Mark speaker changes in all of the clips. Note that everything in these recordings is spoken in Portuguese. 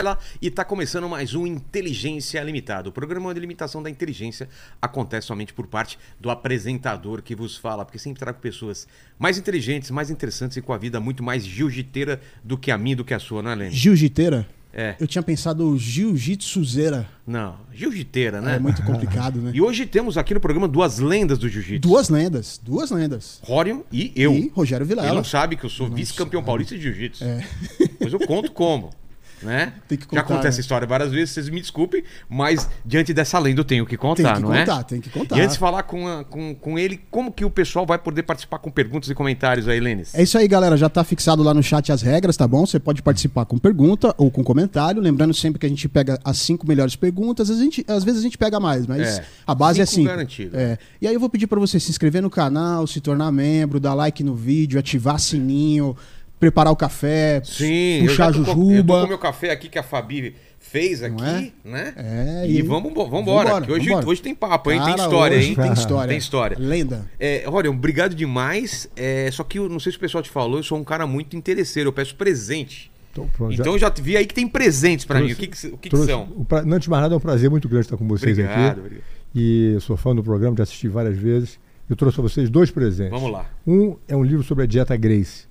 Speaker 1: Atla e está começando mais um Inteligência Limitada. O programa de limitação da inteligência acontece somente por parte do apresentador que vos fala, porque sempre trago pessoas mais inteligentes, mais interessantes e com a vida muito mais jiu-jiteira do que a minha, do que a sua, não é, Lênin?
Speaker 2: Jiu-jiteira?
Speaker 1: É.
Speaker 2: Eu tinha pensado jiu-jitsuzeira.
Speaker 1: Não, jiu-jiteira, né?
Speaker 2: É muito complicado, né?
Speaker 1: E hoje temos aqui no programa duas lendas do jiu-jitsu.
Speaker 2: Duas lendas, duas lendas.
Speaker 1: Rorion e eu.
Speaker 2: E Rogério
Speaker 1: Ele
Speaker 2: Vilela.
Speaker 1: não sabe que eu sou
Speaker 2: Não
Speaker 1: vice-campeão
Speaker 2: sabe.
Speaker 1: paulista de jiu-jitsu. Mas eu conto como. Né?
Speaker 2: Tem que
Speaker 1: Já
Speaker 2: contar,
Speaker 1: contei essa
Speaker 2: né?
Speaker 1: história várias vezes, vocês me desculpem, mas diante dessa lenda eu tenho que contar,
Speaker 2: Tem que
Speaker 1: não
Speaker 2: contar,
Speaker 1: é?
Speaker 2: tem que contar.
Speaker 1: E antes de falar com, a- com, com ele, como que o pessoal vai poder participar com perguntas e comentários aí, Lênis?
Speaker 2: É isso aí, galera. Já tá fixado lá no chat as regras, tá bom? Você pode participar com pergunta ou com comentário. Lembrando sempre que a gente pega as cinco melhores perguntas. A gente, às vezes a gente pega mais, mas
Speaker 1: É.
Speaker 2: a base
Speaker 1: Cinco
Speaker 2: é assim.
Speaker 1: garantido.
Speaker 2: É. E aí eu vou pedir pra você se inscrever no canal, se tornar membro, dar like no vídeo, ativar sininho, preparar o café,
Speaker 1: Sim,
Speaker 2: puxar a
Speaker 1: eu já tô com- eu tô com
Speaker 2: jujuba.
Speaker 1: o meu café aqui que a Fabi fez aqui, né?
Speaker 2: É,
Speaker 1: e
Speaker 2: e-
Speaker 1: vamos embora, que hoje,
Speaker 2: vambora.
Speaker 1: hoje tem papo, hein? tem
Speaker 2: Cara,
Speaker 1: história,
Speaker 2: hoje
Speaker 1: hein?
Speaker 2: Tem história.
Speaker 1: Tem história.
Speaker 2: Lenda.
Speaker 1: É, Rorion, obrigado demais. É, só que eu não sei se o pessoal te falou, eu sou um cara muito interesseiro, eu peço presente.
Speaker 3: Então, pronto, já
Speaker 1: então eu já te vi aí que tem presentes pra mim.
Speaker 3: trouxe-
Speaker 1: O que, que, se- o que que
Speaker 3: trouxe-
Speaker 1: são?
Speaker 3: o pra- não, antes de mais nada, é um prazer muito grande estar com vocês
Speaker 1: Obrigado,
Speaker 3: aqui.
Speaker 1: obrigado.
Speaker 3: E eu sou fã do programa, já assisti várias vezes. Eu trouxe a vocês dois presentes.
Speaker 1: Vamos lá.
Speaker 3: Um é um livro sobre a dieta Grace.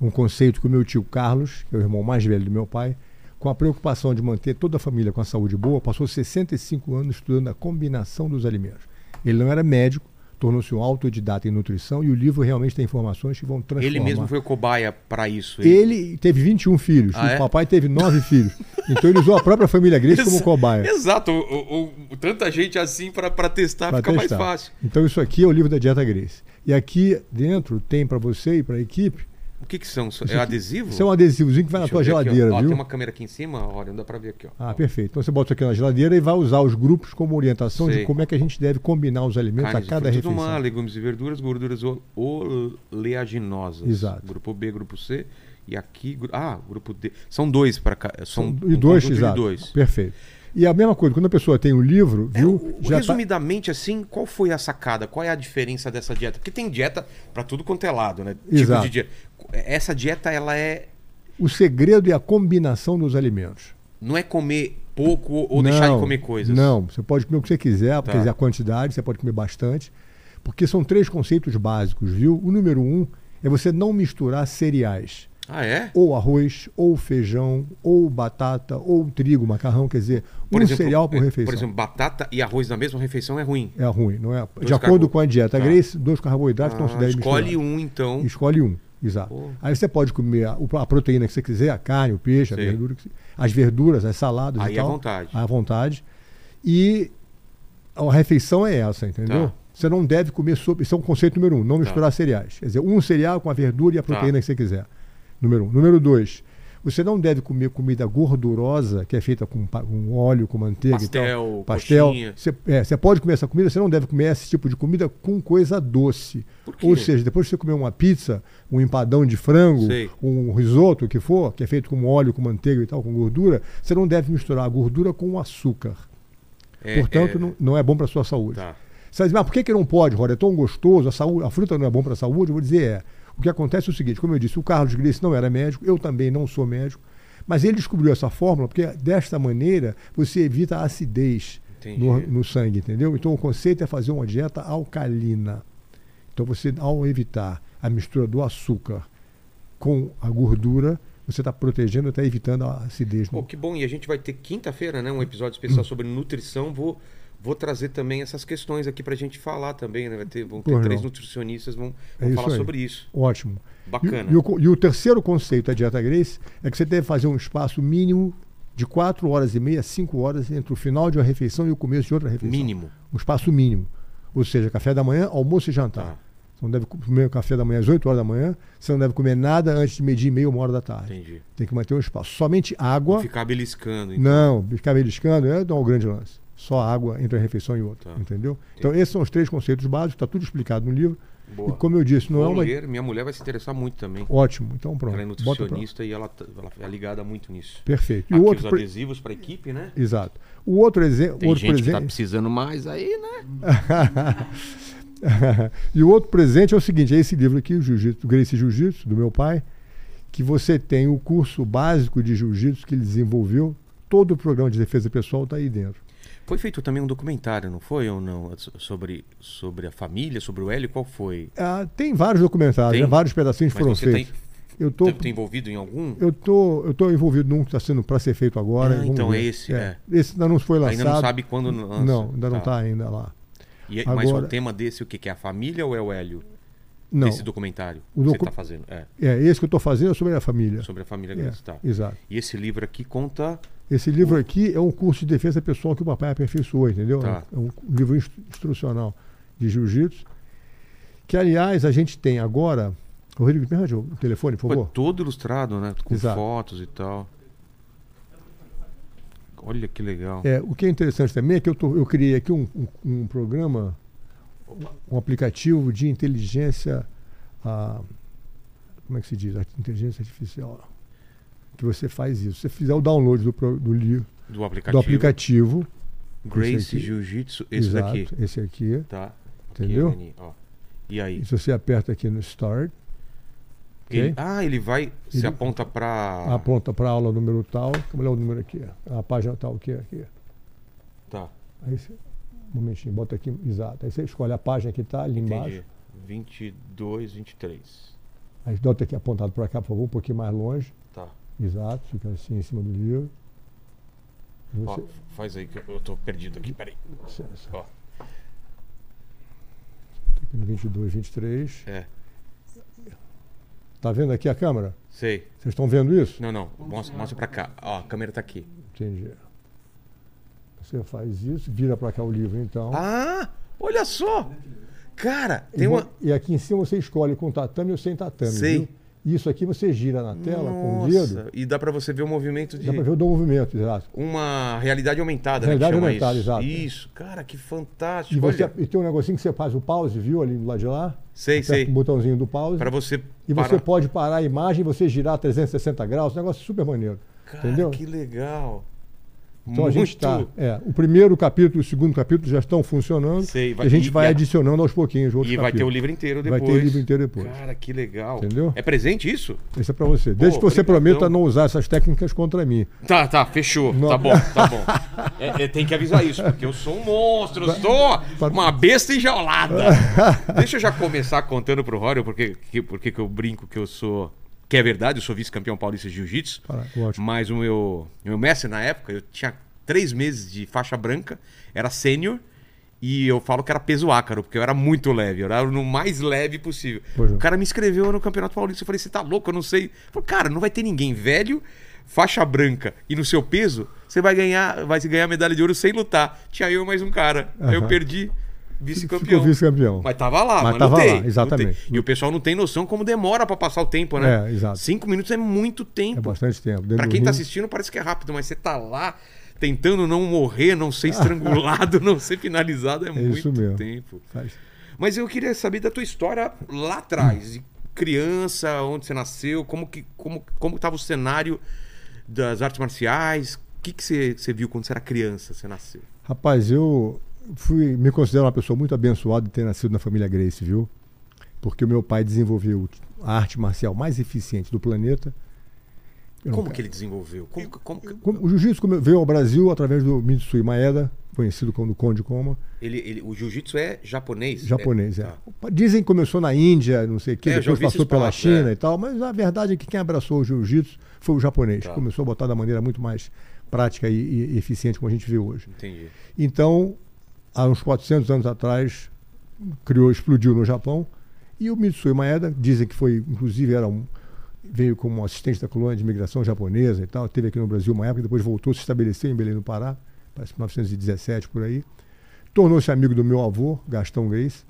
Speaker 3: Um conceito que o meu tio Carlos, que é o irmão mais velho do meu pai, com a preocupação de manter toda a família com a saúde boa, passou 65 anos estudando a combinação dos alimentos. Ele não era médico, tornou-se um autodidata em nutrição e o livro realmente tem informações que vão transformar.
Speaker 1: Ele mesmo foi o cobaia pra isso.
Speaker 3: Ele teve 21 filhos,
Speaker 1: Ah,
Speaker 3: o
Speaker 1: é?
Speaker 3: papai teve 9 filhos. Então ele usou a própria família Grace como cobaia.
Speaker 1: Exato. O, o- o- tanta gente assim pra, pra testar
Speaker 3: pra
Speaker 1: fica
Speaker 3: testar.
Speaker 1: mais fácil.
Speaker 3: Então isso aqui é o livro da dieta Grace. E aqui dentro tem para você e para a equipe,
Speaker 1: O que, que são? Isso
Speaker 3: Isso
Speaker 1: É
Speaker 3: aqui-
Speaker 1: adesivo?
Speaker 3: isso é um adesivozinho que vai na
Speaker 1: Deixa
Speaker 3: tua
Speaker 1: eu ver aqui, ó.
Speaker 3: geladeira,
Speaker 1: Ó,
Speaker 3: viu?
Speaker 1: Tem uma câmera aqui em cima, olha, não dá pra ver aqui, ó.
Speaker 3: Ah, perfeito. Então você bota isso aqui na geladeira e vai usar os grupos como orientação
Speaker 1: Sei.
Speaker 3: de como é que a gente deve combinar os alimentos
Speaker 1: Carnes
Speaker 3: a
Speaker 1: de
Speaker 3: cada
Speaker 1: frutos do
Speaker 3: refeição.
Speaker 1: mar, legumes e verduras, gorduras o- oleaginosas.
Speaker 3: Exato.
Speaker 1: Grupo B, grupo C. E aqui, gru- ah, grupo D. São dois para cá. São
Speaker 3: São-
Speaker 1: um
Speaker 3: Então, e dois,
Speaker 1: conjunto de
Speaker 3: exato.
Speaker 1: dois.
Speaker 3: Perfeito. E a mesma coisa, quando a pessoa tem o livro,
Speaker 1: É,
Speaker 3: viu?
Speaker 1: o-
Speaker 3: já tá-
Speaker 1: resumidamente, assim, qual foi a sacada? Qual é a diferença dessa dieta? Porque tem dieta para tudo quanto é lado, né?
Speaker 3: Exato.
Speaker 1: de dieta. Essa dieta, ela é.
Speaker 3: O segredo é a combinação dos alimentos.
Speaker 1: Não é comer pouco ou deixar de
Speaker 3: Não,
Speaker 1: comer coisas.
Speaker 3: Não, você pode comer o que você quiser,
Speaker 1: Tá.
Speaker 3: quer dizer, a quantidade, você pode comer bastante. Porque são três conceitos básicos, viu? O número um é você não misturar cereais.
Speaker 1: Ah, é?
Speaker 3: Ou arroz, ou feijão, ou batata, ou trigo, macarrão, quer dizer, um cereal por
Speaker 1: é,
Speaker 3: refeição.
Speaker 1: Por exemplo, batata e arroz na mesma refeição é ruim.
Speaker 3: é ruim, não é?
Speaker 1: Dois
Speaker 3: De acordo
Speaker 1: carbo-
Speaker 3: com a dieta
Speaker 1: Tá.
Speaker 3: Grace, dois carboidratos não se
Speaker 1: Ah,
Speaker 3: devem
Speaker 1: escolhe
Speaker 3: misturar.
Speaker 1: um, então.
Speaker 3: Escolhe um, exato.
Speaker 1: Pô.
Speaker 3: Aí você pode comer a, a proteína que você quiser, a carne, o peixe, a
Speaker 1: Sei.
Speaker 3: verdura, que você- as verduras, as saladas
Speaker 1: Aí
Speaker 3: e
Speaker 1: à
Speaker 3: tal.
Speaker 1: vontade.
Speaker 3: À vontade. E a refeição é essa, entendeu?
Speaker 1: Tá.
Speaker 3: Você não deve comer sopa. Isso é um conceito número um, não misturar cereais. Quer dizer, um cereal com a verdura e a
Speaker 1: Tá.
Speaker 3: proteína que você quiser. Número um. Número dois. Você não deve comer comida gordurosa, que é feita com, pa- com óleo, com manteiga e
Speaker 1: Pastel,
Speaker 3: tal. Pastel.
Speaker 1: coxinha.
Speaker 3: Você é, você pode comer essa comida, você não deve comer esse tipo de comida com coisa doce.
Speaker 1: Por quê?
Speaker 3: Ou seja, depois que você comer uma pizza, um empadão de frango,
Speaker 1: Sei.
Speaker 3: um risoto, o que for, que é feito com óleo, com manteiga e tal, com gordura, você não deve misturar a gordura com o açúcar.
Speaker 1: É,
Speaker 3: Portanto,
Speaker 1: é,
Speaker 3: Não, não é bom para a sua saúde.
Speaker 1: Tá.
Speaker 3: Você vai dizer, mas por que, que não pode, Roda? É tão gostoso, a, saúde, a fruta não é bom para a saúde? Eu vou dizer, é. O que acontece é o seguinte, como eu disse, o Carlos Grace não era médico, eu também não sou médico, mas ele descobriu essa fórmula porque desta maneira você evita a acidez
Speaker 1: Entendi.
Speaker 3: no, no sangue, entendeu? Então o conceito é fazer uma dieta alcalina. Então você, ao evitar a mistura do açúcar com a gordura, você está protegendo, está evitando a acidez.
Speaker 1: Pô,
Speaker 3: no-
Speaker 1: que bom. E a gente vai ter quinta-feira, né? Um episódio especial
Speaker 3: Hum.
Speaker 1: sobre nutrição. Vou, vou trazer também essas questões aqui pra gente falar também, né? Vai ter, vão ter
Speaker 3: Pô,
Speaker 1: três
Speaker 3: não.
Speaker 1: nutricionistas, vão,
Speaker 3: É
Speaker 1: vão
Speaker 3: isso
Speaker 1: falar
Speaker 3: aí.
Speaker 1: sobre isso.
Speaker 3: Ótimo.
Speaker 1: Bacana.
Speaker 3: E, e o, co- e o terceiro conceito da dieta Grace é que você deve fazer um espaço mínimo de 4 horas e meia, 5 horas entre o final de uma refeição e o começo de outra refeição.
Speaker 1: Mínimo.
Speaker 3: Um espaço mínimo. Ou seja, café da manhã, almoço e jantar.
Speaker 1: Tá.
Speaker 3: Você não deve comer o café da manhã às 8 horas da manhã, você não deve comer nada antes de meio-dia e meia, uma hora da tarde.
Speaker 1: Ah, Entendi.
Speaker 3: Tem que manter um espaço. Somente
Speaker 1: Não
Speaker 3: água.
Speaker 1: ficar beliscando. então.
Speaker 3: Não, ficar beliscando é não é o grande lance. Só água entre uma refeição e outra,
Speaker 1: Tá.
Speaker 3: entendeu? Então esses são os três conceitos básicos, está tudo explicado no livro.
Speaker 1: Boa.
Speaker 3: E como eu disse, não é
Speaker 1: Vou
Speaker 3: uma
Speaker 1: ler, minha mulher vai se interessar muito também.
Speaker 3: Ótimo, então pronto.
Speaker 1: Ela é
Speaker 3: Bota pra-
Speaker 1: nutricionista e ela, tá- ela é ligada muito nisso.
Speaker 3: Perfeito. E
Speaker 1: Aqui
Speaker 3: o
Speaker 1: os
Speaker 3: outro. pre-
Speaker 1: adesivos pra equipe, né?
Speaker 3: Exato. O outro, exe...
Speaker 1: Tem
Speaker 3: outro
Speaker 1: gente que tá
Speaker 3: presente.
Speaker 1: precisando mais aí, né?
Speaker 3: e o outro presente é o seguinte: é esse livro aqui, o Jiu-Jitsu, Gracie Jiu-Jitsu, do meu pai, que você tem o curso básico de jiu-jitsu que ele desenvolveu, todo o programa de defesa pessoal está aí dentro.
Speaker 1: Foi feito também um documentário, não foi ou não? So- Sobre, sobre a família, sobre o Hélio, qual foi?
Speaker 3: Ah, tem vários documentários,
Speaker 1: Tem?
Speaker 3: né? vários pedacinhos
Speaker 1: Mas
Speaker 3: foram
Speaker 1: você tá
Speaker 3: feitos.
Speaker 1: en-
Speaker 3: Eu tô,
Speaker 1: tá- tá envolvido em algum?
Speaker 3: eu tô, eu tô envolvido num que está sendo para ser feito agora.
Speaker 1: Ah,
Speaker 3: vamos
Speaker 1: então
Speaker 3: ver.
Speaker 1: é esse, é.
Speaker 3: Esse ainda não foi lançado.
Speaker 1: Ainda não sabe quando lança.
Speaker 3: Não, ainda não
Speaker 1: Tá.
Speaker 3: está ainda lá.
Speaker 1: E, Mas
Speaker 3: Agora-
Speaker 1: o tema desse, o que, que é? A família ou é o Hélio?
Speaker 3: Não.
Speaker 1: Esse documentário
Speaker 3: O
Speaker 1: que você
Speaker 3: docu-
Speaker 1: está fazendo. É,
Speaker 3: É, esse que eu estou fazendo é sobre a família.
Speaker 1: sobre a família
Speaker 3: É,
Speaker 1: Graça. Tá.
Speaker 3: Exato.
Speaker 1: E esse livro aqui conta.
Speaker 3: Esse livro aqui é um curso de defesa pessoal que o papai aperfeiçoou, entendeu?
Speaker 1: Tá.
Speaker 3: É um livro instru- instrucional de jiu-jitsu. Que, aliás, a gente tem agora. O Rodrigo, me arranja o telefone, por
Speaker 1: Pô,
Speaker 3: favor.
Speaker 1: é todo ilustrado, né? Com
Speaker 3: Exato.
Speaker 1: fotos e tal. Olha que legal.
Speaker 3: É, o que é interessante também é que eu, tô- eu criei aqui um, um- um programa, um aplicativo de inteligência. ah, como é que se diz? Arti- Inteligência artificial. Que você faz isso. Você fizer o download do, pro- do, livro,
Speaker 1: Do aplicativo.
Speaker 3: do aplicativo. esse
Speaker 1: Grace
Speaker 3: aqui.
Speaker 1: Jiu-Jitsu, esse
Speaker 3: Exato,
Speaker 1: daqui.
Speaker 3: Esse aqui.
Speaker 1: Tá? Aqui,
Speaker 3: Entendeu?
Speaker 1: Reni, ó. E aí?
Speaker 3: E se você aperta aqui no Start, ok?
Speaker 1: Ele- ah, ele vai. Se
Speaker 3: Ele-
Speaker 1: aponta pra.
Speaker 3: aponta para aula número tal. Como é o número aqui? A página tal, o que aqui?
Speaker 1: Tá.
Speaker 3: Aí você, um momentinho, bota aqui, exato. Aí você escolhe a página que está ali embaixo.
Speaker 1: Entendi. 22, 23.
Speaker 3: Aí bota aqui apontado para cá, por favor, um pouquinho mais longe.
Speaker 1: Tá.
Speaker 3: Exato, fica assim em cima do livro.
Speaker 1: Ó,
Speaker 3: Você,
Speaker 1: faz aí que eu eu tô perdido aqui. Peraí.
Speaker 3: licença.
Speaker 1: ó.
Speaker 3: Tá aqui no 22, 23.
Speaker 1: É.
Speaker 3: Tá vendo aqui a câmera?
Speaker 1: Sei.
Speaker 3: Vocês estão vendo isso?
Speaker 1: Não, não. Mostra, mostra pra cá. Ó, a câmera tá aqui.
Speaker 3: Entendi. Você faz isso, vira para cá o livro então.
Speaker 1: Ah! Olha só! Cara,
Speaker 3: E
Speaker 1: tem
Speaker 3: vo-
Speaker 1: uma.
Speaker 3: E aqui em cima você escolhe com tatame ou sem tatame.
Speaker 1: Sei.
Speaker 3: viu? Isso aqui você gira na tela com o dedo.
Speaker 1: Nossa, e dá pra você ver o movimento de
Speaker 3: Dá para ver o do movimento, exato.
Speaker 1: uma realidade aumentada,
Speaker 3: Realidade
Speaker 1: né? que chama
Speaker 3: aumentada,
Speaker 1: isso.
Speaker 3: exato.
Speaker 1: Isso, cara, que
Speaker 3: E,
Speaker 1: fantástico.
Speaker 3: você,
Speaker 1: Olha,
Speaker 3: e tem um negocinho que você faz o pause, viu, ali do lado de lá?
Speaker 1: sei,
Speaker 3: Aperta
Speaker 1: sei.
Speaker 3: O botãozinho do pause.
Speaker 1: Pra você
Speaker 3: E você
Speaker 1: parar.
Speaker 3: pode parar a imagem e você girar 360 graus, um negócio super maneiro.
Speaker 1: Cara,
Speaker 3: entendeu?
Speaker 1: que legal.
Speaker 3: Então
Speaker 1: Muito...
Speaker 3: a gente está. É, o primeiro capítulo e o segundo capítulo já estão funcionando.
Speaker 1: Sei,
Speaker 3: e
Speaker 1: vai-
Speaker 3: a gente
Speaker 1: e- e
Speaker 3: vai
Speaker 1: a-
Speaker 3: adicionando aos pouquinhos outros
Speaker 1: E vai ter o
Speaker 3: capítulos.
Speaker 1: livro inteiro
Speaker 3: Vai
Speaker 1: depois.
Speaker 3: ter o livro inteiro depois.
Speaker 1: Cara, que legal.
Speaker 3: Entendeu?
Speaker 1: É presente isso?
Speaker 3: Isso é para você. Desde
Speaker 1: Pô,
Speaker 3: que você
Speaker 1: obrigadão.
Speaker 3: prometa não usar essas técnicas contra mim. É
Speaker 1: Tá, tá, fechou.
Speaker 3: Não.
Speaker 1: Tá bom, tá bom. É, é, tem que avisar isso, porque eu sou um monstro, eu sou uma besta enjaulada. Deixa eu já começar contando pro Rório porque que, porque que eu brinco que eu sou. Que é verdade, eu sou vice-campeão paulista de jiu-jitsu.
Speaker 3: Para- ótimo.
Speaker 1: Mas o meu, o meu mestre na época, eu tinha três meses de faixa branca, era sênior. E eu falo que era peso ácaro, porque eu era muito leve, eu era no mais leve possível.
Speaker 3: Pois é.
Speaker 1: O cara me inscreveu no Campeonato Paulista. Eu falei, você tá louco? Eu não sei. Eu falei, cara, não vai ter ninguém velho, faixa branca e no seu peso, você vai ganhar, vai se ganhar medalha de ouro sem lutar. Tinha eu e mais um cara. Aí eu
Speaker 3: Aham.
Speaker 1: perdi,
Speaker 3: Ficou
Speaker 1: vice-campeão.
Speaker 3: vice-campeão.
Speaker 1: Mas tava lá,
Speaker 3: Mas
Speaker 1: mas,
Speaker 3: tava
Speaker 1: lutei,
Speaker 3: lá, exatamente.
Speaker 1: lutei. E o pessoal não tem noção como demora pra passar o tempo, né?
Speaker 3: É, exato.
Speaker 1: Cinco minutos é muito
Speaker 3: É
Speaker 1: tempo.
Speaker 3: bastante tempo. Dentro
Speaker 1: Pra
Speaker 3: do
Speaker 1: quem tá
Speaker 3: ringue-
Speaker 1: assistindo, parece que é rápido, mas você tá lá tentando não morrer, não ser estrangulado, não ser finalizado, é,
Speaker 3: isso
Speaker 1: muito
Speaker 3: mesmo.
Speaker 1: tempo.
Speaker 3: Faz.
Speaker 1: Mas eu queria saber da tua história lá atrás, de criança, onde você nasceu, como que como como estava o cenário das artes marciais, o que que você, você viu quando você era criança, você nasceu?
Speaker 3: Rapaz, eu fui, me considero uma pessoa muito abençoada de ter nascido na família Grace, viu? Porque o meu pai desenvolveu a arte marcial mais eficiente do planeta. Eu não
Speaker 1: Como
Speaker 3: quero-
Speaker 1: que ele desenvolveu? Como, que- como que-
Speaker 3: Como- O jiu-jitsu come- veio ao Brasil através do Mitsui Maeda, conhecido como Conde Koma,
Speaker 1: ele, ele- o jiu-jitsu é japonês?
Speaker 3: japonês. É.
Speaker 1: tá.
Speaker 3: Dizem que começou na Índia, não sei o que,
Speaker 1: É, eu já
Speaker 3: depois
Speaker 1: ouvi esses
Speaker 3: passou pela
Speaker 1: papos,
Speaker 3: China
Speaker 1: é.
Speaker 3: e tal, mas a verdade é que quem abraçou o jiu-jitsu foi o japonês.
Speaker 1: Tá.
Speaker 3: Começou a botar da maneira muito mais prática e, e eficiente como a gente vê hoje.
Speaker 1: Entendi.
Speaker 3: Então, há uns 400 anos atrás, criou, explodiu no Japão. E o Mitsui Maeda, dizem que foi, inclusive, era um, veio como assistente da colônia de imigração japonesa e tal, teve aqui no Brasil uma época, depois voltou, se estabeleceu em Belém do Pará, parece que 1917 por aí. Tornou-se amigo do meu avô, Gastão Grace.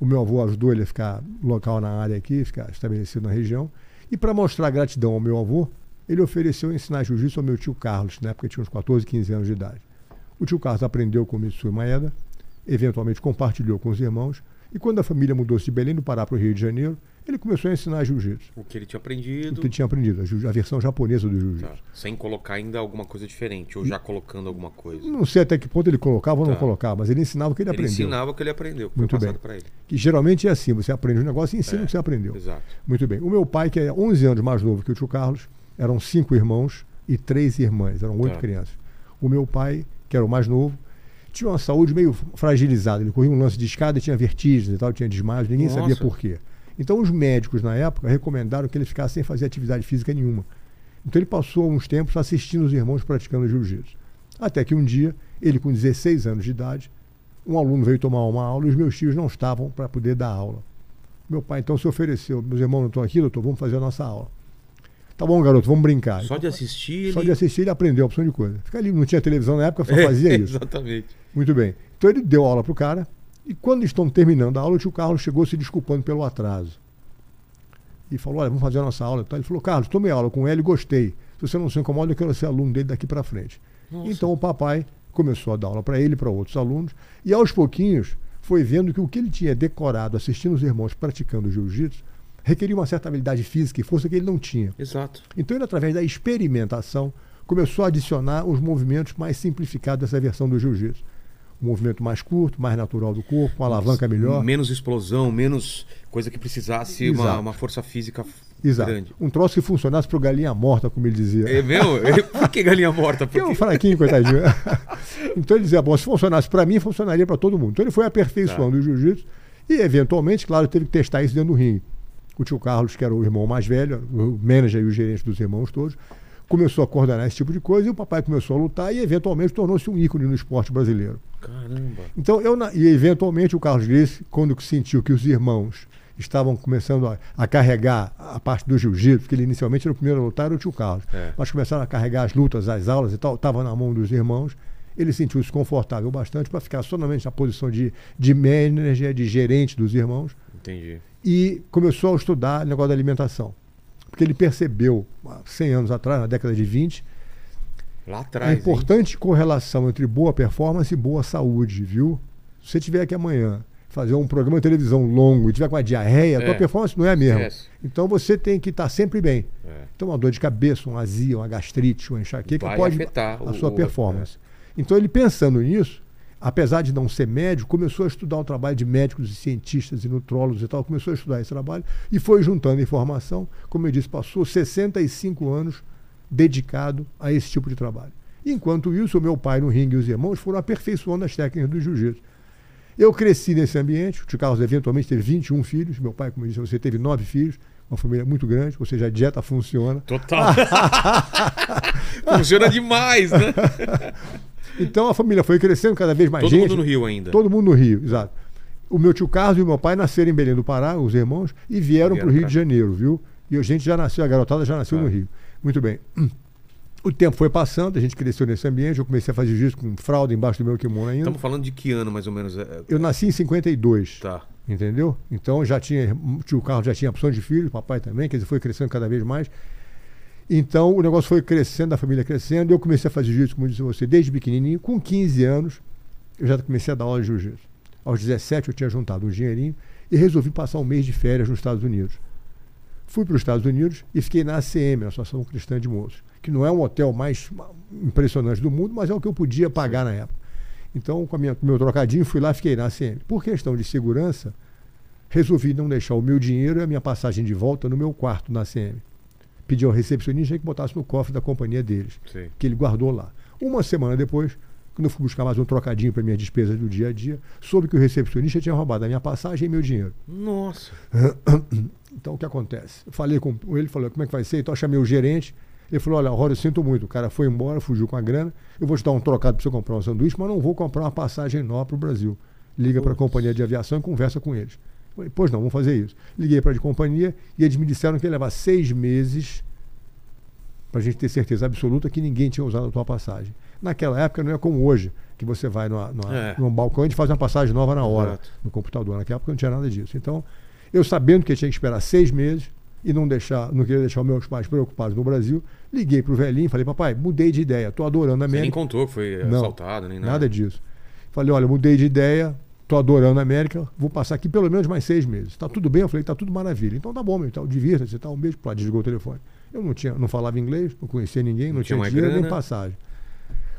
Speaker 3: O meu avô ajudou ele a ficar local na área aqui, ficar estabelecido na região. E para mostrar gratidão ao meu avô, ele ofereceu ensinar jiu-jitsu ao meu tio Carlos, na época tinha uns 14, 15 anos de idade. O tio Carlos aprendeu com o Mitsui Maeda, eventualmente compartilhou com os irmãos E quando a família mudou-se de Belém do Pará para o Rio de Janeiro, ele começou a ensinar jiu-jitsu.
Speaker 1: O que ele tinha
Speaker 3: O
Speaker 1: aprendido.
Speaker 3: que ele tinha aprendido, a, jiu- a versão japonesa do jiu-jitsu.
Speaker 1: Então tá, Sem colocar ainda alguma coisa diferente, ou já colocando alguma coisa.
Speaker 3: Não sei até que ponto ele colocava ou não
Speaker 1: Tá.
Speaker 3: colocava, mas ele ensinava o que ele,
Speaker 1: Ele
Speaker 3: aprendeu.
Speaker 1: ensinava o que ele aprendeu, que
Speaker 3: Muito
Speaker 1: foi passado
Speaker 3: bem.
Speaker 1: pra ele.
Speaker 3: Que geralmente é assim, você aprende um negócio e ensina
Speaker 1: É,
Speaker 3: o que você aprendeu.
Speaker 1: Exato.
Speaker 3: Muito bem. O meu pai, que é 11 anos mais novo que o tio Carlos, eram cinco irmãos e três irmãs, eram oito
Speaker 1: Tá.
Speaker 3: crianças. O meu pai, que era o mais novo, tinha uma saúde meio fragilizada. Ele corria um lance de escada e tinha vertigens e tal, tinha desmaios, ninguém
Speaker 1: Nossa.
Speaker 3: sabia por quê. Então os médicos na época recomendaram que ele ficasse sem fazer atividade física nenhuma. Então ele passou uns tempos assistindo os irmãos praticando jiu-jitsu. Até que um dia, ele com 16 anos de idade, um aluno veio tomar uma aula e os meus tios não estavam para poder dar aula. Meu pai então se ofereceu, meus irmãos não estão aqui, doutor, vamos fazer a nossa aula. Tá bom, garoto, vamos brincar.
Speaker 1: Só de assistir.
Speaker 3: Só
Speaker 1: ele-
Speaker 3: de assistir ele aprendeu a opção de coisa. Fica ali, não tinha televisão na época, só fazia
Speaker 1: É,
Speaker 3: isso.
Speaker 1: Exatamente.
Speaker 3: Muito bem. Então ele deu aula pro cara e quando estão terminando a aula, o tio Carlos chegou se desculpando pelo atraso. E falou, olha, vamos fazer a nossa aula. Então, ele falou, Carlos, tomei aula com ele, gostei. Se você não se incomoda, eu quero ser aluno dele daqui para frente.
Speaker 1: Nossa.
Speaker 3: Então o papai começou a dar aula para ele, para outros alunos, e aos pouquinhos foi vendo que o que ele tinha decorado assistindo os irmãos praticando jiu-jitsu requeria uma certa habilidade física e força que ele não tinha.
Speaker 1: Exato.
Speaker 3: Então ele, através da experimentação, começou a adicionar os movimentos mais simplificados dessa versão do jiu-jitsu. Um movimento mais curto, mais natural do corpo, uma alavanca é melhor.
Speaker 1: Menos explosão, menos coisa que precisasse uma,
Speaker 3: Exato.
Speaker 1: uma força física f-
Speaker 3: Exato.
Speaker 1: grande.
Speaker 3: Um troço que funcionasse para o galinha morta, como ele dizia.
Speaker 1: É meu? Por que galinha morta?
Speaker 3: Porque é um
Speaker 1: Porque...
Speaker 3: fraquinho, coitadinho. então ele dizia, bom, se funcionasse para mim, funcionaria para todo mundo. Então ele foi aperfeiçoando o jiu-jitsu e, eventualmente, claro, teve que testar isso dentro do ringue. O tio Carlos, que era o irmão mais velho, o manager e o gerente dos irmãos todos, começou a coordenar esse tipo de coisa e o papai começou a lutar e, eventualmente, tornou-se um ícone no esporte brasileiro.
Speaker 1: Caramba.
Speaker 3: Então, eu, na- e eventualmente o Carlos Grace, quando sentiu que os irmãos estavam começando a, a carregar a parte do jiu-jitsu, porque ele inicialmente era o primeiro a lutar, era o tio Carlos,
Speaker 1: É.
Speaker 3: mas começaram a carregar as lutas, as aulas e tal, estava na mão dos irmãos, ele sentiu-se confortável bastante para ficar somente na posição de, de manager, de gerente dos irmãos,
Speaker 1: Entendi.
Speaker 3: e começou a estudar o negócio da alimentação. Porque ele percebeu, há 100 anos atrás, na década de 20,
Speaker 1: Lá
Speaker 3: a
Speaker 1: atrás. hein?
Speaker 3: É importante correlação entre boa performance e boa saúde, viu? Se você tiver aqui amanhã fazer um programa de televisão longo e tiver com uma diarreia, a
Speaker 1: É.
Speaker 3: tua performance não é a mesma.
Speaker 1: Esquece.
Speaker 3: Então você tem que estar sempre bem.
Speaker 1: É.
Speaker 3: Então uma dor de cabeça, uma azia, uma gastrite, uma enxaqueca
Speaker 1: Vai
Speaker 3: pode
Speaker 1: afetar
Speaker 3: a
Speaker 1: o- é.
Speaker 3: sua
Speaker 1: o-
Speaker 3: performance. Então ele pensando nisso, apesar de não ser médico, começou a estudar o trabalho de médicos e cientistas e nutrólogos e tal, começou a estudar esse trabalho e foi juntando informação, como eu disse, passou 65 anos dedicado a esse tipo de trabalho. Enquanto isso, o meu pai no ringue e os irmãos foram aperfeiçoando as técnicas do jiu-jitsu. Eu cresci nesse ambiente, o tio Carlos eventualmente teve 21 filhos, meu pai, como eu disse, você teve nove filhos, uma família muito grande, ou seja, a dieta funciona.
Speaker 1: Total. Funciona demais, né?
Speaker 3: Então a família foi crescendo cada vez mais
Speaker 1: Todo
Speaker 3: gente.
Speaker 1: mundo no Rio ainda.
Speaker 3: Todo mundo no Rio, exato. O meu tio Carlos e o meu pai nasceram em Belém do Pará, os irmãos, e vieram
Speaker 1: Vieram
Speaker 3: para o Rio
Speaker 1: pra
Speaker 3: de Janeiro, viu? E a gente já nasceu, a garotada já nasceu
Speaker 1: Tá.
Speaker 3: no Rio. Muito bem. O tempo foi passando, a gente cresceu nesse ambiente, eu comecei a fazer jiu-jitsu com fralda embaixo do meu kimono ainda.
Speaker 1: Estamos falando de que ano, mais ou menos? é, é,
Speaker 3: Eu nasci em 52.
Speaker 1: Tá.
Speaker 3: Entendeu? Então já tinha. O tio Carlos já tinha opção de filho, o papai também, quer dizer, foi crescendo cada vez mais. Então o negócio foi crescendo, a família crescendo. Eu comecei a fazer jiu-jitsu, como eu disse a você, desde pequenininho. Com 15 anos, eu já comecei a dar aula de jiu-jitsu. Aos 17, eu tinha juntado um dinheirinho e resolvi passar um mês de férias nos Estados Unidos. Fui para os Estados Unidos e fiquei na ACM, Associação Cristã de Moços, que não é um hotel mais impressionante do mundo, mas é o que eu podia pagar na época. Então, com, a minha- com o meu trocadinho, fui lá e fiquei na ACM. Por questão de segurança, resolvi não deixar o meu dinheiro e a minha passagem de volta no meu quarto na ACM. Pedi ao recepcionista que botasse no cofre da companhia deles,
Speaker 1: Sei.
Speaker 3: que ele guardou lá. Uma semana depois, quando eu fui buscar mais um trocadinho para minhas despesas do dia a dia, soube que o recepcionista tinha roubado a minha passagem e meu dinheiro.
Speaker 1: Nossa.
Speaker 3: Então, o que acontece? Eu falei com ele, falou, como é que vai ser? Então, eu chamei o gerente. Ele falou, olha, Rora, eu sinto muito. O cara foi embora, fugiu com a grana. Eu vou te dar um trocado para você comprar um sanduíche, mas não vou comprar uma passagem nova para o Brasil. Liga para a companhia de aviação e conversa com eles. Eu Falei, pois não, vamos fazer isso. Liguei para a de companhia e eles me disseram que ia levar seis meses para a gente ter certeza absoluta que ninguém tinha usado a tua passagem. Naquela época não é como hoje, que você vai numa, numa,
Speaker 1: É.
Speaker 3: num balcão e te faz uma passagem nova na hora
Speaker 1: Exato.
Speaker 3: no computador. Naquela época não tinha nada disso. Então, eu sabendo que eu tinha que esperar seis meses e não deixar, não queria deixar meus pais preocupados no Brasil, liguei pro velhinho e falei, papai, mudei de ideia, tô adorando a
Speaker 1: Você nem
Speaker 3: América.
Speaker 1: contou que foi
Speaker 3: Não,
Speaker 1: assaltado, nem nada.
Speaker 3: Nada disso. Falei, olha, mudei de ideia, Estou adorando a América, vou passar aqui pelo menos mais seis meses. Está tudo bem? Eu falei, está tudo maravilha. Então tá bom, meu, então, divirta-se, tá, um beijo. Pô, desligou o telefone. Eu não, tinha, não falava inglês, não conhecia ninguém, não,
Speaker 1: Não tinha
Speaker 3: tinha,
Speaker 1: uma
Speaker 3: dinheiro nem
Speaker 1: grana.
Speaker 3: passagem.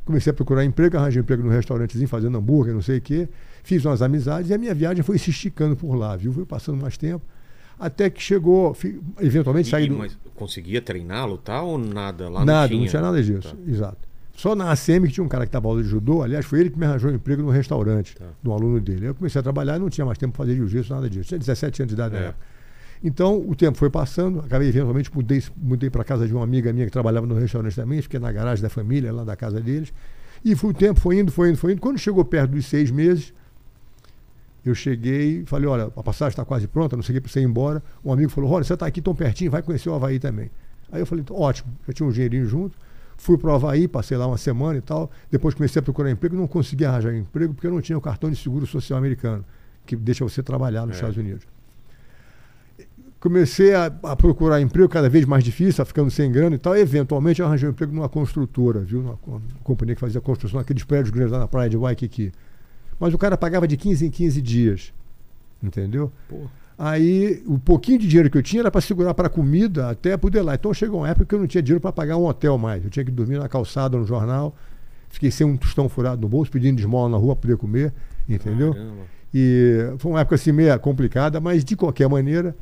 Speaker 3: Comecei a procurar emprego, arranjei um emprego num restaurantezinho, fazendo hambúrguer, não sei o quê. Fiz umas amizades e a minha viagem foi se esticando por lá, viu? Foi passando mais tempo. Até que chegou, fi- eventualmente saí
Speaker 1: E-
Speaker 3: do.
Speaker 1: Mas conseguia treiná-lo tal ou nada lá
Speaker 3: nada,
Speaker 1: não tinha?
Speaker 3: nada disso.
Speaker 1: Tá.
Speaker 3: Exato. Só na ACM que tinha um cara que estava aula de judô, aliás, foi ele que me arranjou um emprego num restaurante,
Speaker 1: Tá.
Speaker 3: de um aluno dele. Eu comecei a trabalhar e não tinha mais tempo para fazer jiu-jitsu, nada disso. Tinha 17 anos de idade na
Speaker 1: É.
Speaker 3: época. Então, o tempo foi passando, acabei eventualmente mudei, mudei para casa de uma amiga minha que trabalhava no restaurante também, fiquei na garagem da família, lá da casa deles. E foi, o tempo foi indo, foi indo, foi indo. Quando chegou perto dos seis meses, eu cheguei e falei, olha, a passagem está quase pronta, não sei o que, para você ir embora. Um amigo falou, olha, você está aqui tão pertinho, vai conhecer o Havaí também. Aí eu falei, "Então, ótimo, já tinha um dinheirinho junto. Fui para o Havaí, passei lá uma semana e tal. Depois comecei a procurar emprego, não consegui arranjar emprego porque eu não tinha o cartão de seguro social americano, que deixa você trabalhar nos
Speaker 1: É.
Speaker 3: Estados Unidos. Comecei a, a procurar emprego cada vez mais difícil, tá ficando sem grana e tal. Eventualmente eu arranjei um emprego numa construtora, viu? Numa, co- companhia que fazia construção, aqueles prédios grandes lá na praia de Waikiki. Mas o cara pagava de 15 em 15 dias. Entendeu?
Speaker 1: Pô.
Speaker 3: Aí o pouquinho de dinheiro que eu tinha era para segurar para comida até poder lá. Então chegou uma época que eu não tinha dinheiro para pagar um hotel mais. Eu tinha que dormir na calçada, no jornal. Fiquei sem um tostão furado no bolso, pedindo esmola na rua para poder comer. Entendeu?
Speaker 1: Caramba.
Speaker 3: E foi uma época assim meio complicada, mas de qualquer maneira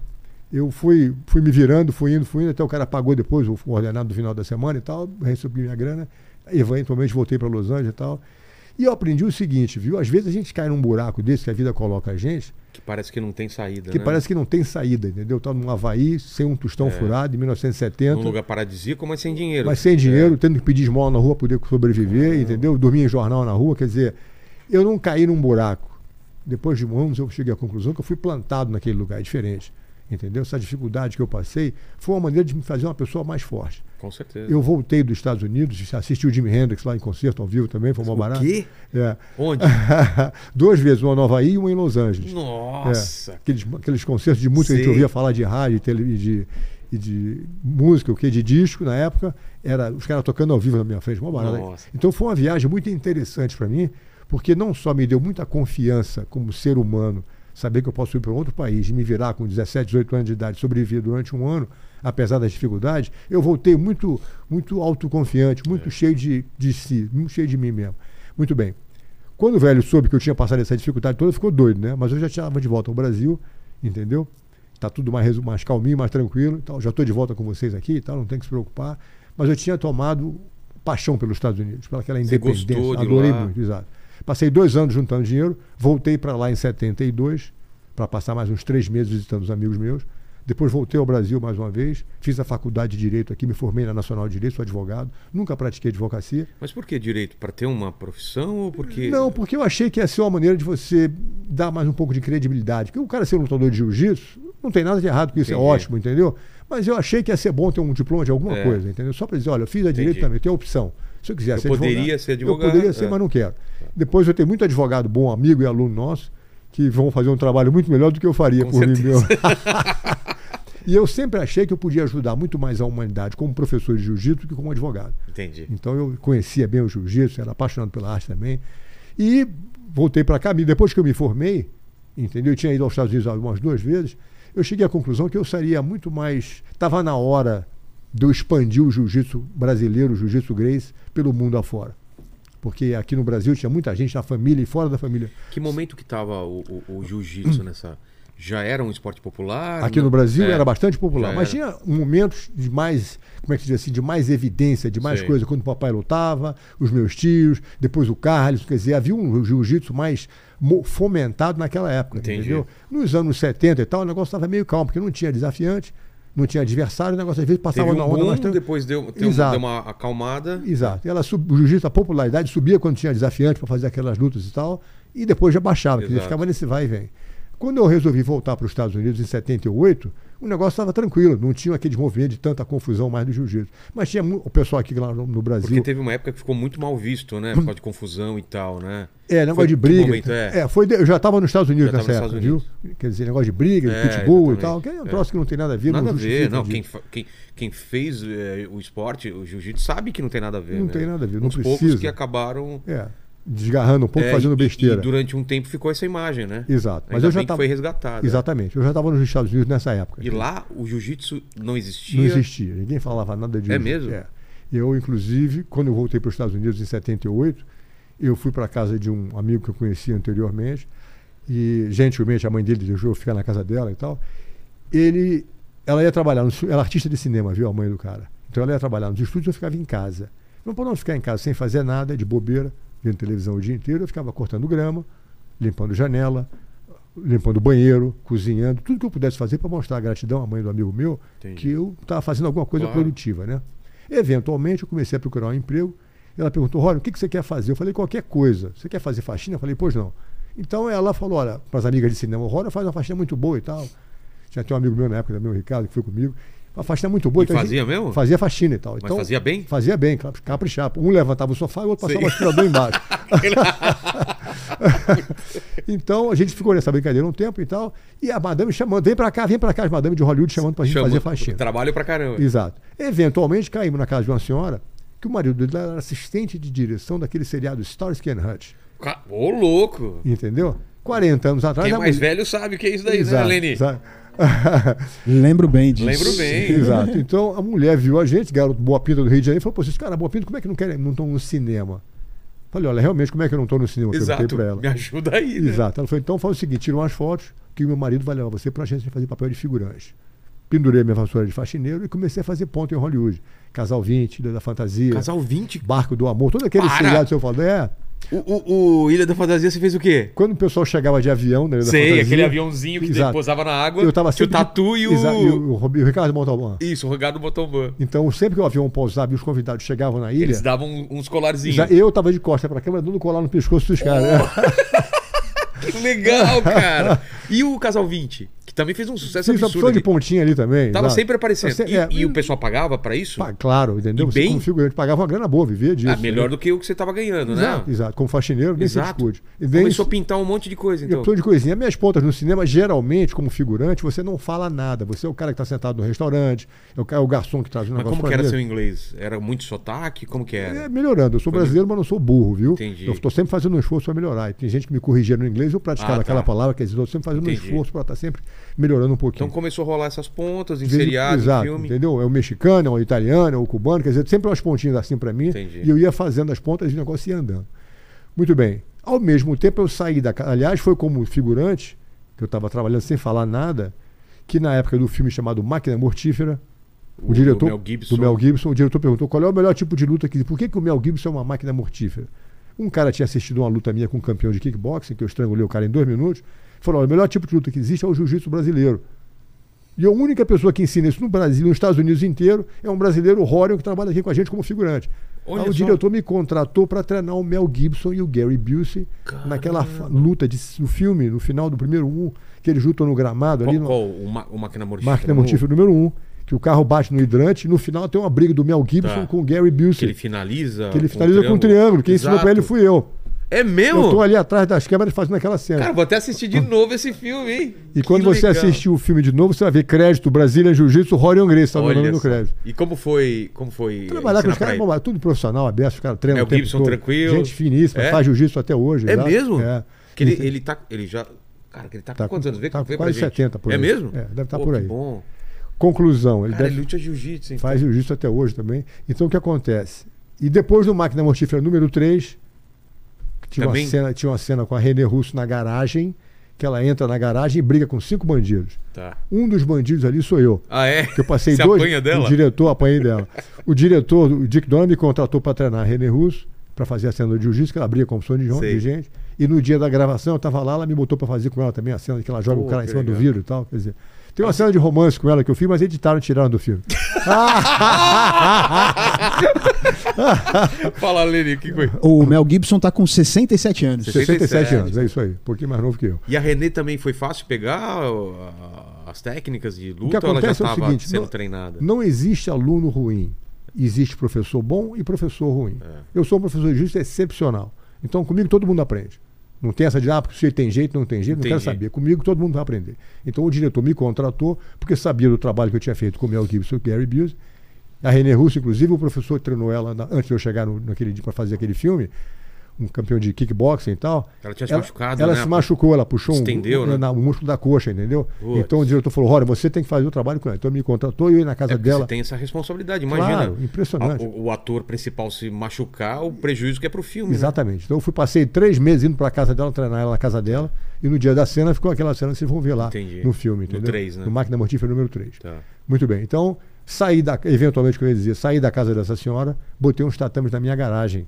Speaker 3: eu fui, fui me virando, fui indo, fui indo, até o cara pagou depois o ordenado do final da semana e tal, recebi minha grana, eventualmente voltei para Los Angeles e tal. E eu aprendi o seguinte, viu? Às vezes a gente cai num buraco desse que a vida coloca a gente,
Speaker 1: Que parece que não tem saída,
Speaker 3: que
Speaker 1: né?
Speaker 3: parece que não tem saída, entendeu? Tá num Havaí, sem um tostão furado, em
Speaker 1: Num
Speaker 3: 1970,
Speaker 1: lugar paradisíaco, mas sem dinheiro.
Speaker 3: mas sem
Speaker 1: É.
Speaker 3: dinheiro, tendo que pedir esmola na rua para poder sobreviver, entendeu? Dormir em jornal na rua, quer dizer, eu não caí num buraco. Depois de anos eu cheguei à conclusão que eu fui plantado naquele lugar, é diferente, entendeu? Essa dificuldade que eu passei foi uma maneira de me fazer uma pessoa mais forte.
Speaker 1: É, Com certeza.
Speaker 3: Eu voltei dos Estados Unidos, assisti o Jimi Hendrix lá em concerto ao vivo também, foi uma barata.
Speaker 1: quê?
Speaker 3: É.
Speaker 1: Onde?
Speaker 3: Duas vezes, uma em Nova York e uma em Los Angeles.
Speaker 1: Nossa.
Speaker 3: Aqueles, aqueles concertos de música que a
Speaker 1: Sei.
Speaker 3: gente ouvia falar de rádio e tele- e de, e de música, o que de disco na época, era os caras tocando ao vivo na minha frente, mó barato.
Speaker 1: Nossa.
Speaker 3: Então foi uma viagem muito interessante para mim, porque não só me deu muita confiança como ser humano, saber que eu posso ir para outro país e me virar com 17, 18 anos de idade, sobreviver durante um ano, apesar das dificuldades, eu voltei muito muito autoconfiante, muito
Speaker 1: É.
Speaker 3: cheio de, de si, muito cheio de mim mesmo. Muito bem. Quando o velho soube que eu tinha passado essa dificuldade toda, ficou doido, né? Mas eu já estava de volta ao Brasil, entendeu? Tá tudo mais, resu- mais calminho, mais tranquilo. e tal. Já estou de volta com vocês aqui e tal, não tem que se preocupar. Mas eu tinha tomado paixão pelos Estados Unidos, pela aquela
Speaker 1: Você gostou
Speaker 3: independência.
Speaker 1: de
Speaker 3: Adorei
Speaker 1: lá?
Speaker 3: muito, exato. Passei dois anos juntando dinheiro, voltei para lá em 72, para passar mais uns três meses visitando os amigos meus. Depois voltei ao Brasil mais uma vez, fiz a faculdade de Direito aqui, me formei na Nacional de Direito, sou advogado, nunca pratiquei advocacia.
Speaker 1: Mas por que direito? Para ter uma profissão ou porque.
Speaker 3: Não, porque eu achei que ia ser uma maneira de você dar mais um pouco de credibilidade. Porque o cara ser um lutador de jiu-jitsu, não tem nada de errado, porque isso é
Speaker 1: Entendi.
Speaker 3: ótimo, entendeu? Mas eu achei que ia ser bom ter um diploma de alguma
Speaker 1: É.
Speaker 3: coisa, entendeu? Só para dizer, olha, eu fiz a
Speaker 1: Entendi.
Speaker 3: direito também, tem a opção. Se eu quiser
Speaker 1: Eu
Speaker 3: ser
Speaker 1: poderia
Speaker 3: advogado.
Speaker 1: ser
Speaker 3: Eu
Speaker 1: advogado,
Speaker 3: poderia ser,
Speaker 1: é.
Speaker 3: mas não quero. Depois eu tenho muito advogado bom, amigo e aluno nosso, que vão fazer um trabalho muito melhor do que eu faria
Speaker 1: Com
Speaker 3: por mim
Speaker 1: certeza.
Speaker 3: mesmo. e eu sempre achei que eu podia ajudar muito mais a humanidade como professor de jiu-jitsu do que como advogado.
Speaker 1: Entendi.
Speaker 3: Então eu conhecia bem o jiu-jitsu, era apaixonado pela arte também. E voltei para cá. me- Depois que eu me formei, entendeu? Eu tinha ido aos Estados Unidos algumas duas vezes. Eu cheguei à conclusão que eu seria muito mais. Estava na hora de eu expandir o jiu-jitsu brasileiro, o jiu-jitsu Grace, pelo mundo afora. Porque aqui no Brasil tinha muita gente na família e fora da família.
Speaker 1: Que momento que tava o, o- o jiu-jitsu nessa. Já era um esporte popular?
Speaker 3: Aqui
Speaker 1: Não-
Speaker 3: no Brasil
Speaker 1: É.
Speaker 3: era bastante popular,
Speaker 1: já
Speaker 3: mas
Speaker 1: era.
Speaker 3: tinha momentos de mais, como é que se diz assim, de mais evidência, de mais
Speaker 1: Sei.
Speaker 3: coisa, quando o papai lutava, os meus tios, depois o Carlos, quer dizer, havia um jiu-jitsu mais mo- fomentado naquela época,
Speaker 1: Entendi.
Speaker 3: entendeu? Nos anos 70 e tal, o negócio estava meio calmo, porque não tinha desafiante, não tinha adversário, o negócio às vezes
Speaker 1: Teve
Speaker 3: passava
Speaker 1: um
Speaker 3: na onda,
Speaker 1: boom,
Speaker 3: mas tran-
Speaker 1: depois deu, deu,
Speaker 3: Exato.
Speaker 1: deu uma acalmada.
Speaker 3: Exato. Ela sub, o jiu-jitsu, a popularidade subia quando tinha desafiante para fazer aquelas lutas e tal, e depois já baixava, quer dizer,
Speaker 1: Exato.
Speaker 3: ficava nesse vai e vem. Quando eu resolvi voltar para os Estados Unidos em 78, o negócio estava tranquilo, não tinha aquele movimento de tanta confusão mais do jiu-jitsu. Mas tinha mu- o pessoal aqui lá no, no Brasil.
Speaker 1: Porque teve uma época que ficou muito mal visto, né? Por causa de confusão e tal, né?
Speaker 3: É, negócio
Speaker 1: Foi-
Speaker 3: de
Speaker 1: que
Speaker 3: briga.
Speaker 1: momento é?
Speaker 3: É, foi de- eu já estava nos Estados Unidos
Speaker 1: Já
Speaker 3: nessa
Speaker 1: tava nos
Speaker 3: época,
Speaker 1: Estados
Speaker 3: viu? Quer dizer, negócio de briga, de
Speaker 1: É,
Speaker 3: pitbull e
Speaker 1: exatamente.
Speaker 3: tal, que é um
Speaker 1: É.
Speaker 3: troço que não tem nada a ver.
Speaker 1: nada a ver,
Speaker 3: justifica
Speaker 1: não.
Speaker 3: disso.
Speaker 1: Quem, fa- quem, quem fez eh, o esporte, o jiu-jitsu, sabe que não tem nada a ver.
Speaker 3: Não
Speaker 1: né?
Speaker 3: tem nada a ver, não
Speaker 1: Uns poucos
Speaker 3: precisa.
Speaker 1: que acabaram.
Speaker 3: É. desgarrando um pouco,
Speaker 1: É,
Speaker 3: fazendo
Speaker 1: e-
Speaker 3: besteira.
Speaker 1: E durante um tempo ficou essa imagem, né?
Speaker 3: Exato.
Speaker 1: Ainda
Speaker 3: Mas eu já
Speaker 1: bem que
Speaker 3: estava.
Speaker 1: foi é. resgatada.
Speaker 3: Exatamente. Eu já estava nos Estados Unidos nessa época.
Speaker 1: E lá o jiu-jitsu não existia.
Speaker 3: Não existia. Ninguém falava nada de
Speaker 1: É
Speaker 3: jiu-jitsu.
Speaker 1: mesmo?
Speaker 3: É. Eu, inclusive, quando eu voltei para os Estados Unidos em 78, eu fui para a casa de um amigo que eu conhecia anteriormente e, gentilmente, a mãe dele deixou eu ficar na casa dela e tal. Ele, ela ia trabalhar, no, ela é artista de cinema, viu, a mãe do cara. Então ela ia trabalhar nos estúdios, eu ficava em casa. Não podemos ficar em casa sem fazer nada, de bobeira, vendo televisão o dia inteiro, eu ficava cortando grama, limpando janela, limpando banheiro, cozinhando, tudo que eu pudesse fazer para mostrar a gratidão à mãe do amigo meu,
Speaker 1: Entendi.
Speaker 3: que eu estava fazendo alguma coisa
Speaker 1: Claro.
Speaker 3: produtiva, né? Eventualmente eu comecei a procurar um emprego. Ela perguntou, olha, o que, que você quer fazer? Eu falei, qualquer coisa. Você quer fazer faxina? Eu falei, pois não. Então ela falou, olha, para as amigas de cinema, Rora faz uma faxina muito boa e tal. Tinha até um amigo meu na época também, o Ricardo, que foi comigo. Uma faxina muito boa.
Speaker 1: E
Speaker 3: então a
Speaker 1: fazia
Speaker 3: gente-
Speaker 1: mesmo?
Speaker 3: Fazia faxina e tal. Então,
Speaker 1: Mas fazia bem?
Speaker 3: Fazia bem, claro, caprichava. Um levantava o sofá e o outro
Speaker 1: Sim.
Speaker 3: passava o aspirador embaixo. então a gente ficou nessa brincadeira um tempo e tal. E a madame chamando, vem pra cá, vem pra cá, as madame de Hollywood chamando pra gente
Speaker 1: Chama-
Speaker 3: fazer faxina.
Speaker 1: Trabalho pra caramba.
Speaker 3: Exato. Eventualmente caímos na casa de uma senhora que o marido dela era assistente de direção daquele seriado Starsky and Hutch.
Speaker 1: Ca- Ô, louco!
Speaker 3: Entendeu? 40 anos atrás.
Speaker 1: Quem é
Speaker 3: a
Speaker 1: mais
Speaker 3: mulher-
Speaker 1: velho sabe o que é isso daí,
Speaker 3: Exato,
Speaker 1: né, Leni?
Speaker 3: exato.
Speaker 2: Lembro bem disso.
Speaker 1: Lembro bem.
Speaker 3: Exato. Então a mulher viu a gente, garoto Boa Pinta do Rio de Janeiro, e falou: pô, esses caras Boa Pinta, como é que não querem, não estão no cinema? Falei: olha, realmente, como é que eu não estou no cinema? Eu
Speaker 1: Exato.
Speaker 3: perguntei pra ela.
Speaker 1: Me ajuda aí. né?
Speaker 3: Exato. Ela falou: então faz o seguinte, tira umas fotos, que o meu marido vai levar você pra agência fazer papel de figurante. Pendurei minha vassoura de faxineiro e comecei a fazer ponto em Hollywood. Casal 20, Ilha da Fantasia,
Speaker 1: Casal 20.
Speaker 3: Barco do Amor, todo aquele
Speaker 1: Para!
Speaker 3: seriado que eu falei. É,
Speaker 1: O, o- o Ilha da Fantasia, você fez o quê?
Speaker 3: quando o pessoal chegava de avião na Ilha da
Speaker 1: Sei,
Speaker 3: Fantasia.
Speaker 1: aquele aviãozinho que
Speaker 3: Exato.
Speaker 1: pousava na água.
Speaker 3: Eu tava
Speaker 1: tinha o
Speaker 3: sempre de-
Speaker 1: Tatu e o...
Speaker 3: Exato, e o, Rob- e o Ricardo Montalbán.
Speaker 1: Isso, o Rogado Motomban.
Speaker 3: Então, sempre que o avião pousava e os convidados chegavam na ilha,
Speaker 1: Eles davam um- uns colarzinhos.
Speaker 3: Já Eu tava de costa pra câmera, dando colar no pescoço dos caras.
Speaker 1: Que legal, cara! E o Casal 20, que também fez um sucesso
Speaker 3: Fiz
Speaker 1: absurdo.
Speaker 3: a É, opção de
Speaker 1: aqui.
Speaker 3: pontinha ali também.
Speaker 1: Tava
Speaker 3: exato.
Speaker 1: sempre aparecendo.
Speaker 3: Você-
Speaker 1: E,
Speaker 3: é,
Speaker 1: e o pessoal pagava pra isso?
Speaker 3: pá, Claro, entendeu?
Speaker 1: E
Speaker 3: Você
Speaker 1: bem-
Speaker 3: como figurante pagava uma grana boa, vivia disso.
Speaker 1: Ah, melhor
Speaker 3: né?
Speaker 1: do que o que você tava ganhando, né?
Speaker 3: Exato, exato. Como faxineiro, nem se
Speaker 1: Exato.
Speaker 3: discute. E daí-
Speaker 1: Começou a pintar um monte de coisa,
Speaker 3: e
Speaker 1: então.
Speaker 3: opção de coisinha. Minhas pontas no cinema, geralmente, como figurante, você não fala nada. Você é o cara que tá sentado no restaurante, é o, ca- é o garçom que traz o
Speaker 1: Mas
Speaker 3: negócio
Speaker 1: como
Speaker 3: pra
Speaker 1: que era
Speaker 3: mesa.
Speaker 1: seu inglês? Era muito sotaque? Como que
Speaker 3: É,
Speaker 1: era?
Speaker 3: melhorando. Eu sou brasileiro, mas não sou burro, viu?
Speaker 1: Entendi.
Speaker 3: Eu estou sempre fazendo um esforço para melhorar. E tem gente que me corrigia no inglês, eu praticava
Speaker 1: Ah, tá.
Speaker 3: aquela palavra, quer dizer, eu estou sempre fazendo
Speaker 1: Entendi.
Speaker 3: um esforço para estar sempre melhorando um pouquinho.
Speaker 1: Então começou a rolar essas pontas em
Speaker 3: Às vezes-
Speaker 1: seriado, em
Speaker 3: Exato,
Speaker 1: filme.
Speaker 3: entendeu? É o mexicano, é o italiano, é o cubano, quer dizer, sempre umas pontinhas assim para mim.
Speaker 1: Entendi.
Speaker 3: E eu ia fazendo as pontas e o negócio ia andando. Muito bem. Ao mesmo tempo eu saí da casa. Aliás, foi como figurante, que eu estava trabalhando sem falar nada, que na época do filme chamado Máquina Mortífera, o, diretor
Speaker 1: Mel Gibson.
Speaker 3: do Mel Gibson, o diretor perguntou qual é o melhor tipo de luta que por que, que o Mel Gibson é uma máquina mortífera. Um cara tinha assistido uma luta minha com um campeão de kickboxing que eu estrangulei o cara em dois minutos, falou: olha, o melhor tipo de luta que existe é o jiu-jitsu brasileiro. E a única pessoa que ensina isso no Brasil, nos Estados Unidos inteiro, é um brasileiro, o Rorion, que trabalha aqui com a gente como figurante.
Speaker 1: Olha
Speaker 3: Aí o
Speaker 1: só.
Speaker 3: diretor me contratou para treinar o Mel Gibson e o Gary Busey naquela fa- luta de, do filme, no final do primeiro um, que eles lutam no gramado ali.
Speaker 1: Qual,
Speaker 3: no-
Speaker 1: qual o, ma o Máquina Mortífera?
Speaker 3: Máquina
Speaker 1: Um,
Speaker 3: mortífera número 1, um, que o carro bate no hidrante e no final tem uma briga do Mel Gibson
Speaker 1: Tá.
Speaker 3: com o Gary
Speaker 1: Que ele
Speaker 3: Busey.
Speaker 1: finaliza.
Speaker 3: Que ele finaliza com um triângulo. Quem ensinou
Speaker 1: Exato.
Speaker 3: pra ele fui eu.
Speaker 1: É
Speaker 3: Eu tô
Speaker 1: mesmo?
Speaker 3: ali atrás das câmeras fazendo aquela cena.
Speaker 1: Cara, vou até assistir de novo esse filme, hein?
Speaker 3: e
Speaker 1: Que
Speaker 3: quando você
Speaker 1: legal.
Speaker 3: assistir o filme de novo, você vai ver crédito Brasília Jiu-Jitsu, Rorion Grace, tá no nome
Speaker 1: Olha
Speaker 3: do
Speaker 1: só.
Speaker 3: crédito.
Speaker 1: E como foi. Como foi.
Speaker 3: Trabalhar com é
Speaker 1: ensinar
Speaker 3: os caras,
Speaker 1: pra
Speaker 3: bom,
Speaker 1: ele?
Speaker 3: mas tudo profissional, aberto, os caras treinam
Speaker 1: É, o
Speaker 3: o tempo
Speaker 1: Gibson
Speaker 3: todo.
Speaker 1: tranquilo.
Speaker 3: Gente finíssima,
Speaker 1: É?
Speaker 3: faz jiu-jitsu até hoje.
Speaker 1: É
Speaker 3: exato.
Speaker 1: mesmo?
Speaker 3: É.
Speaker 1: Que ele, ele tá. Ele já. Cara, que ele tá,
Speaker 3: Tá
Speaker 1: com quantos
Speaker 3: com-
Speaker 1: anos? Vê,
Speaker 3: tá com
Speaker 1: vê
Speaker 3: quase
Speaker 1: pra gente.
Speaker 3: 70 por
Speaker 1: É
Speaker 3: aí.
Speaker 1: mesmo?
Speaker 3: É, deve tá
Speaker 1: Pô,
Speaker 3: por aí.
Speaker 1: Que bom.
Speaker 3: Conclusão, ele
Speaker 1: Cara,
Speaker 3: deve
Speaker 1: ele luta jiu-jitsu, hein?
Speaker 3: faz jiu-jitsu até hoje também. Então o que acontece? E depois do Máquina Mortífera número 3, tinha uma,
Speaker 1: Também?
Speaker 3: cena, tinha uma cena com a René Russo na garagem, que ela entra na garagem e briga com cinco bandidos.
Speaker 1: Tá.
Speaker 3: Um dos bandidos ali sou eu.
Speaker 1: Ah, é?
Speaker 3: Que eu passei
Speaker 1: Você
Speaker 3: dois.
Speaker 1: apanha dela?
Speaker 3: O diretor, apanhei dela. O diretor, o Dick Donovan, me contratou para treinar a René Russo, para fazer a cena do jiu-jitsu, que ela abria com opção de,
Speaker 1: Sei.
Speaker 3: de gente. E no dia da gravação, eu estava lá, ela me botou para fazer com ela também a cena que ela joga
Speaker 1: Pô,
Speaker 3: o cara em
Speaker 1: que
Speaker 3: cima do
Speaker 1: legal.
Speaker 3: vidro e tal. Quer dizer, tem uma cena de romance com ela que eu fiz, mas editaram e tiraram do filme.
Speaker 1: Fala, Leni, que foi?
Speaker 2: O Mel Gibson tá com 67 anos.
Speaker 3: 67 anos, é isso aí. Um pouquinho mais novo que eu.
Speaker 1: E a Renê também foi fácil pegar ó, a- as técnicas de
Speaker 3: O que
Speaker 1: luta ou ela já
Speaker 3: acontece é o
Speaker 1: estava
Speaker 3: seguinte:
Speaker 1: sendo
Speaker 3: não,
Speaker 1: treinada?
Speaker 3: não existe aluno ruim. Existe professor bom e professor ruim.
Speaker 1: É.
Speaker 3: Eu sou um professor justo excepcional. Então, comigo todo mundo aprende. Não tem essa de, ah, porque se ele tem jeito, não tem jeito, não
Speaker 1: Entendi.
Speaker 3: quero saber. Comigo todo mundo vai aprender. Então, o diretor me contratou, porque sabia do trabalho que eu tinha feito com o Mel Gibson e o Gary Busey. A René Russo, inclusive, o professor treinou ela na- antes de eu chegar no- naquele dia para fazer aquele filme. um campeão de kickboxing e tal.
Speaker 1: Ela tinha se machucado,
Speaker 3: Ela
Speaker 1: né?
Speaker 3: se machucou, ela puxou um-
Speaker 1: Estendeu,
Speaker 3: um-
Speaker 1: né?
Speaker 3: na- o músculo da coxa, entendeu?
Speaker 1: Putz.
Speaker 3: Então o diretor falou: olha, você tem que fazer o trabalho com ela. Então me contratou e eu ia na casa
Speaker 1: É porque
Speaker 3: dela.
Speaker 1: você tem essa responsabilidade, imagina.
Speaker 3: Claro, impressionante.
Speaker 1: A- O, o ator principal se machucar, o prejuízo que é pro filme. né?
Speaker 3: Exatamente. Então eu fui, passei três meses indo pra casa dela, treinar ela na casa dela, e no dia da cena ficou aquela cena que vocês vão ver lá
Speaker 1: Entendi.
Speaker 3: no filme,
Speaker 1: No
Speaker 3: entendeu?
Speaker 1: três, né?
Speaker 3: No Máquina Mortífera número 3.
Speaker 1: Tá.
Speaker 3: Muito bem. Então, saí da. Eventualmente, como eu ia dizer, saí da casa dessa senhora, botei uns tatames na minha garagem,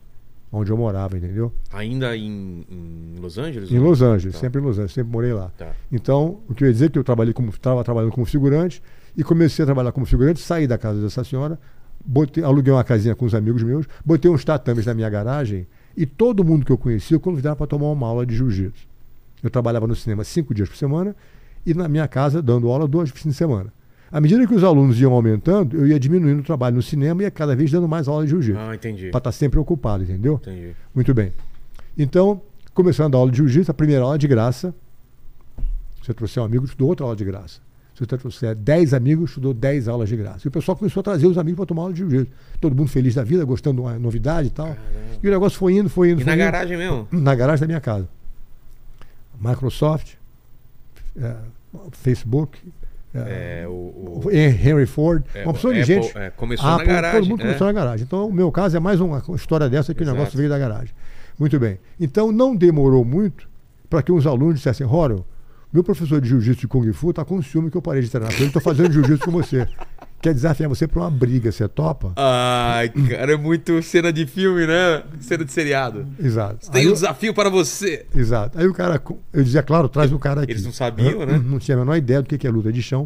Speaker 3: onde eu morava, entendeu?
Speaker 1: Ainda em, em Los Angeles?
Speaker 3: Em
Speaker 1: ou não?
Speaker 3: Los Angeles,
Speaker 1: Tá.
Speaker 3: sempre em Los Angeles, sempre morei lá.
Speaker 1: Tá.
Speaker 3: Então, o que eu ia dizer é que eu trabalhei como estava trabalhando como figurante e comecei a trabalhar como figurante, saí da casa dessa senhora, botei, aluguei uma casinha com uns amigos meus, botei uns tatames na minha garagem e todo mundo que eu conhecia eu convidava para tomar uma aula de jiu-jitsu. Eu trabalhava no cinema cinco dias por semana e na minha casa dando aula dois fins de semana. À medida que os alunos iam aumentando, eu ia diminuindo o trabalho no cinema e ia cada vez dando mais aula de jiu-jitsu.
Speaker 1: Ah, entendi.
Speaker 3: Para estar sempre ocupado, entendeu?
Speaker 1: Entendi.
Speaker 3: Muito bem. Então, começando a aula de jiu-jitsu, a primeira aula é de graça. Se você trouxer um amigo, estudou outra aula de graça. Se você tá, trouxer 10 amigos, estudou 10 aulas de graça. E o pessoal começou a trazer os amigos para tomar aula de jiu-jitsu. Todo mundo feliz da vida, gostando de uma novidade e tal. E o negócio foi indo, foi indo.
Speaker 1: E na
Speaker 3: foi indo.
Speaker 1: garagem mesmo?
Speaker 3: Na garagem da minha casa. Microsoft, eh, Facebook, eh,
Speaker 1: É, o, o-
Speaker 3: Henry Ford,
Speaker 1: é,
Speaker 3: uma
Speaker 1: o
Speaker 3: opção de
Speaker 1: Apple,
Speaker 3: gente.
Speaker 1: é, começou
Speaker 3: Ah,
Speaker 1: na
Speaker 3: pô,
Speaker 1: garagem.
Speaker 3: Todo mundo
Speaker 1: é.
Speaker 3: começou na garagem. Então, o meu caso é mais uma história dessa que
Speaker 1: Exato.
Speaker 3: o negócio veio da garagem. Muito bem. Então, não demorou muito para que uns alunos dissessem, Horror, meu professor de jiu-jitsu e kung fu está com ciúme que eu parei de treinar com ele, estou fazendo jiu-jitsu com você. Quer desafiar você para uma briga, você topa?
Speaker 1: Ah, Ai, cara, é muito cena de filme, né? Cena de seriado.
Speaker 3: Exato.
Speaker 1: Tem
Speaker 3: Aí
Speaker 1: um
Speaker 3: eu-
Speaker 1: desafio para você.
Speaker 3: Exato. Aí o cara, eu dizia, claro, traz o cara aqui.
Speaker 1: Eles não sabiam,
Speaker 3: Eu-
Speaker 1: né?
Speaker 3: Não tinha a menor ideia do que que é luta de chão.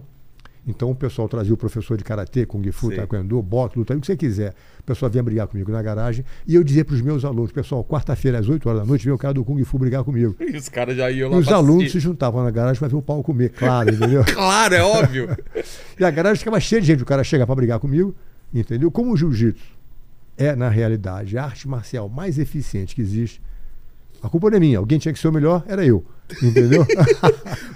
Speaker 3: Então o pessoal trazia o professor de karatê, kung fu,
Speaker 1: Sim.
Speaker 3: taekwondo, boxe, luta, o que você quiser. O pessoal vinha brigar comigo na garagem. E eu dizia para os meus alunos, pessoal, quarta-feira às 8 horas da noite vem o cara do kung fu brigar comigo.
Speaker 1: E os caras já iam
Speaker 3: E
Speaker 1: lá.
Speaker 3: os
Speaker 1: pra
Speaker 3: alunos se
Speaker 1: assistir.
Speaker 3: juntavam na garagem para ver o pau comer, claro, entendeu?
Speaker 1: Claro, é óbvio.
Speaker 3: E a garagem ficava cheia de gente. O cara chega para brigar comigo, entendeu? Como o jiu-jitsu é, na realidade, a arte marcial mais eficiente que existe, a culpa não é minha. Alguém tinha que ser o melhor, era eu. Entendeu?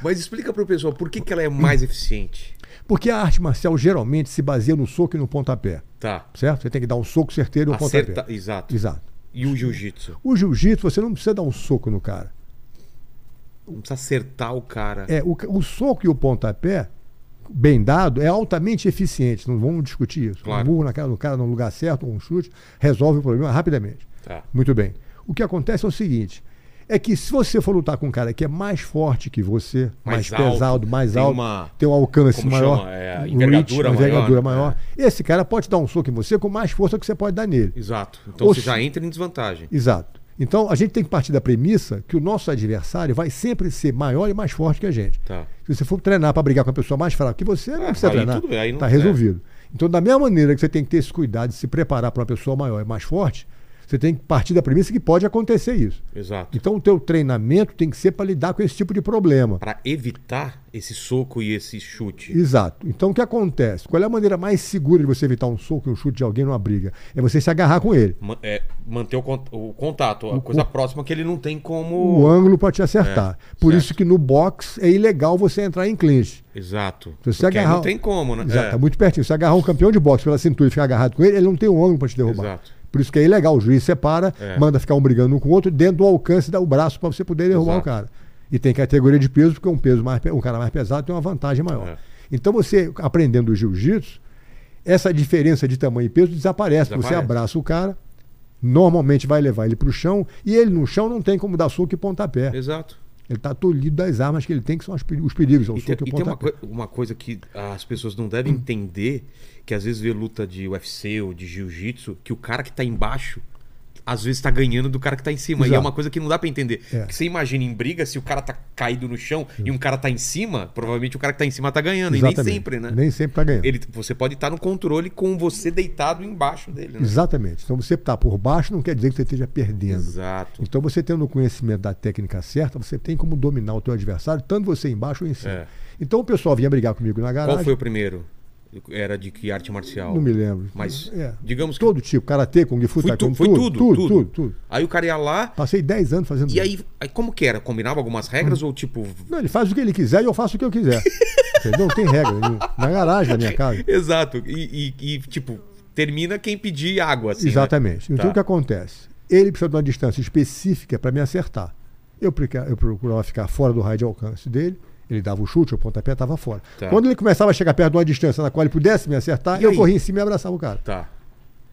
Speaker 1: Mas explica pro pessoal por que, que ela é mais eficiente.
Speaker 3: Porque a arte marcial geralmente se baseia no soco e no pontapé,
Speaker 1: Tá.
Speaker 3: certo? Você tem que dar um soco certeiro e um
Speaker 1: Acerta.
Speaker 3: pontapé.
Speaker 1: Exato.
Speaker 3: Exato.
Speaker 1: E o jiu-jitsu?
Speaker 3: O jiu-jitsu, você não precisa dar um soco no cara.
Speaker 1: Não precisa acertar o cara.
Speaker 3: É, o, ca- o soco e o pontapé, bem dado, é altamente eficiente. Não vamos discutir isso.
Speaker 1: Claro.
Speaker 3: Um burro na cara do cara no lugar certo, um chute, resolve o problema rapidamente.
Speaker 1: Tá.
Speaker 3: Muito bem. O que acontece é o seguinte: é que se você for lutar com um cara que é mais forte que você,
Speaker 1: Mais
Speaker 3: mais,
Speaker 1: alto,
Speaker 3: pesado, mais
Speaker 1: tem
Speaker 3: alto,
Speaker 1: uma-
Speaker 3: tem um alcance
Speaker 1: como
Speaker 3: maior,
Speaker 1: chama? É, a
Speaker 3: um
Speaker 1: envergadura
Speaker 3: uma
Speaker 1: maior,
Speaker 3: envergadura
Speaker 1: né?
Speaker 3: maior, esse cara pode dar um soco em você com mais força que você pode dar nele.
Speaker 1: Exato. Então
Speaker 3: Ou
Speaker 1: você
Speaker 3: se-
Speaker 1: já entra em desvantagem.
Speaker 3: Exato. Então a gente tem que partir da premissa que o nosso adversário vai sempre ser maior e mais forte que a gente.
Speaker 1: Tá.
Speaker 3: Se você for treinar para brigar com a pessoa mais fraca que você, não
Speaker 1: Ah,
Speaker 3: precisa
Speaker 1: aí
Speaker 3: treinar.
Speaker 1: tudo bem, aí não-
Speaker 3: Tá resolvido. Então, da mesma maneira que você tem que ter esse cuidado de se preparar para uma pessoa maior e mais forte, você tem que partir da premissa que pode acontecer isso.
Speaker 1: Exato.
Speaker 3: Então, o teu treinamento tem que ser para lidar com esse tipo de problema.
Speaker 1: Pra evitar esse soco e esse chute.
Speaker 3: Exato. Então, o que acontece? Qual é a maneira mais segura de você evitar um soco e um chute de alguém numa briga? É você se agarrar com ele.
Speaker 1: Ma- é, manter o, con- o contato, a
Speaker 3: O
Speaker 1: coisa
Speaker 3: co-
Speaker 1: próxima que ele não tem
Speaker 3: O
Speaker 1: como.
Speaker 3: ângulo para te acertar.
Speaker 1: É,
Speaker 3: Por
Speaker 1: certo.
Speaker 3: isso que no box é ilegal você entrar em clinch.
Speaker 1: Exato.
Speaker 3: Se você
Speaker 1: Porque aí
Speaker 3: agarrar...
Speaker 1: não tem como, né?
Speaker 3: Exato,
Speaker 1: É.
Speaker 3: tá muito pertinho. Se você agarrar um campeão de boxe pela cintura e ficar agarrado com ele, ele não tem um ângulo para te derrubar.
Speaker 1: Exato.
Speaker 3: Por isso que é ilegal. O juiz separa,
Speaker 1: É.
Speaker 3: manda ficar um brigando um com o outro, dentro do alcance dá o braço para você poder derrubar
Speaker 1: Exato.
Speaker 3: o cara. E tem categoria de peso, porque um, peso mais, pe- um cara mais pesado tem uma vantagem maior.
Speaker 1: É.
Speaker 3: Então você, aprendendo o jiu-jitsu, essa diferença de tamanho e peso desaparece. Você
Speaker 1: Desaparece.
Speaker 3: abraça o cara, normalmente vai levar ele para o chão, e ele no chão não tem como dar soco e pontapé.
Speaker 1: Exato.
Speaker 3: Ele está tolhido das armas que ele tem, que são as peri- os perigos, é o
Speaker 1: E tem,
Speaker 3: soco e
Speaker 1: e
Speaker 3: o
Speaker 1: tem uma,
Speaker 3: pontapé.
Speaker 1: coi- uma coisa que as pessoas não devem entender, que às vezes vê luta de UFC ou de jiu-jitsu, que o cara que tá embaixo, às vezes tá ganhando do cara que tá em cima. E é
Speaker 3: Exato.
Speaker 1: uma coisa que não dá pra entender.
Speaker 3: É.
Speaker 1: Porque você imagina em briga, se o cara tá caído no chão e um cara tá em cima, provavelmente o cara que tá em cima tá ganhando. E nem
Speaker 3: Exatamente.
Speaker 1: sempre, né?
Speaker 3: Nem sempre está ganhando.
Speaker 1: Ele, você pode estar no controle com você deitado embaixo dele, né?
Speaker 3: Exatamente. Então você está por baixo não quer dizer que você esteja perdendo.
Speaker 1: Exato.
Speaker 3: Então você tendo o conhecimento da técnica certa, você tem como dominar o teu adversário, tanto você embaixo ou em cima.
Speaker 1: É.
Speaker 3: Então o pessoal vinha brigar comigo na garagem.
Speaker 1: Qual foi o primeiro? Era de que arte marcial?
Speaker 3: Não me lembro.
Speaker 1: Mas,
Speaker 3: É.
Speaker 1: digamos que.
Speaker 3: Todo tipo, karatê, kung fu,
Speaker 1: Foi, tu,
Speaker 3: taekwondo,
Speaker 1: foi tudo,
Speaker 3: tudo, tudo, tudo.
Speaker 1: Aí o cara ia lá,
Speaker 3: Passei 10 anos fazendo
Speaker 1: E
Speaker 3: isso.
Speaker 1: aí, aí como que era? Combinava algumas
Speaker 3: Hum.
Speaker 1: regras ou tipo.
Speaker 3: Não, ele faz o que ele quiser e eu faço o que eu quiser. Entendeu? Não tem regra. nenhuma. Na garagem da minha casa.
Speaker 1: Exato. E, e- e, tipo, termina quem pedir água, assim. né?
Speaker 3: Exatamente. Então
Speaker 1: Tá.
Speaker 3: o que acontece? Ele precisa de uma distância específica para me acertar. Eu, preca- eu procurava ficar fora do raio de alcance dele, ele dava o chute, o pontapé estava fora.
Speaker 1: Tá.
Speaker 3: Quando ele começava a chegar perto de uma distância na qual ele pudesse me acertar,
Speaker 1: E
Speaker 3: eu
Speaker 1: aí?
Speaker 3: corria em cima e abraçava o cara.
Speaker 1: Tá.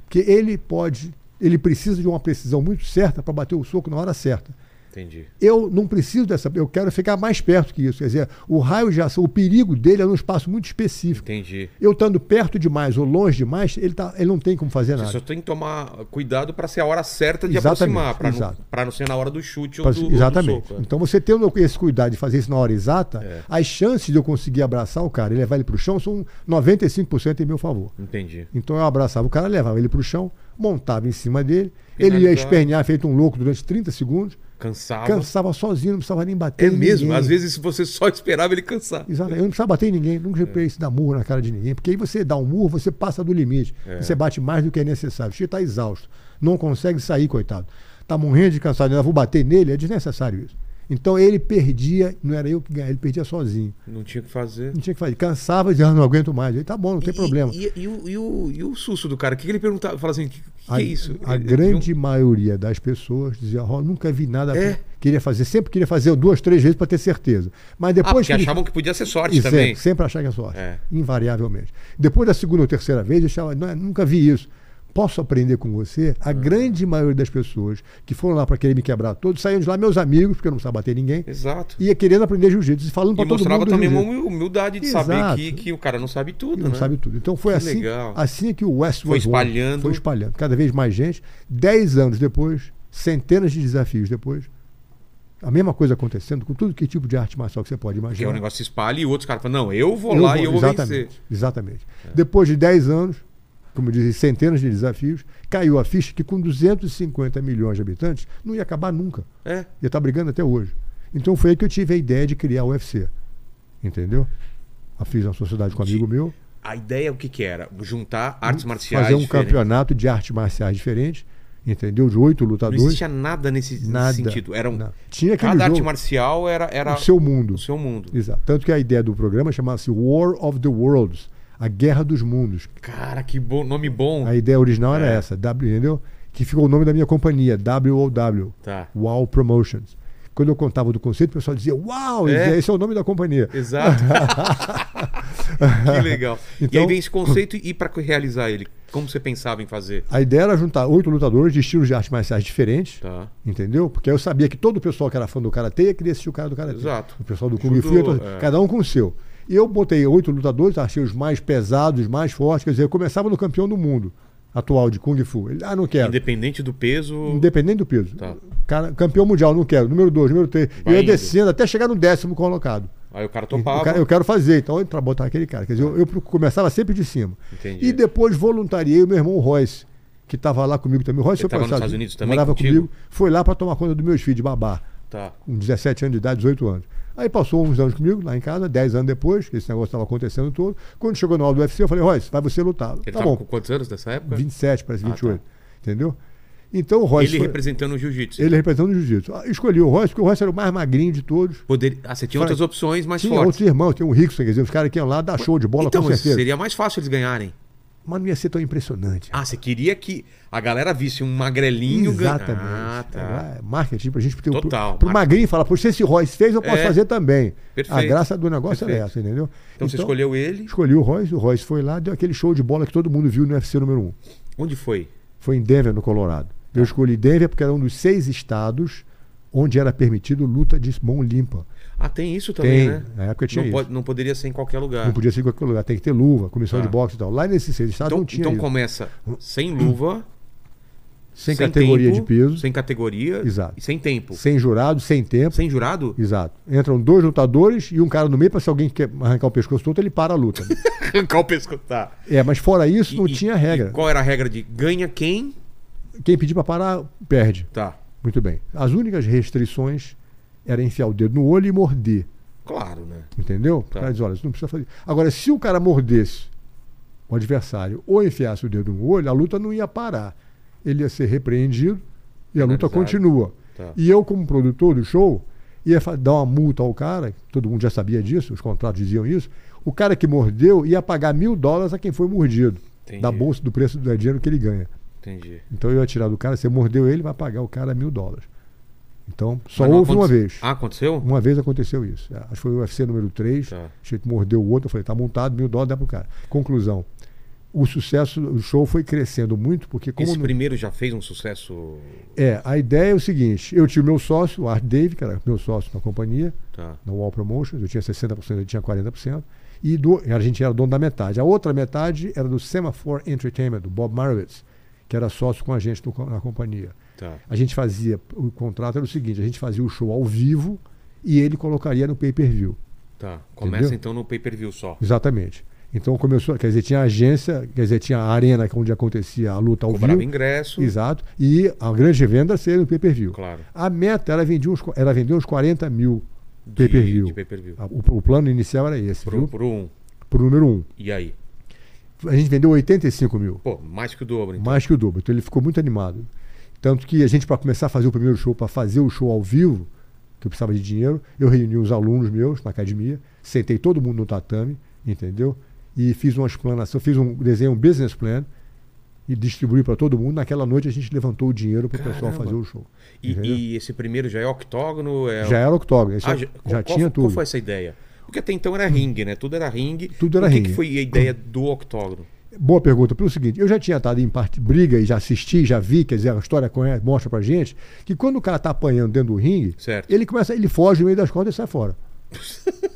Speaker 3: Porque ele pode, ele precisa de uma precisão muito certa para bater o soco na hora certa.
Speaker 1: Entendi.
Speaker 3: Eu não preciso dessa, eu quero ficar mais perto que isso. Quer dizer, o raio de ação, o perigo dele é num espaço muito específico.
Speaker 1: Entendi.
Speaker 3: Eu estando perto demais ou longe demais, ele, tá, ele não tem como fazer
Speaker 1: Você
Speaker 3: nada.
Speaker 1: só tem que tomar cuidado pra ser a hora certa de
Speaker 3: Exatamente,
Speaker 1: aproximar, pra não,
Speaker 3: exato.
Speaker 1: pra não ser na hora do chute ou
Speaker 3: Faz-
Speaker 1: do, ou do
Speaker 3: Exatamente.
Speaker 1: soco. é.
Speaker 3: Então você tendo esse cuidado de fazer isso na hora exata,
Speaker 1: É.
Speaker 3: as chances de eu conseguir abraçar o cara e levar ele para o chão são 95% em meu favor.
Speaker 1: Entendi.
Speaker 3: Então eu abraçava o cara, levava ele para o chão, montava em cima dele, ele ia
Speaker 1: Finalizava.
Speaker 3: espernear feito um louco durante 30 segundos,
Speaker 1: Cansava.
Speaker 3: cansava sozinho, não precisava nem bater.
Speaker 1: É
Speaker 3: em
Speaker 1: mesmo,
Speaker 3: ninguém.
Speaker 1: às vezes você só esperava ele cansar.
Speaker 3: Exato. Eu não precisava bater em ninguém,
Speaker 1: É.
Speaker 3: nunca precisei dar murro na cara de ninguém, porque aí você dá um murro, você passa do limite.
Speaker 1: É.
Speaker 3: Você bate mais do que é necessário. O Chico está exausto, não consegue sair, coitado. Está morrendo de cansado, eu vou bater nele, é desnecessário isso. Então ele perdia, não era eu que ganhava, ele perdia sozinho.
Speaker 1: Não tinha o que fazer.
Speaker 3: Não tinha o que fazer. Cansava e dizia, ah, não aguento mais. Ele tá bom, não tem
Speaker 1: E-
Speaker 3: problema.
Speaker 1: E, e o, e, o, e o susto do cara? O que, que ele perguntava? Fala assim, o que, que
Speaker 3: a,
Speaker 1: é isso?
Speaker 3: a
Speaker 1: Ele- um
Speaker 3: grande maioria das pessoas dizia, ó, nunca vi nada.
Speaker 1: É.
Speaker 3: Queria fazer, sempre queria fazer duas, três vezes para ter certeza. Mas
Speaker 1: Ah,
Speaker 3: depois
Speaker 1: porque
Speaker 3: ele-
Speaker 1: achavam que podia ser sorte
Speaker 3: E
Speaker 1: também.
Speaker 3: Sempre, sempre achar que é sorte.
Speaker 1: É.
Speaker 3: Invariavelmente. Depois da segunda ou terceira vez, eu achava, "Não, eu nunca vi isso. Posso aprender com você? A
Speaker 1: Uhum.
Speaker 3: grande maioria das pessoas que foram lá para querer me quebrar todos saíram de lá, meus amigos, porque eu não precisava bater ninguém,
Speaker 1: Exato.
Speaker 3: ia querendo aprender jiu-jitsu e falando
Speaker 1: É. E
Speaker 3: para todo
Speaker 1: mostrava
Speaker 3: mundo. do
Speaker 1: também uma
Speaker 3: jiu-jitsu.
Speaker 1: humildade de saber
Speaker 3: Exato.
Speaker 1: que, que o cara não sabe tudo,
Speaker 3: Não
Speaker 1: né?
Speaker 3: sabe tudo. Então foi
Speaker 1: Que
Speaker 3: assim,
Speaker 1: legal.
Speaker 3: assim que o Westwood
Speaker 1: Foi
Speaker 3: One
Speaker 1: espalhando.
Speaker 3: foi espalhando. Cada vez mais gente. Dez anos depois, centenas de desafios depois, a mesma coisa acontecendo com tudo que tipo de arte marcial que você pode
Speaker 1: Porque o
Speaker 3: imaginar.
Speaker 1: negócio se espalha e outros caras falam, não, eu vou
Speaker 3: Eu
Speaker 1: lá
Speaker 3: vou-
Speaker 1: e eu vou
Speaker 3: exatamente,
Speaker 1: vencer.
Speaker 3: Exatamente. Depois de 10 anos, como eu disse, centenas de desafios, caiu a ficha que com 250 milhões de habitantes não ia acabar nunca.
Speaker 1: É.
Speaker 3: Ia estar brigando até hoje. Então foi aí que eu tive a ideia de criar o UFC. Entendeu? Eu fiz uma sociedade com um amigo meu,
Speaker 1: A ideia o que que era? Juntar artes marciais
Speaker 3: fazer um
Speaker 1: diferentes.
Speaker 3: campeonato de artes marciais diferentes, entendeu? De oito
Speaker 1: Não
Speaker 3: lutadores.
Speaker 1: existia nada nesse
Speaker 3: nada.
Speaker 1: sentido. Era um,
Speaker 3: nada. Tinha aquele
Speaker 1: cada arte
Speaker 3: jogo,
Speaker 1: marcial era, era
Speaker 3: o seu mundo.
Speaker 1: o seu mundo.
Speaker 3: Exato. Tanto que a ideia do programa chamava-se War of the Worlds, a Guerra dos Mundos,
Speaker 1: Cara, que bom, nome bom.
Speaker 3: A ideia original era
Speaker 1: É.
Speaker 3: essa, W, entendeu? Que ficou o nome da minha companhia, WOW,
Speaker 1: Tá.
Speaker 3: Wow Promotions. Quando eu contava do conceito, o pessoal dizia, uau,
Speaker 1: É?
Speaker 3: esse é o nome da companhia.
Speaker 1: Exato. que legal. e aí
Speaker 3: Então-
Speaker 1: vem esse conceito e para realizar ele, como você pensava em fazer?
Speaker 3: A ideia era juntar oito lutadores de estilos de artes marciais diferentes,
Speaker 1: Tá.
Speaker 3: entendeu? Porque eu sabia que todo o pessoal que era fã do Karatê queria assistir o cara do Karatê.
Speaker 1: Exato.
Speaker 3: O pessoal do Kung
Speaker 1: Judô,
Speaker 3: Fu, eu tô-
Speaker 1: é.
Speaker 3: cada um com o seu. E eu botei oito lutadores, achei os mais pesados, os mais fortes, quer dizer, eu começava no campeão do mundo atual de Kung Fu. Ele, ah, não quero.
Speaker 1: Independente do peso.
Speaker 3: Independente do peso.
Speaker 1: Tá.
Speaker 3: Cara, campeão mundial, não quero. Número 2, número 3. Eu
Speaker 1: Vai
Speaker 3: ia
Speaker 1: indo.
Speaker 3: descendo até chegar no décimo colocado.
Speaker 1: Aí o cara
Speaker 3: Eu,
Speaker 1: topava.
Speaker 3: quero- eu quero fazer, então, para botar aquele cara. Quer dizer, eu, eu pro- começava sempre de cima.
Speaker 1: Entendi.
Speaker 3: E depois voluntariei o meu irmão Royce, que estava lá comigo também. O Royce
Speaker 1: Ele
Speaker 3: foi
Speaker 1: tava nos
Speaker 3: passado,
Speaker 1: Estados Unidos também
Speaker 3: morava
Speaker 1: contigo?
Speaker 3: comigo, foi lá para tomar conta dos meus filhos, de babá,
Speaker 1: Tá.
Speaker 3: com 17 anos de idade, 18 anos. Aí passou uns anos comigo, lá em casa, 10 anos depois, que esse negócio estava acontecendo todo. Quando chegou na hora do UFC, eu falei, Royce, vai você lutar.
Speaker 1: Ele
Speaker 3: tá
Speaker 1: tava
Speaker 3: bom,
Speaker 1: com quantos anos nessa época?
Speaker 3: 27, parece
Speaker 1: Ah, tá.
Speaker 3: 28. Entendeu? Então o Royce.
Speaker 1: Ele
Speaker 3: foi-
Speaker 1: representando o jiu-jitsu.
Speaker 3: ele representando o jiu-jitsu. Ah, Escolhi o Royce, porque o Royce era o mais magrinho de todos.
Speaker 1: Poderia... Ah, você tinha outras
Speaker 3: Fala-
Speaker 1: opções mais
Speaker 3: Tinha
Speaker 1: fortes.
Speaker 3: outros irmãos, tem o Rickson, quer dizer, os caras que iam lá dar show tipo de bola
Speaker 1: então,
Speaker 3: com certeza.
Speaker 1: seria mais fácil eles ganharem.
Speaker 3: Mas não ia ser tão impressionante.
Speaker 1: Ah, você queria que a galera visse um magrelinho ganhar.
Speaker 3: Exatamente. É,
Speaker 1: Ah, tá.
Speaker 3: Era marketing pra gente ter
Speaker 1: Total,
Speaker 3: Pro, pro
Speaker 1: marketing.
Speaker 3: magrinho falar, poxa, esse Royce fez, eu posso
Speaker 1: É.
Speaker 3: fazer também.
Speaker 1: Perfeito.
Speaker 3: A graça do negócio
Speaker 1: Perfeito.
Speaker 3: era essa, entendeu?
Speaker 1: Então, você escolheu ele.
Speaker 3: Escolhi o Royce, o Royce foi lá, deu aquele show de bola que todo mundo viu no UFC número 1.
Speaker 1: Onde foi?
Speaker 3: Foi em Denver, no Colorado.
Speaker 1: Tá.
Speaker 3: Eu escolhi Denver porque era um dos seis estados onde era permitido luta de mão limpa.
Speaker 1: Ah, tem isso também,
Speaker 3: Tem.
Speaker 1: né?
Speaker 3: Na época tinha
Speaker 1: não,
Speaker 3: isso.
Speaker 1: pode- não poderia ser em qualquer lugar.
Speaker 3: Não podia ser em qualquer lugar, tem que ter luva, comissão
Speaker 1: Tá.
Speaker 3: de boxe e tal. Lá nesses seis estados
Speaker 1: Então,
Speaker 3: Ah, não tinha
Speaker 1: então
Speaker 3: isso. Hum,
Speaker 1: começa sem luva,
Speaker 3: sem, categoria
Speaker 1: tempo,
Speaker 3: de peso, sem,
Speaker 1: Sem categoria
Speaker 3: Exato.
Speaker 1: e sem tempo.
Speaker 3: jurado, sem tempo.
Speaker 1: Sem jurado?
Speaker 3: Exato. Entram dois lutadores e um cara no meio para se alguém quer arrancar o pescoço todo, ele para a luta.
Speaker 1: Arrancar o pescoço. Tá.
Speaker 3: é, mas fora isso, não
Speaker 1: E- e-
Speaker 3: tinha regra.
Speaker 1: e qual era a regra de ganha quem?
Speaker 3: Quem pedir para parar, perde.
Speaker 1: Tá.
Speaker 3: Muito bem. As únicas restrições era enfiar o dedo no olho e morder.
Speaker 1: Claro, né?
Speaker 3: Entendeu?
Speaker 1: Tá.
Speaker 3: O cara diz, olha, isso não precisa fazer. Agora, se o cara mordesse o adversário ou enfiasse o dedo no olho, a luta não ia parar. Ele ia ser repreendido e a luta
Speaker 1: Finalizado.
Speaker 3: continua.
Speaker 1: Tá.
Speaker 3: E eu, como produtor do show, ia fa- dar uma multa ao cara, todo mundo já sabia disso, os contratos diziam isso. O cara que mordeu ia pagar mil dólares a quem foi mordido,
Speaker 1: Entendi.
Speaker 3: da bolsa do preço do dinheiro que ele ganha.
Speaker 1: Entendi.
Speaker 3: Então eu ia tirar do cara, você mordeu ele, vai pagar o cara mil dólares. Então, só
Speaker 1: Mas não
Speaker 3: houve uma
Speaker 1: aconte-
Speaker 3: vez.
Speaker 1: Ah, aconteceu?
Speaker 3: Uma vez aconteceu isso. É, Acho que foi o UFC número 3.
Speaker 1: Tá.
Speaker 3: O sujeito mordeu o outro. Eu falei, tá montado, mil dólares dá pro cara. Conclusão. O sucesso, o show foi crescendo muito, porque como.
Speaker 1: Esse
Speaker 3: não-
Speaker 1: primeiro já fez um sucesso.
Speaker 3: É, a ideia é o seguinte: eu tinha o meu sócio, o Art Dave, que era meu sócio na companhia,
Speaker 1: Tá.
Speaker 3: na Wall Promotions, eu tinha 60%, ele tinha 40%, e do, a gente era dono da metade. A outra metade era do Semaphore Entertainment, do Bob Marowitz, que era sócio com a gente no co- na companhia.
Speaker 1: Tá.
Speaker 3: A gente fazia, o contrato era o seguinte: a gente fazia o show ao vivo e ele colocaria no pay per view.
Speaker 1: Tá. Começa
Speaker 3: Entendeu?
Speaker 1: então no pay-per-view só.
Speaker 3: Exatamente. Então começou, quer dizer, tinha a agência, quer dizer, tinha a arena é onde acontecia a luta ao
Speaker 1: Cobrava
Speaker 3: vivo.
Speaker 1: ingresso.
Speaker 3: Exato. E a grande venda seria no pay per view.
Speaker 1: Claro.
Speaker 3: A meta era vender uns, era vender uns 40 mil
Speaker 1: de-
Speaker 3: pay per view.
Speaker 1: De pay-per-view.
Speaker 3: O, o plano inicial era esse,
Speaker 1: Pro,
Speaker 3: Ah, viu?
Speaker 1: pro um.
Speaker 3: Pro número um.
Speaker 1: E aí?
Speaker 3: A gente vendeu 85 mil,
Speaker 1: Pô, mais que o dobro, então.
Speaker 3: mais que o dobro. Então ele ficou muito animado. Tanto que a gente, para começar a fazer o primeiro show, para fazer o show ao vivo, que eu precisava de dinheiro, eu reuni os alunos meus na academia, sentei todo mundo no tatame, entendeu? E fiz uma explanação, fiz um desenho, um business plan, e distribuí para todo mundo. Naquela noite a gente levantou o dinheiro para o pessoal
Speaker 1: Caramba.
Speaker 3: fazer o show.
Speaker 1: E,
Speaker 3: entendeu?
Speaker 1: e esse primeiro já é octógono? É...
Speaker 3: Já era octógono, esse
Speaker 1: Ah,
Speaker 3: já,
Speaker 1: já,
Speaker 3: já
Speaker 1: qual,
Speaker 3: tinha
Speaker 1: qual,
Speaker 3: tudo.
Speaker 1: Qual foi essa ideia? Porque até então era ringue, né? Tudo era ringue.
Speaker 3: Tudo era
Speaker 1: Por que
Speaker 3: ringue.
Speaker 1: que foi a ideia do octógono?
Speaker 3: Boa pergunta. Pelo seguinte, eu já tinha estado em parte briga e já assisti, já vi, quer dizer, a história conhece- mostra pra gente que quando o cara tá apanhando dentro do ringue,
Speaker 1: Certo.
Speaker 3: ele começa, ele foge no meio das cordas e sai fora.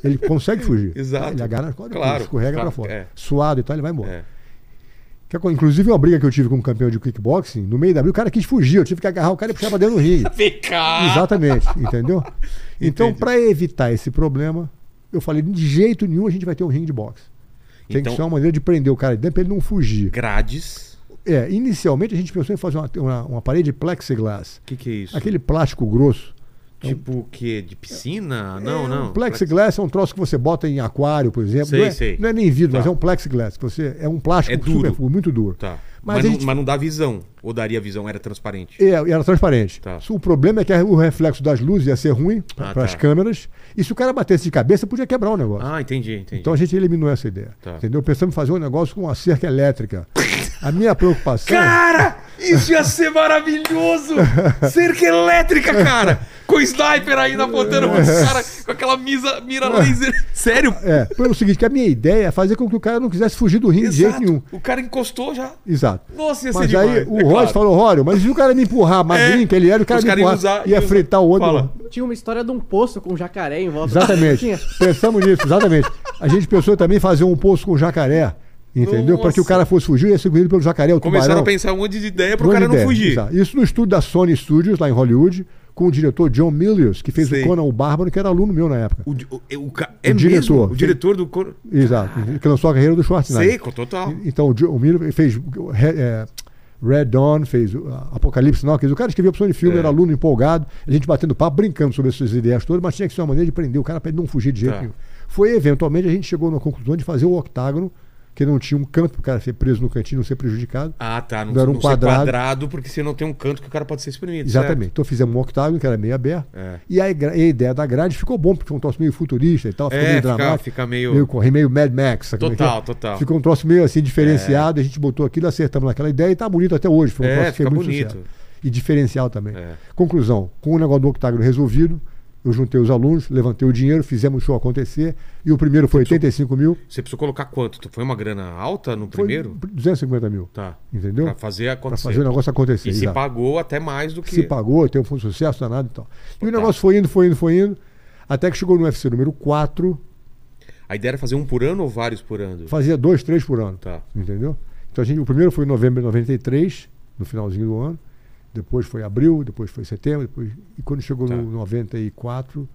Speaker 3: Ele consegue fugir.
Speaker 1: Exato.
Speaker 3: Ele agarra nas cordas,
Speaker 1: Claro,
Speaker 3: escorrega
Speaker 1: claro,
Speaker 3: pra fora.
Speaker 1: é.
Speaker 3: Suado e tal, ele vai embora.
Speaker 1: É.
Speaker 3: Que é- inclusive, uma briga que eu tive com um campeão de kickboxing, no meio da briga, o cara quis fugir, eu tive que agarrar o cara e puxar pra dentro do ringue.
Speaker 1: Vem cá!
Speaker 3: Exatamente, entendeu? Então,
Speaker 1: Ah! Entendi.
Speaker 3: pra evitar esse problema, eu falei, de jeito nenhum a gente vai ter um ringue de boxe. Tem
Speaker 1: Então,
Speaker 3: que ser uma maneira de prender o cara de dentro pra ele não fugir.
Speaker 1: grades.
Speaker 3: É, inicialmente a gente pensou em fazer uma, uma, uma parede de plexiglass.
Speaker 1: O que, que é isso?
Speaker 3: Aquele plástico grosso.
Speaker 1: Tipo o quê? De piscina?
Speaker 3: É,
Speaker 1: não, não.
Speaker 3: Um plexiglass é um troço que você bota em aquário, por exemplo.
Speaker 1: Sei,
Speaker 3: não, é,
Speaker 1: sei.
Speaker 3: não é nem vidro,
Speaker 1: Tá.
Speaker 3: mas é um plexiglass. que Você, é um plástico
Speaker 1: É duro.
Speaker 3: super- muito duro.
Speaker 1: Tá. Mas,
Speaker 3: Mas a
Speaker 1: não,
Speaker 3: gente-
Speaker 1: mas não dá visão. Ou daria visão, era transparente.
Speaker 3: É, e era transparente.
Speaker 1: Tá.
Speaker 3: O problema é que o reflexo das luzes ia ser ruim para
Speaker 1: Ah,
Speaker 3: as
Speaker 1: tá.
Speaker 3: câmeras. E se o cara batesse de cabeça, podia quebrar o negócio.
Speaker 1: Ah, entendi, entendi.
Speaker 3: Então a gente eliminou essa ideia.
Speaker 1: Tá.
Speaker 3: Entendeu? Pensamos em fazer um negócio com uma cerca elétrica. A minha preocupação.
Speaker 1: Cara, isso ia ser maravilhoso! Cerca elétrica, cara! Com sniper ainda apontando pros caras com aquela misa, mira laser. Sério?
Speaker 3: É, foi o seguinte: que a minha ideia é fazer com que o cara não quisesse fugir do ringue de jeito nenhum.
Speaker 1: O cara encostou já.
Speaker 3: Exato.
Speaker 1: Nossa, ia ser
Speaker 3: Mas aí
Speaker 1: é demais.
Speaker 3: o Royce falou, Rório, mas se o cara me empurrar magrinho,
Speaker 1: É.
Speaker 3: que ele era, o cara
Speaker 1: Os
Speaker 3: me
Speaker 1: caras iam
Speaker 3: empurrar,
Speaker 1: usar-
Speaker 3: ia
Speaker 1: iam usar.
Speaker 3: fritar o outro.
Speaker 1: Fala.
Speaker 4: Tinha uma história de um poço com um jacaré em volta.
Speaker 3: Exatamente.
Speaker 4: Tinha.
Speaker 3: Pensamos nisso, exatamente. A gente pensou também em fazer um poço com jacaré, entendeu? Para que o
Speaker 1: Nossa.
Speaker 3: cara fosse fugir, ia ser engolido pelo jacaré, o
Speaker 1: Começaram
Speaker 3: tubarão.
Speaker 1: a pensar um monte de ideia pro
Speaker 3: Boa
Speaker 1: cara
Speaker 3: ideia,
Speaker 1: não fugir.
Speaker 3: exato. Isso no estúdio da Sony Studios, lá em Hollywood, com o diretor John Milius, que fez
Speaker 1: Sei.
Speaker 3: o Conan o Bárbaro, que era aluno meu na época.
Speaker 1: O, o, o, ca- é
Speaker 3: O
Speaker 1: mesmo?
Speaker 3: diretor.
Speaker 1: O diretor do. cor-
Speaker 3: Exato. Que lançou a carreira do Schwarzenegger.
Speaker 1: Seco, total.
Speaker 3: Então, o, Joe- o Miller fez Re- é, Red Dawn, fez uh, Apocalipse Now, quer dizer, o cara escrevia opção de filme,
Speaker 1: É.
Speaker 3: era aluno empolgado, a gente batendo papo, brincando sobre essas ideias todas, mas tinha que ser uma maneira de prender o cara para ele não fugir de jeito
Speaker 1: Tá.
Speaker 3: nenhum. Foi, eventualmente, a gente chegou na conclusão de fazer o octágono, que não tinha um canto para o cara ser preso no cantinho, não ser prejudicado.
Speaker 1: Ah, tá. Não,
Speaker 3: Não era um
Speaker 1: não
Speaker 3: quadrado.
Speaker 1: ser quadrado, porque você não tem um canto que o cara pode ser exprimido.
Speaker 3: Exatamente. Então fizemos um octágono que era meio aberto.
Speaker 1: É.
Speaker 3: E a, igra- e a ideia da grade ficou bom, porque foi um troço meio futurista e tal. Ficou
Speaker 1: É,
Speaker 3: meio
Speaker 1: fica-
Speaker 3: dramático.
Speaker 1: fica meio-
Speaker 3: Meio, corre- meio Mad Max. sabe como é que é?
Speaker 1: Total, total.
Speaker 3: Ficou um troço meio assim diferenciado. A gente botou aquilo, acertamos naquela ideia e tá bonito até hoje. Foi um
Speaker 1: É,
Speaker 3: troço que fez
Speaker 1: fica
Speaker 3: muito
Speaker 1: bonito.
Speaker 3: sucesso. E diferencial também.
Speaker 1: É.
Speaker 3: Conclusão: com o negócio do octágono resolvido, eu juntei os alunos, levantei o dinheiro, fizemos o show acontecer. E o primeiro foi 85 mil.
Speaker 1: Você precisou colocar quanto? Tu- Foi uma grana alta no primeiro?
Speaker 3: Foi 250 mil.
Speaker 1: Tá.
Speaker 3: Entendeu?
Speaker 1: Pra fazer
Speaker 3: Pra
Speaker 1: acontecer.
Speaker 3: fazer o negócio acontecer.
Speaker 1: E se
Speaker 3: exato.
Speaker 1: pagou até mais do que.
Speaker 3: se pagou, teve um sucesso danado e tal. E o
Speaker 1: Total.
Speaker 3: negócio foi indo, foi indo, foi indo, até que chegou no UFC número 4,
Speaker 1: A ideia era fazer um por ano ou vários por ano?
Speaker 3: fazia dois, três por ano.
Speaker 1: Tá.
Speaker 3: Entendeu? Então a gente, o primeiro foi em novembro de 93, no finalzinho do ano, depois foi abril, depois foi setembro, depois, e quando chegou
Speaker 1: Tá.
Speaker 3: no 94,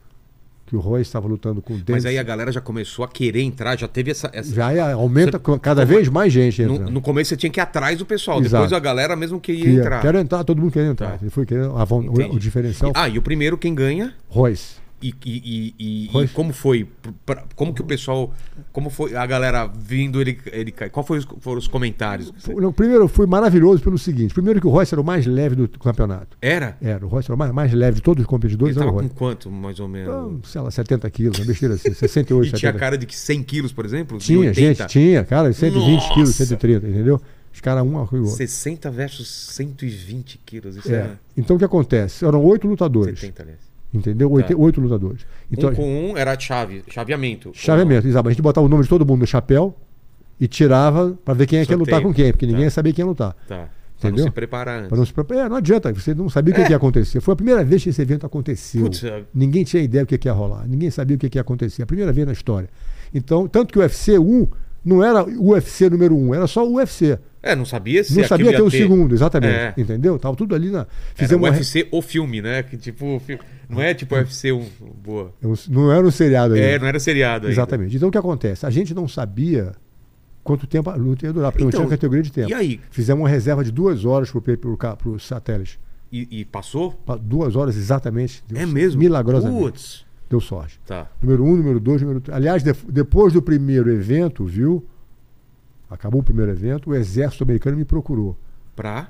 Speaker 3: que o Roy estava lutando com o
Speaker 1: Mas
Speaker 3: Dennis,
Speaker 1: aí a galera já começou a querer entrar, já teve essa. essa-
Speaker 3: já é- aumenta
Speaker 1: Você-
Speaker 3: cada vez mais gente
Speaker 1: No,
Speaker 3: entrando.
Speaker 1: no começo você tinha que ir atrás do pessoal,
Speaker 3: Exato.
Speaker 1: depois a galera mesmo queria
Speaker 3: Queria-
Speaker 1: entrar.
Speaker 3: Quero entrar, todo mundo queria entrar.
Speaker 1: Tá.
Speaker 3: Ele foi querendo, a von- o,
Speaker 1: Entendi.
Speaker 3: o diferencial,
Speaker 1: E- Ah, e o primeiro quem ganha?
Speaker 3: Royce.
Speaker 1: E, e- e- e-
Speaker 3: Foi.
Speaker 1: e como foi? Pr- pra- como que o pessoal. Como foi a galera vindo ele. ele cair? Qual foi os- foram os comentários? que você-
Speaker 3: O primeiro foi maravilhoso pelo seguinte, primeiro que o Royce era o mais leve do campeonato.
Speaker 1: Era?
Speaker 3: Era, o Royce era o mais, mais leve de todos os competidores.
Speaker 1: Ele
Speaker 3: Era
Speaker 1: tava
Speaker 3: o
Speaker 1: com
Speaker 3: Royce.
Speaker 1: quanto, mais ou menos?
Speaker 3: Então, sei lá, 70 quilos, uma besteira assim,
Speaker 1: e
Speaker 3: 68, 70.
Speaker 1: tinha cara de que 100 quilos, por exemplo? De
Speaker 3: tinha gente, tinha, cara, 120
Speaker 1: Nossa!
Speaker 3: quilos, 130, entendeu? Os caras um arrui o outro.
Speaker 1: 60 versus 120 quilos. Isso
Speaker 3: É.
Speaker 1: é
Speaker 3: Então o que acontece? Eram oito lutadores.
Speaker 1: 70, aliás.
Speaker 3: Entendeu? Oito,
Speaker 1: Tá.
Speaker 3: oito lutadores. Então,
Speaker 1: um com um era chave, chaveamento.
Speaker 3: chaveamento. Isabel, a gente botava o nome de todo mundo no chapéu e tirava pra ver quem é que ia
Speaker 1: Sorteio.
Speaker 3: lutar com quem, porque ninguém
Speaker 1: Tá.
Speaker 3: ia saber quem ia lutar.
Speaker 1: Tá. Pra não
Speaker 3: Entendeu?
Speaker 1: se preparar
Speaker 3: Pra
Speaker 1: antes.
Speaker 3: não, se preparar. É, não adianta, você não sabia o que,
Speaker 1: É.
Speaker 3: que ia acontecer. Foi a primeira vez que esse evento aconteceu.
Speaker 1: Putz, é.
Speaker 3: Ninguém tinha ideia do que, que ia rolar, ninguém sabia o que, que ia acontecer. A primeira vez na história. Então, tanto que o UFC 1 não era o UFC número 1, era só o UFC.
Speaker 1: É, não sabia se
Speaker 3: não
Speaker 1: aquilo
Speaker 3: sabia
Speaker 1: ia
Speaker 3: até o segundo, exatamente. um
Speaker 1: É.
Speaker 3: Entendeu? Tava tudo ali na.
Speaker 1: Era o
Speaker 3: uma re-
Speaker 1: UFC, o filme, né? Que tipo, o fi- não é tipo UFC um, boa.
Speaker 3: É um- Não era um seriado ainda.
Speaker 1: É, não era seriado ainda.
Speaker 3: Exatamente. Então o que acontece? A gente não sabia quanto tempo a luta ia durar, porque
Speaker 1: Então,
Speaker 3: não tinha categoria de tempo.
Speaker 1: e aí?
Speaker 3: Fizemos uma reserva de duas horas para os satélites.
Speaker 1: E, e passou?
Speaker 3: Pa- Duas horas exatamente. Deu-
Speaker 1: É mesmo?
Speaker 3: Milagrosamente.
Speaker 1: Putz.
Speaker 3: Deu sorte.
Speaker 1: Tá.
Speaker 3: Número um, número dois, número três. Aliás, def- depois do primeiro evento, viu? Acabou o primeiro evento, o exército americano me procurou.
Speaker 1: Pra.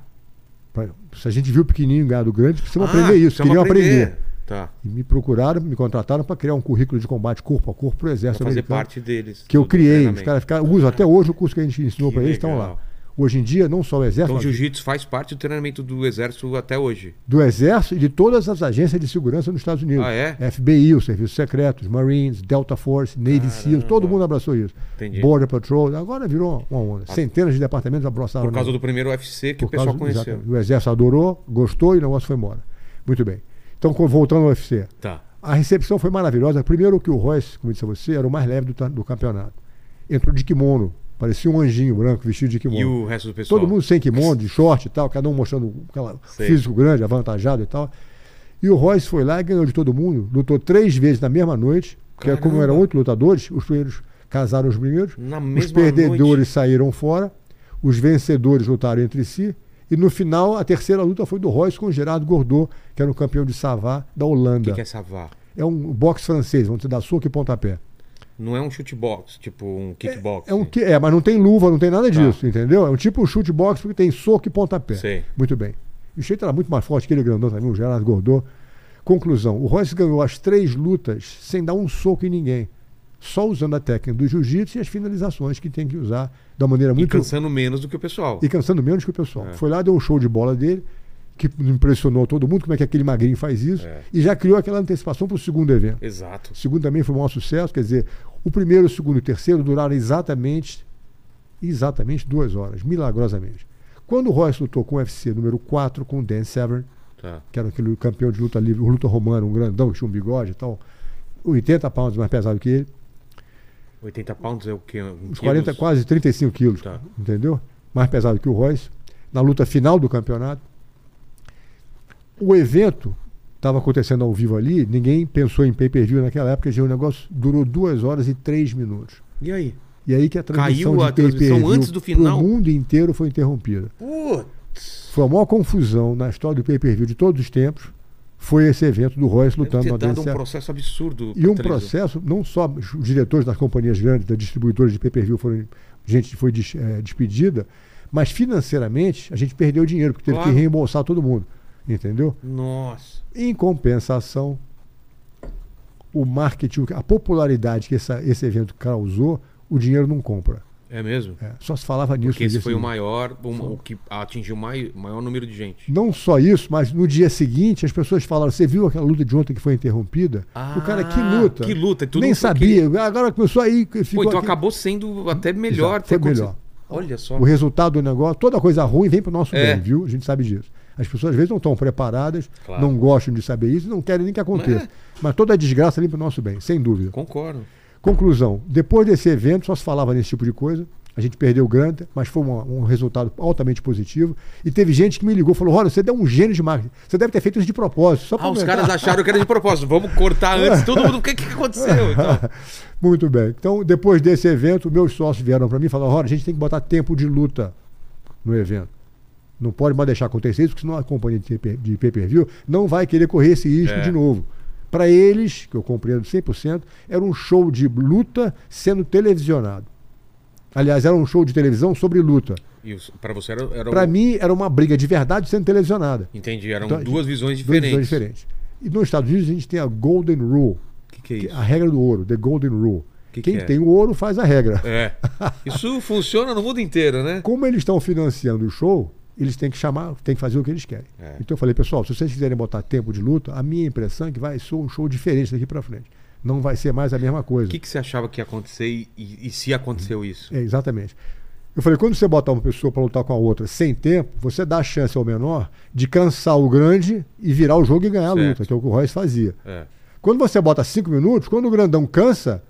Speaker 3: Pra- se a gente viu o pequenininho ganhar do grande, precisamos
Speaker 1: Ah,
Speaker 3: aprender isso,
Speaker 1: precisamos
Speaker 3: queriam aprender.
Speaker 1: Tá.
Speaker 3: E me procuraram, me contrataram para criar um currículo de combate corpo a corpo para o
Speaker 1: Pra
Speaker 3: exército
Speaker 1: fazer
Speaker 3: americano.
Speaker 1: parte deles.
Speaker 3: tá? que eu
Speaker 1: do
Speaker 3: criei. Os
Speaker 1: treinamento.
Speaker 3: caras ficaram, usam até hoje o curso que a gente ensinou
Speaker 1: Que
Speaker 3: para eles, estão
Speaker 1: legal.
Speaker 3: lá. Hoje em dia, não só o exército,
Speaker 1: Então o
Speaker 3: mas
Speaker 1: jiu-jitsu faz parte do treinamento do exército até hoje.
Speaker 3: do exército e de todas as agências de segurança nos Estados Unidos.
Speaker 1: Ah, é?
Speaker 3: FBI, o Serviço Secreto, os Marines, Delta Force, Navy SEAL, todo mundo abraçou isso.
Speaker 1: Entendi. Ah.
Speaker 3: Border Patrol, agora virou uma onda. Centenas de departamentos abraçaram.
Speaker 1: Por causa
Speaker 3: né?
Speaker 1: do primeiro UFC que
Speaker 3: Por
Speaker 1: o pessoal
Speaker 3: causa-
Speaker 1: conheceu.
Speaker 3: exatamente. O exército adorou, gostou e o negócio foi embora. Muito bem. Então, co- voltando ao UFC.
Speaker 1: Tá.
Speaker 3: A recepção foi maravilhosa. Primeiro que o Royce, como eu disse a você, era o mais leve do, ta- do campeonato. Entrou de kimono, parecia um anjinho branco vestido de kimono.
Speaker 1: E o resto do pessoal?
Speaker 3: Todo mundo sem kimono, de short e tal, cada um mostrando aquela
Speaker 1: Sei.
Speaker 3: físico grande, avantajado e tal. E o Royce foi lá e ganhou de todo mundo. Lutou três vezes na mesma noite, que é como
Speaker 1: Caramba.
Speaker 3: eram oito lutadores, os primeiros casaram os primeiros.
Speaker 1: Na
Speaker 3: os
Speaker 1: mesma
Speaker 3: perdedores
Speaker 1: noite?
Speaker 3: saíram fora, os vencedores lutaram entre si. E no final, a terceira luta foi do Royce com o Gerardo Gordot, que era o campeão de Savá da
Speaker 1: O que,
Speaker 3: Holanda.
Speaker 1: que é savar?
Speaker 3: é? um boxe francês, onde você dá soco e pontapé.
Speaker 1: Não é um chute box, tipo um kickbox.
Speaker 3: É, um, que- é, mas não tem luva, não tem nada
Speaker 1: Tá.
Speaker 3: disso, entendeu? É um tipo chute boxe porque tem soco e pontapé.
Speaker 1: Sei.
Speaker 3: Muito bem. E o Sheik era muito mais forte que ele, grandão também, o Gerardo Gordô. Conclusão: o Royce ganhou as três lutas sem dar um soco em ninguém. Só usando a técnica do jiu-jitsu e as finalizações que tem que usar da maneira
Speaker 1: E
Speaker 3: muito.
Speaker 1: cansando menos do que o pessoal.
Speaker 3: e cansando menos que o pessoal.
Speaker 1: É.
Speaker 3: Foi lá, deu um show de bola dele, que impressionou todo mundo, como é que aquele magrinho faz isso.
Speaker 1: É.
Speaker 3: E já criou aquela antecipação para o segundo evento.
Speaker 1: Exato.
Speaker 3: O segundo também foi um maior sucesso, quer dizer, o primeiro, o segundo e o terceiro duraram exatamente, exatamente duas horas, milagrosamente. Quando o Royce lutou com o UFC número 4, com o Dan Severn,
Speaker 1: Tá.
Speaker 3: que era aquele campeão de luta livre, o luta romano, um grandão, que tinha um bigode e tal, 80 pounds mais pesado que ele,
Speaker 1: 80 pounds é o quê? Um
Speaker 3: uns 40,
Speaker 1: quilos?
Speaker 3: quase 35 quilos,
Speaker 1: Tá.
Speaker 3: entendeu? Mais pesado que o Royce, na luta final do campeonato. O evento estava acontecendo ao vivo ali, ninguém pensou em pay-per-view naquela época, já o negócio durou duas horas e três minutos.
Speaker 1: E aí?
Speaker 3: E aí que a transmissão
Speaker 1: Caiu a
Speaker 3: de pay-per-view
Speaker 1: transmissão antes do
Speaker 3: pro
Speaker 1: final?
Speaker 3: mundo inteiro foi interrompida.
Speaker 1: Putz.
Speaker 3: Foi a maior confusão na história do pay-per-view de todos os tempos. Foi esse evento do Royce
Speaker 1: Deve
Speaker 3: lutando
Speaker 1: ter
Speaker 3: na
Speaker 1: dado um
Speaker 3: DCA.
Speaker 1: processo absurdo.
Speaker 3: E um
Speaker 1: pra televisão.
Speaker 3: processo, não só os diretores das companhias grandes, das distribuidoras de pay-per-view, foram, gente foi des- eh, despedida, mas financeiramente a gente perdeu dinheiro, porque teve
Speaker 1: Claro.
Speaker 3: que reembolsar todo mundo. Entendeu?
Speaker 1: Nossa.
Speaker 3: Em compensação, o marketing, a popularidade que essa- esse evento causou, o dinheiro não compra.
Speaker 1: É mesmo?
Speaker 3: É, só se falava nisso.
Speaker 1: Porque
Speaker 3: no
Speaker 1: esse
Speaker 3: dia
Speaker 1: foi o
Speaker 3: seguinte.
Speaker 1: maior, o, o que atingiu o mai- maior número de gente.
Speaker 3: Não só isso, mas no dia seguinte as pessoas falaram: você viu aquela luta de ontem que foi interrompida? o cara, que
Speaker 1: Ah,
Speaker 3: luta.
Speaker 1: que luta, e tudo
Speaker 3: Nem
Speaker 1: foi
Speaker 3: sabia. Agora começou aí.
Speaker 1: Pô,
Speaker 3: ficou
Speaker 1: então
Speaker 3: aqui.
Speaker 1: acabou sendo até melhor.
Speaker 3: Exato,
Speaker 1: ter
Speaker 3: foi
Speaker 1: acontecido.
Speaker 3: melhor.
Speaker 1: Olha só.
Speaker 3: O resultado do negócio, toda coisa ruim vem para o nosso
Speaker 1: É.
Speaker 3: bem, viu? A gente sabe disso. As pessoas às vezes não estão preparadas,
Speaker 1: Claro.
Speaker 3: não gostam de saber isso, não querem nem que aconteça.
Speaker 1: É.
Speaker 3: Mas toda desgraça vem para o nosso bem, sem dúvida.
Speaker 1: Concordo.
Speaker 3: Conclusão: depois desse evento, só se falava nesse tipo de coisa. A gente perdeu o grande, mas foi uma- um resultado altamente positivo. E teve gente que me ligou e falou: olha, você é um gênio de marketing. Você deve ter feito isso de propósito. Só pra
Speaker 1: Ah, os
Speaker 3: aumentar."
Speaker 1: caras acharam que era de propósito. Vamos cortar antes todo mundo. O que, que aconteceu? Então,
Speaker 3: Muito bem. Então, depois desse evento, meus sócios vieram para mim e falaram: olha, a gente tem que botar tempo de luta no evento. Não pode mais deixar acontecer isso, porque senão a companhia de pay- de pay-per-view não vai querer correr esse risco
Speaker 1: É.
Speaker 3: de novo. Para eles, que eu compreendo 100%, era um show de luta sendo televisionado. Aliás, era um show de televisão sobre luta.
Speaker 1: e os- pra você era, era
Speaker 3: Para
Speaker 1: um-
Speaker 3: mim, era uma briga de verdade sendo televisionada.
Speaker 1: Entendi, eram
Speaker 3: Então,
Speaker 1: duas visões
Speaker 3: Duas
Speaker 1: diferentes.
Speaker 3: visões diferentes. E nos Estados Unidos, a gente tem a Golden Rule,
Speaker 1: O que, que é
Speaker 3: que-
Speaker 1: isso?
Speaker 3: a regra do ouro, the golden rule,
Speaker 1: Que
Speaker 3: Quem
Speaker 1: que é?
Speaker 3: tem o ouro faz a regra.
Speaker 1: É. Isso funciona no mundo inteiro, né?
Speaker 3: Como eles estão financiando o show, eles têm que chamar, têm que fazer o que eles querem.
Speaker 1: É.
Speaker 3: Então eu falei, pessoal, se vocês quiserem botar tempo de luta, a minha impressão é que vai ser um show diferente daqui pra frente. Não vai ser mais a mesma
Speaker 1: O
Speaker 3: coisa.
Speaker 1: que, que você achava que ia acontecer e, e- e se aconteceu isso?
Speaker 3: É, exatamente. Eu falei, quando você botar uma pessoa pra lutar com a outra sem tempo, você dá a chance ao menor de cansar o grande e virar o jogo e ganhar a
Speaker 1: Certo.
Speaker 3: luta, que é o que o Royce fazia.
Speaker 1: É.
Speaker 3: Quando você bota cinco minutos, quando o grandão cansa,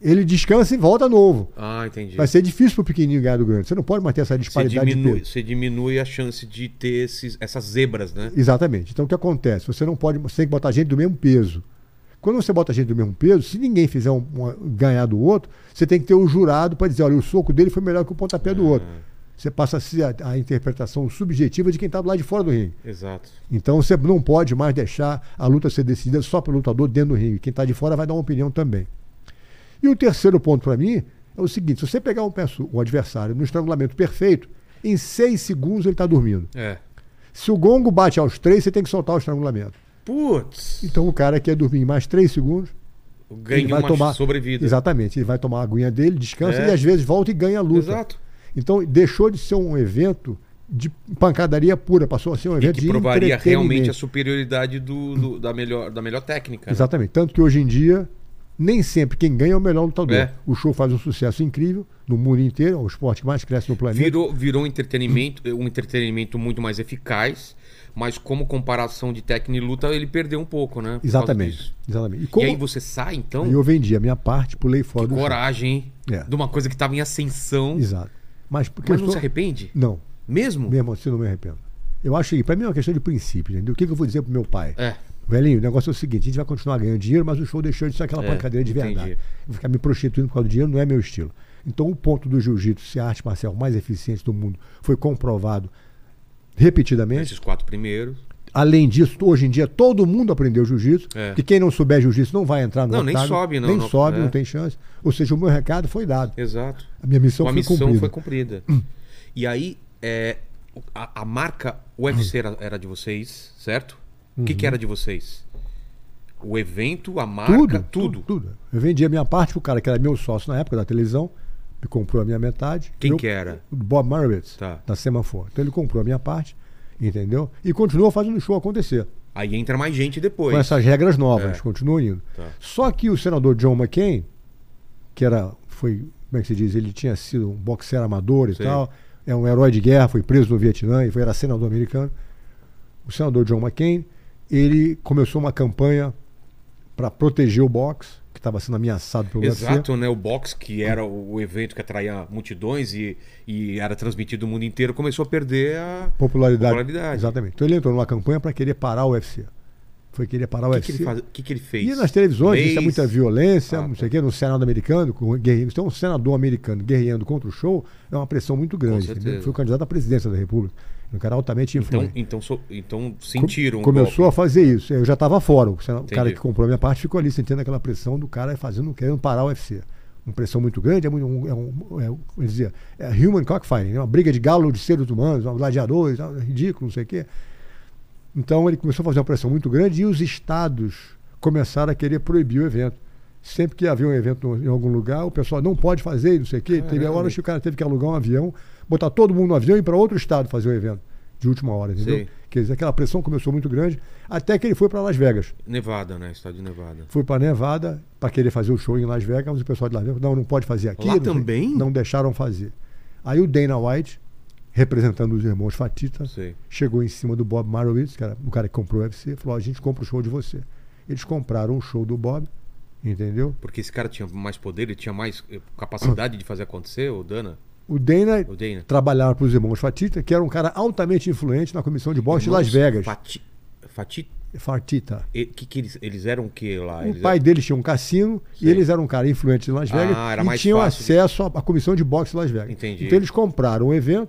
Speaker 3: ele descansa e volta novo.
Speaker 1: Ah, entendi.
Speaker 3: Vai ser difícil pro pequenininho ganhar do grande. Você não pode manter essa
Speaker 1: você,
Speaker 3: disparidade de
Speaker 1: diminui,
Speaker 3: peso.
Speaker 1: você diminui a chance de ter esses- essas zebras, né?
Speaker 3: Exatamente. Então o que acontece? Você não pode, você tem que botar gente do mesmo peso. Quando você bota gente do mesmo peso, se ninguém fizer um, uma- ganhar do outro, você tem que ter um jurado para dizer, olha, o soco dele foi melhor que o pontapé do outro. Você passa a ser a, a interpretação subjetiva de quem está do lado de fora do ringue.
Speaker 1: Exato.
Speaker 3: Então você não pode mais deixar a luta ser decidida só pelo lutador dentro do ringue. Quem está de fora vai dar uma opinião também. E o terceiro ponto para mim é o seguinte: se você pegar um, perso- um adversário no estrangulamento perfeito, em seis segundos ele está dormindo.
Speaker 1: É.
Speaker 3: Se o gongo bate aos três, você tem que soltar o estrangulamento.
Speaker 1: Putz!
Speaker 3: Então o cara quer dormir em mais três segundos, ele
Speaker 1: Ganha
Speaker 3: vai
Speaker 1: uma
Speaker 3: tomar.
Speaker 1: sobrevida.
Speaker 3: Exatamente, ele vai tomar a aguinha dele, descansa
Speaker 1: É.
Speaker 3: e às vezes volta e ganha a luta.
Speaker 1: Exato.
Speaker 3: Então deixou de ser um evento de pancadaria pura, passou a ser um
Speaker 1: E
Speaker 3: evento
Speaker 1: que
Speaker 3: de
Speaker 1: provaria realmente a
Speaker 3: entretenimento.
Speaker 1: superioridade do, do- da, melhor, da melhor técnica. né?
Speaker 3: Exatamente. Tanto que hoje em dia, nem sempre quem ganha é o melhor lutador.
Speaker 1: É.
Speaker 3: O show faz um sucesso incrível no mundo inteiro, é o esporte que mais cresce no planeta.
Speaker 1: Virou, virou um entretenimento, um entretenimento muito mais eficaz, mas como comparação de técnica e luta, ele perdeu um pouco, né? Por causa
Speaker 3: Exatamente.
Speaker 1: disso.
Speaker 3: Exatamente. E,
Speaker 1: E
Speaker 3: como...
Speaker 1: aí você sai, então,
Speaker 3: Aí eu vendi a minha parte, pulei fora do show.
Speaker 1: coragem, hein?
Speaker 3: É.
Speaker 1: de uma coisa que estava em ascensão.
Speaker 3: Exato. Mas porque
Speaker 1: Mas
Speaker 3: eu
Speaker 1: não
Speaker 3: sou-
Speaker 1: se arrepende?
Speaker 3: Não.
Speaker 1: Mesmo?
Speaker 3: Meu irmão, se assim, eu não me arrependo. Eu acho que, pra mim, é uma questão de princípio, entendeu? O que, que eu vou dizer pro meu pai?
Speaker 1: É.
Speaker 3: Velhinho, o negócio é o seguinte: a gente vai continuar ganhando dinheiro, mas o show deixou de ser aquela
Speaker 1: É,
Speaker 3: pancadeira de verdade.
Speaker 1: entendi.
Speaker 3: Vou Ficar me prostituindo por causa do dinheiro não é meu estilo. Então, o ponto do jiu-jitsu ser a arte marcial mais eficiente do mundo foi comprovado repetidamente.
Speaker 1: Esses quatro primeiros.
Speaker 3: Além disso, hoje em dia todo mundo aprendeu jiu-jitsu,
Speaker 1: É.
Speaker 3: que quem não souber jiu-jitsu não vai entrar no
Speaker 1: Não, nem
Speaker 3: octágono,
Speaker 1: sobe, não,
Speaker 3: Nem
Speaker 1: não-
Speaker 3: sobe,
Speaker 1: é.
Speaker 3: não tem chance. Ou seja, o meu recado foi dado.
Speaker 1: Exato.
Speaker 3: A minha missão
Speaker 1: a
Speaker 3: foi
Speaker 1: missão
Speaker 3: cumprida.
Speaker 1: foi cumprida. E aí, é, a, a marca UFC era, era de vocês, certo? O que, que era de vocês? O evento, a marca,
Speaker 3: Uhum. Tudo,
Speaker 1: tudo.
Speaker 3: tudo, tudo. Eu vendi a minha parte pro cara que era meu sócio na época da televisão, que comprou a minha metade.
Speaker 1: Quem
Speaker 3: Eu-
Speaker 1: que era?
Speaker 3: O Bob Marowitz,
Speaker 1: Tá.
Speaker 3: da Semafor. Então ele comprou a minha parte, entendeu? E continuou fazendo o show acontecer.
Speaker 1: Aí entra mais gente depois.
Speaker 3: Com essas regras novas,
Speaker 1: É.
Speaker 3: continua indo.
Speaker 1: Tá.
Speaker 3: Só que o senador John McCain, que era, foi, como é que se diz, ele tinha sido um boxeiro amador e
Speaker 1: Sei.
Speaker 3: tal, é um herói de guerra, foi preso no Vietnã e foi, era senador americano. O senador John McCain, ele começou uma campanha para proteger o boxe, que estava sendo ameaçado pelo UFC.
Speaker 1: Exato, né? O box, que era o evento que atraía multidões e, e era transmitido o mundo inteiro, começou a perder a
Speaker 3: Popularidade.
Speaker 1: popularidade.
Speaker 3: Exatamente. Então ele entrou numa campanha para querer parar o UFC. Foi querer parar o,
Speaker 1: O que, que
Speaker 3: UFC.
Speaker 1: ele faz- o que que ele fez?
Speaker 3: é E nas televisões, isso é
Speaker 1: Leis?
Speaker 3: muita violência,
Speaker 1: Ah,
Speaker 3: não
Speaker 1: tá.
Speaker 3: sei o quê, no Senado americano, com guerreiros. Então, um senador americano guerreando contra o show é uma pressão muito grande.
Speaker 1: certeza.
Speaker 3: entendeu? Foi o candidato à presidência da República. Um cara altamente
Speaker 1: Então,
Speaker 3: influente.
Speaker 1: então, so- então sentiram. o
Speaker 3: Começou
Speaker 1: golpe.
Speaker 3: a fazer isso. Eu já estava fora. O sena- o cara
Speaker 1: Entendi.
Speaker 3: que comprou a minha parte ficou ali sentindo aquela pressão do cara fazendo, querendo parar o UFC. Uma pressão muito grande, é, muito, um- é um- é um- como eu dizia, é human cockfighting, né? uma briga de galo de seres humanos, gladiadores, tal, ridículo, não sei o quê. Então ele começou a fazer uma pressão muito grande e os estados começaram a querer proibir o evento. Sempre que havia um evento no- em algum lugar, o pessoal não pode fazer, não sei o quê. Teve
Speaker 1: Caramba.
Speaker 3: horas que o cara teve que alugar um avião, botar todo mundo no avião e ir para outro estado fazer o evento de última hora, entendeu?
Speaker 1: Sim.
Speaker 3: Quer dizer, aquela pressão começou muito grande, até que ele foi para Las Vegas.
Speaker 1: Nevada, né? Estado de Nevada.
Speaker 3: Foi para Nevada para querer fazer o show em Las Vegas, mas o pessoal de Las Vegas, não, não pode fazer aqui.
Speaker 1: Lá
Speaker 3: não sei-
Speaker 1: também?
Speaker 3: Não deixaram fazer. Aí o Dana White, representando os irmãos Fatita,
Speaker 1: Sei.
Speaker 3: chegou em cima do Bob Marowitz, que era o cara que comprou o UFC, falou, "Ó, a gente compra o show de você. Eles compraram o show do Bob, entendeu?
Speaker 1: Porque esse cara tinha mais poder, ele tinha mais eh, capacidade de fazer acontecer, o Dana,
Speaker 3: O Dana
Speaker 1: o Dana.
Speaker 3: trabalhava para os irmãos Fatita, que era um cara altamente influente na comissão de boxe de Las Vegas.
Speaker 1: Fati, Fati,
Speaker 3: Fatita.
Speaker 1: e- que, que eles, eles eram o que lá?
Speaker 3: O
Speaker 1: Eles
Speaker 3: pai deles tinha um cassino e
Speaker 1: é- Sei.
Speaker 3: eles eram um cara influente em Las
Speaker 1: Ah,
Speaker 3: Vegas
Speaker 1: era
Speaker 3: e
Speaker 1: mais
Speaker 3: tinham
Speaker 1: fácil de-
Speaker 3: acesso à à comissão de boxe de Las Vegas.
Speaker 1: Entendi.
Speaker 3: Então eles compraram o evento,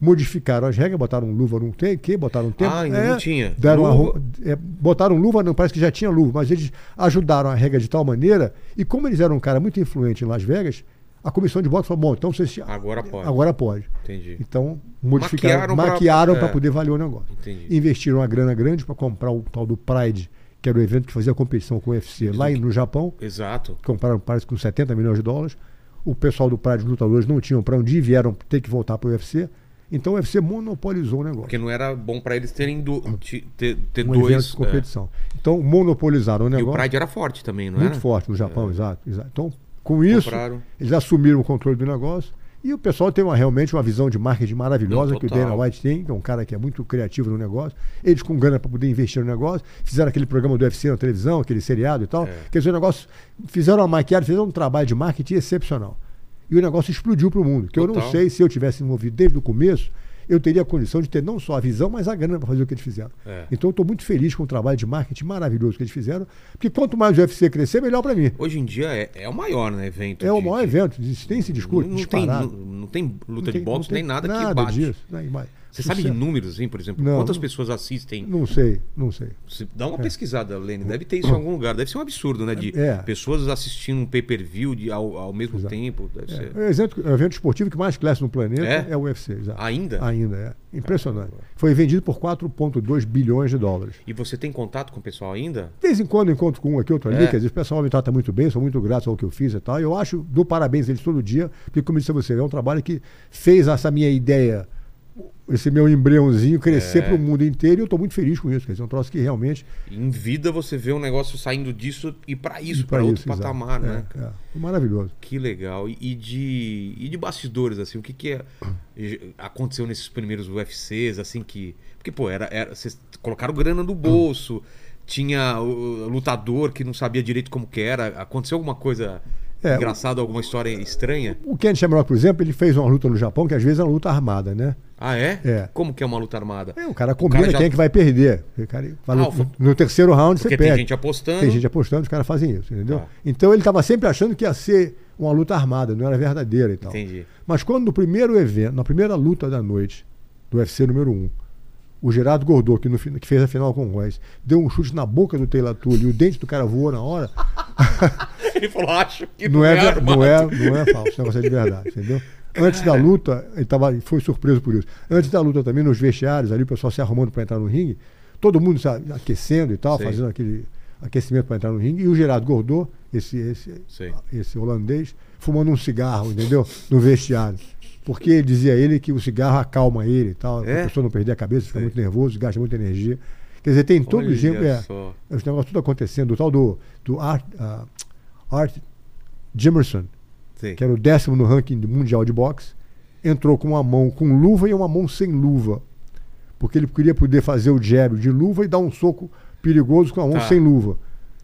Speaker 3: modificaram as regras, botaram luva no tem que, botaram um tempo. é,
Speaker 1: Ah, ainda não tinha.
Speaker 3: Deram uma
Speaker 1: Luva.
Speaker 3: roupa- é, botaram luva, não parece que já tinha luva, mas eles ajudaram a regra de tal maneira e como eles eram um cara muito influente em Las Vegas, a comissão de boxe falou: "Bom, então vocês
Speaker 1: Agora pode.
Speaker 3: Agora pode.
Speaker 1: Entendi.
Speaker 3: Então modificaram,
Speaker 1: Maquiaram pra-
Speaker 3: maquiaram para
Speaker 1: é.
Speaker 3: poder valer o negócio
Speaker 1: Entendi.
Speaker 3: investiram uma grana grande para comprar o tal do Pride, que era o evento que fazia a competição com o UFC lá em- no Japão.
Speaker 1: Exato.
Speaker 3: Compraram o Pride com 70 milhões de dólares. O pessoal do Pride, os lutadores, não tinham para onde ir, vieram ter que voltar para o UFC. Então o UFC monopolizou o negócio.
Speaker 1: Porque não era bom pra eles terem do, te- ter, ter
Speaker 3: um evento
Speaker 1: dois.
Speaker 3: de
Speaker 1: é.
Speaker 3: competição. Então monopolizaram o
Speaker 1: E o
Speaker 3: negócio.
Speaker 1: Pride era forte também, não é?
Speaker 3: Muito forte no Japão, exato, exato. Então, com isso,
Speaker 1: Compraram.
Speaker 3: eles assumiram o controle do negócio. E o pessoal tem uma- realmente uma visão de marketing maravilhosa
Speaker 1: Não,
Speaker 3: que o
Speaker 1: total.
Speaker 3: Dana White tem, que é um cara que é muito criativo no negócio. Eles com grana para poder investir no negócio, fizeram aquele programa do UFC na televisão, aquele seriado e tal.
Speaker 1: É.
Speaker 3: Quer dizer, o negócio, fizeram uma maquiagem, fizeram um trabalho de marketing excepcional. E o negócio explodiu para o mundo. Que eu não
Speaker 1: Total.
Speaker 3: sei se eu tivesse envolvido desde o começo, eu teria a condição de ter não só a visão, mas a grana para fazer o que eles fizeram.
Speaker 1: É.
Speaker 3: Então eu estou muito feliz com o trabalho de marketing maravilhoso que eles fizeram, porque quanto mais o UFC crescer, melhor para mim.
Speaker 1: Hoje em dia é, é o maior, né? Evento.
Speaker 3: É o
Speaker 1: de-
Speaker 3: maior
Speaker 1: de-
Speaker 3: evento, isso nem se discute,
Speaker 1: Não, não tem,
Speaker 3: disparado.
Speaker 1: não, não tem luta de
Speaker 3: tem-
Speaker 1: boxe,
Speaker 3: não
Speaker 1: nem
Speaker 3: tem
Speaker 1: nada, que bate.
Speaker 3: disso, né, mas-
Speaker 1: Você
Speaker 3: Sucesso.
Speaker 1: sabe de números, hein, por exemplo?
Speaker 3: Não,
Speaker 1: quantas
Speaker 3: não-
Speaker 1: pessoas assistem?
Speaker 3: Não sei, não sei.
Speaker 1: Se- Dá uma pesquisada, Lene. Deve ter isso em algum lugar. Deve ser um absurdo, né? De
Speaker 3: É.
Speaker 1: pessoas assistindo um pay-per-view de- ao, ao mesmo
Speaker 3: Exato.
Speaker 1: tempo. Deve
Speaker 3: É,
Speaker 1: ser.
Speaker 3: o evento, o evento esportivo que mais cresce no planeta
Speaker 1: É?
Speaker 3: é, o UFC. exato.
Speaker 1: Ainda?
Speaker 3: Ainda, é. Impressionante. Foi vendido por 4,2 bilhões de dólares.
Speaker 1: E você tem contato com o pessoal ainda?
Speaker 3: De vez em quando eu encontro com um aqui, outro ali,
Speaker 1: É.
Speaker 3: quer dizer, o pessoal me trata muito bem, sou muito grato ao que eu fiz e tal. Eu acho, dou parabéns a eles todo dia, porque como eu disse a você, é um trabalho que fez essa minha ideia, esse meu embriãozinho crescer
Speaker 1: É.
Speaker 3: para o mundo inteiro e eu estou muito feliz com isso. Quer dizer, é um troço que realmente
Speaker 1: Em vida você vê um negócio saindo disso e pra isso, pra
Speaker 3: pra
Speaker 1: outro
Speaker 3: isso, exato.
Speaker 1: patamar,
Speaker 3: É,
Speaker 1: né? cara?
Speaker 3: é. Maravilhoso.
Speaker 1: Que legal. E, e de, e de bastidores, assim, o que, que é- e- aconteceu nesses primeiros UFCs, assim, que. Porque, pô, era, era, vocês colocaram grana no bolso, tinha o o lutador que não sabia direito como que era. Aconteceu alguma coisa
Speaker 3: É,
Speaker 1: engraçada, alguma história estranha?
Speaker 3: O Ken Shamrock, por exemplo, ele fez uma luta no Japão, que às vezes é uma luta armada, né?
Speaker 1: Ah, é?
Speaker 3: É.
Speaker 1: Como que é uma luta armada?
Speaker 3: É, o cara combina
Speaker 1: já-
Speaker 3: quem é que vai perder. O cara fala,
Speaker 1: Ah, o fu-
Speaker 3: no terceiro round
Speaker 1: Porque
Speaker 3: você
Speaker 1: tem
Speaker 3: perde.
Speaker 1: gente apostando.
Speaker 3: Tem gente apostando, os caras fazem isso, entendeu?
Speaker 1: Tá.
Speaker 3: Então ele estava sempre achando que ia ser uma luta armada, não era verdadeira e tal.
Speaker 1: Entendi.
Speaker 3: Mas quando no primeiro evento, na primeira luta da noite, do UFC número 1, o Gerardo Gordô, que, no fina- que fez a final com o Royce, deu um chute na boca do Taylor Tully e o dente do cara voou na hora,
Speaker 1: Ele falou, acho que
Speaker 3: não é, ver-
Speaker 1: armado.
Speaker 3: não é, não é falso, o negócio é de verdade, entendeu? Antes da luta, ele tava, foi surpreso por isso. Antes da luta também, nos vestiários, ali o pessoal se arrumando para entrar no ringue, todo mundo se a- aquecendo e tal,
Speaker 1: Sim.
Speaker 3: fazendo aquele aquecimento para entrar no ringue, e o Gerardo Gordô, esse, esse,
Speaker 1: Sim.
Speaker 3: esse holandês, fumando um cigarro, entendeu? No vestiário. Porque ele dizia ele que o cigarro acalma ele e tal,
Speaker 1: É?
Speaker 3: a pessoa não perder a cabeça, fica muito nervoso, gasta muita energia. Quer dizer, tem todo
Speaker 1: Olha
Speaker 3: jeito. É,
Speaker 1: só.
Speaker 3: os negócios tudo acontecendo, o tal do, do Art, ah, Art Jimerson,
Speaker 1: Sim.
Speaker 3: que era o décimo no ranking de- mundial de boxe, entrou com uma mão com luva e uma mão sem luva. Porque ele queria poder fazer o jab de luva e dar um soco perigoso com a mão
Speaker 1: Tá.
Speaker 3: sem luva.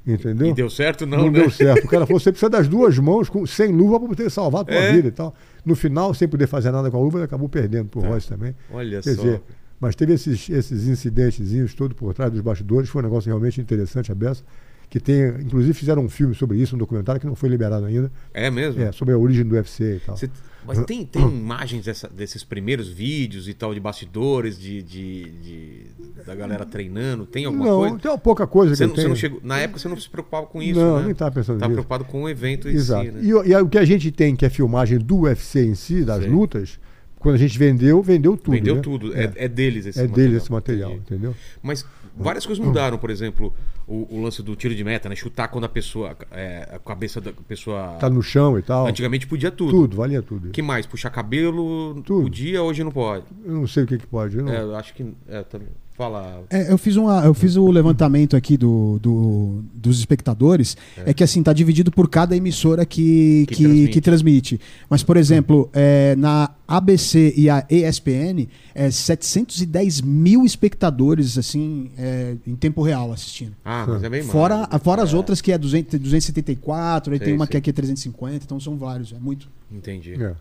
Speaker 3: Entendeu?
Speaker 1: E deu certo? Não,
Speaker 3: não
Speaker 1: né?
Speaker 3: deu certo. O cara falou: você precisa das duas mãos com, sem luva para poder salvar a tua
Speaker 1: É.
Speaker 3: vida e tal. No final, sem poder fazer nada com a luva, ele acabou perdendo
Speaker 1: É.
Speaker 3: pro Royce também.
Speaker 1: Olha
Speaker 3: Quer
Speaker 1: só.
Speaker 3: dizer, mas teve esses, esses incidentezinhos todo por trás dos bastidores, foi um negócio realmente interessante, a beça, que tem, inclusive fizeram um filme sobre isso, um documentário que não foi liberado ainda,
Speaker 1: É mesmo?
Speaker 3: é, sobre a origem do UFC e tal.
Speaker 1: Você- mas tem, tem imagens dessa- desses primeiros vídeos e tal, de bastidores, de, de- de- da galera treinando? Tem alguma
Speaker 3: não,
Speaker 1: coisa?
Speaker 3: tem uma pouca coisa
Speaker 1: Você
Speaker 3: que
Speaker 1: não,
Speaker 3: eu
Speaker 1: você
Speaker 3: tenho.
Speaker 1: não chegou, na época você não se preocupava com isso,
Speaker 3: Não,
Speaker 1: né?
Speaker 3: nem tava pensando
Speaker 1: Tava
Speaker 3: nisso.
Speaker 1: preocupado com o evento em
Speaker 3: Exato.
Speaker 1: si, né?
Speaker 3: E o- e, a- o que a gente tem, que é filmagem do UFC em si, das
Speaker 1: Sim.
Speaker 3: lutas, quando a gente vendeu, vendeu tudo.
Speaker 1: Vendeu
Speaker 3: né?
Speaker 1: tudo. É, é deles esse
Speaker 3: É
Speaker 1: material.
Speaker 3: deles esse material,
Speaker 1: Entendi.
Speaker 3: entendeu?
Speaker 1: Mas várias coisas mudaram, por exemplo, o, o lance do tiro de meta, né? Chutar quando a pessoa. é, a cabeça da pessoa.
Speaker 3: Tá no chão e tal.
Speaker 1: Antigamente podia tudo.
Speaker 3: Tudo, valia tudo.
Speaker 1: que mais? Puxar cabelo
Speaker 3: Tudo.
Speaker 1: podia, hoje não pode.
Speaker 3: Eu não sei o que, que pode. eu não-
Speaker 1: É, eu acho que. É, também. Fala.
Speaker 2: É, eu, fiz uma, eu fiz o levantamento aqui do, do- dos espectadores. É. que assim, tá dividido por cada emissora que,
Speaker 1: Que
Speaker 2: que, que transmite. Mas, por exemplo, é, na ABC e a ESPN, é 710 mil espectadores, assim, é, em tempo real assistindo.
Speaker 1: Ah, mas é bem mais.
Speaker 2: Fora,
Speaker 1: né?
Speaker 2: fora as
Speaker 1: É,
Speaker 2: outras que é 200, 274, aí
Speaker 1: Sei,
Speaker 2: tem uma
Speaker 1: sei.
Speaker 2: que aqui é 350, então são vários, é muito.
Speaker 1: Entendi.
Speaker 3: É.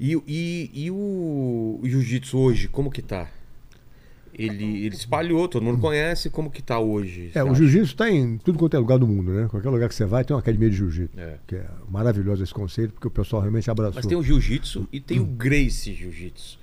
Speaker 1: E, e, e o jiu-jitsu hoje, como que tá? Ele, ele espalhou, todo mundo conhece, como que tá hoje? você
Speaker 3: É, o
Speaker 1: acha?
Speaker 3: jiu-jitsu está em tudo quanto é lugar do mundo, né? Qualquer lugar que você vai tem uma academia de jiu-jitsu.
Speaker 1: É.
Speaker 3: Que é maravilhoso esse conceito, porque o pessoal realmente abraçou.
Speaker 1: Mas tem um o jiu-jitsu e tem o Grace Jiu-Jitsu,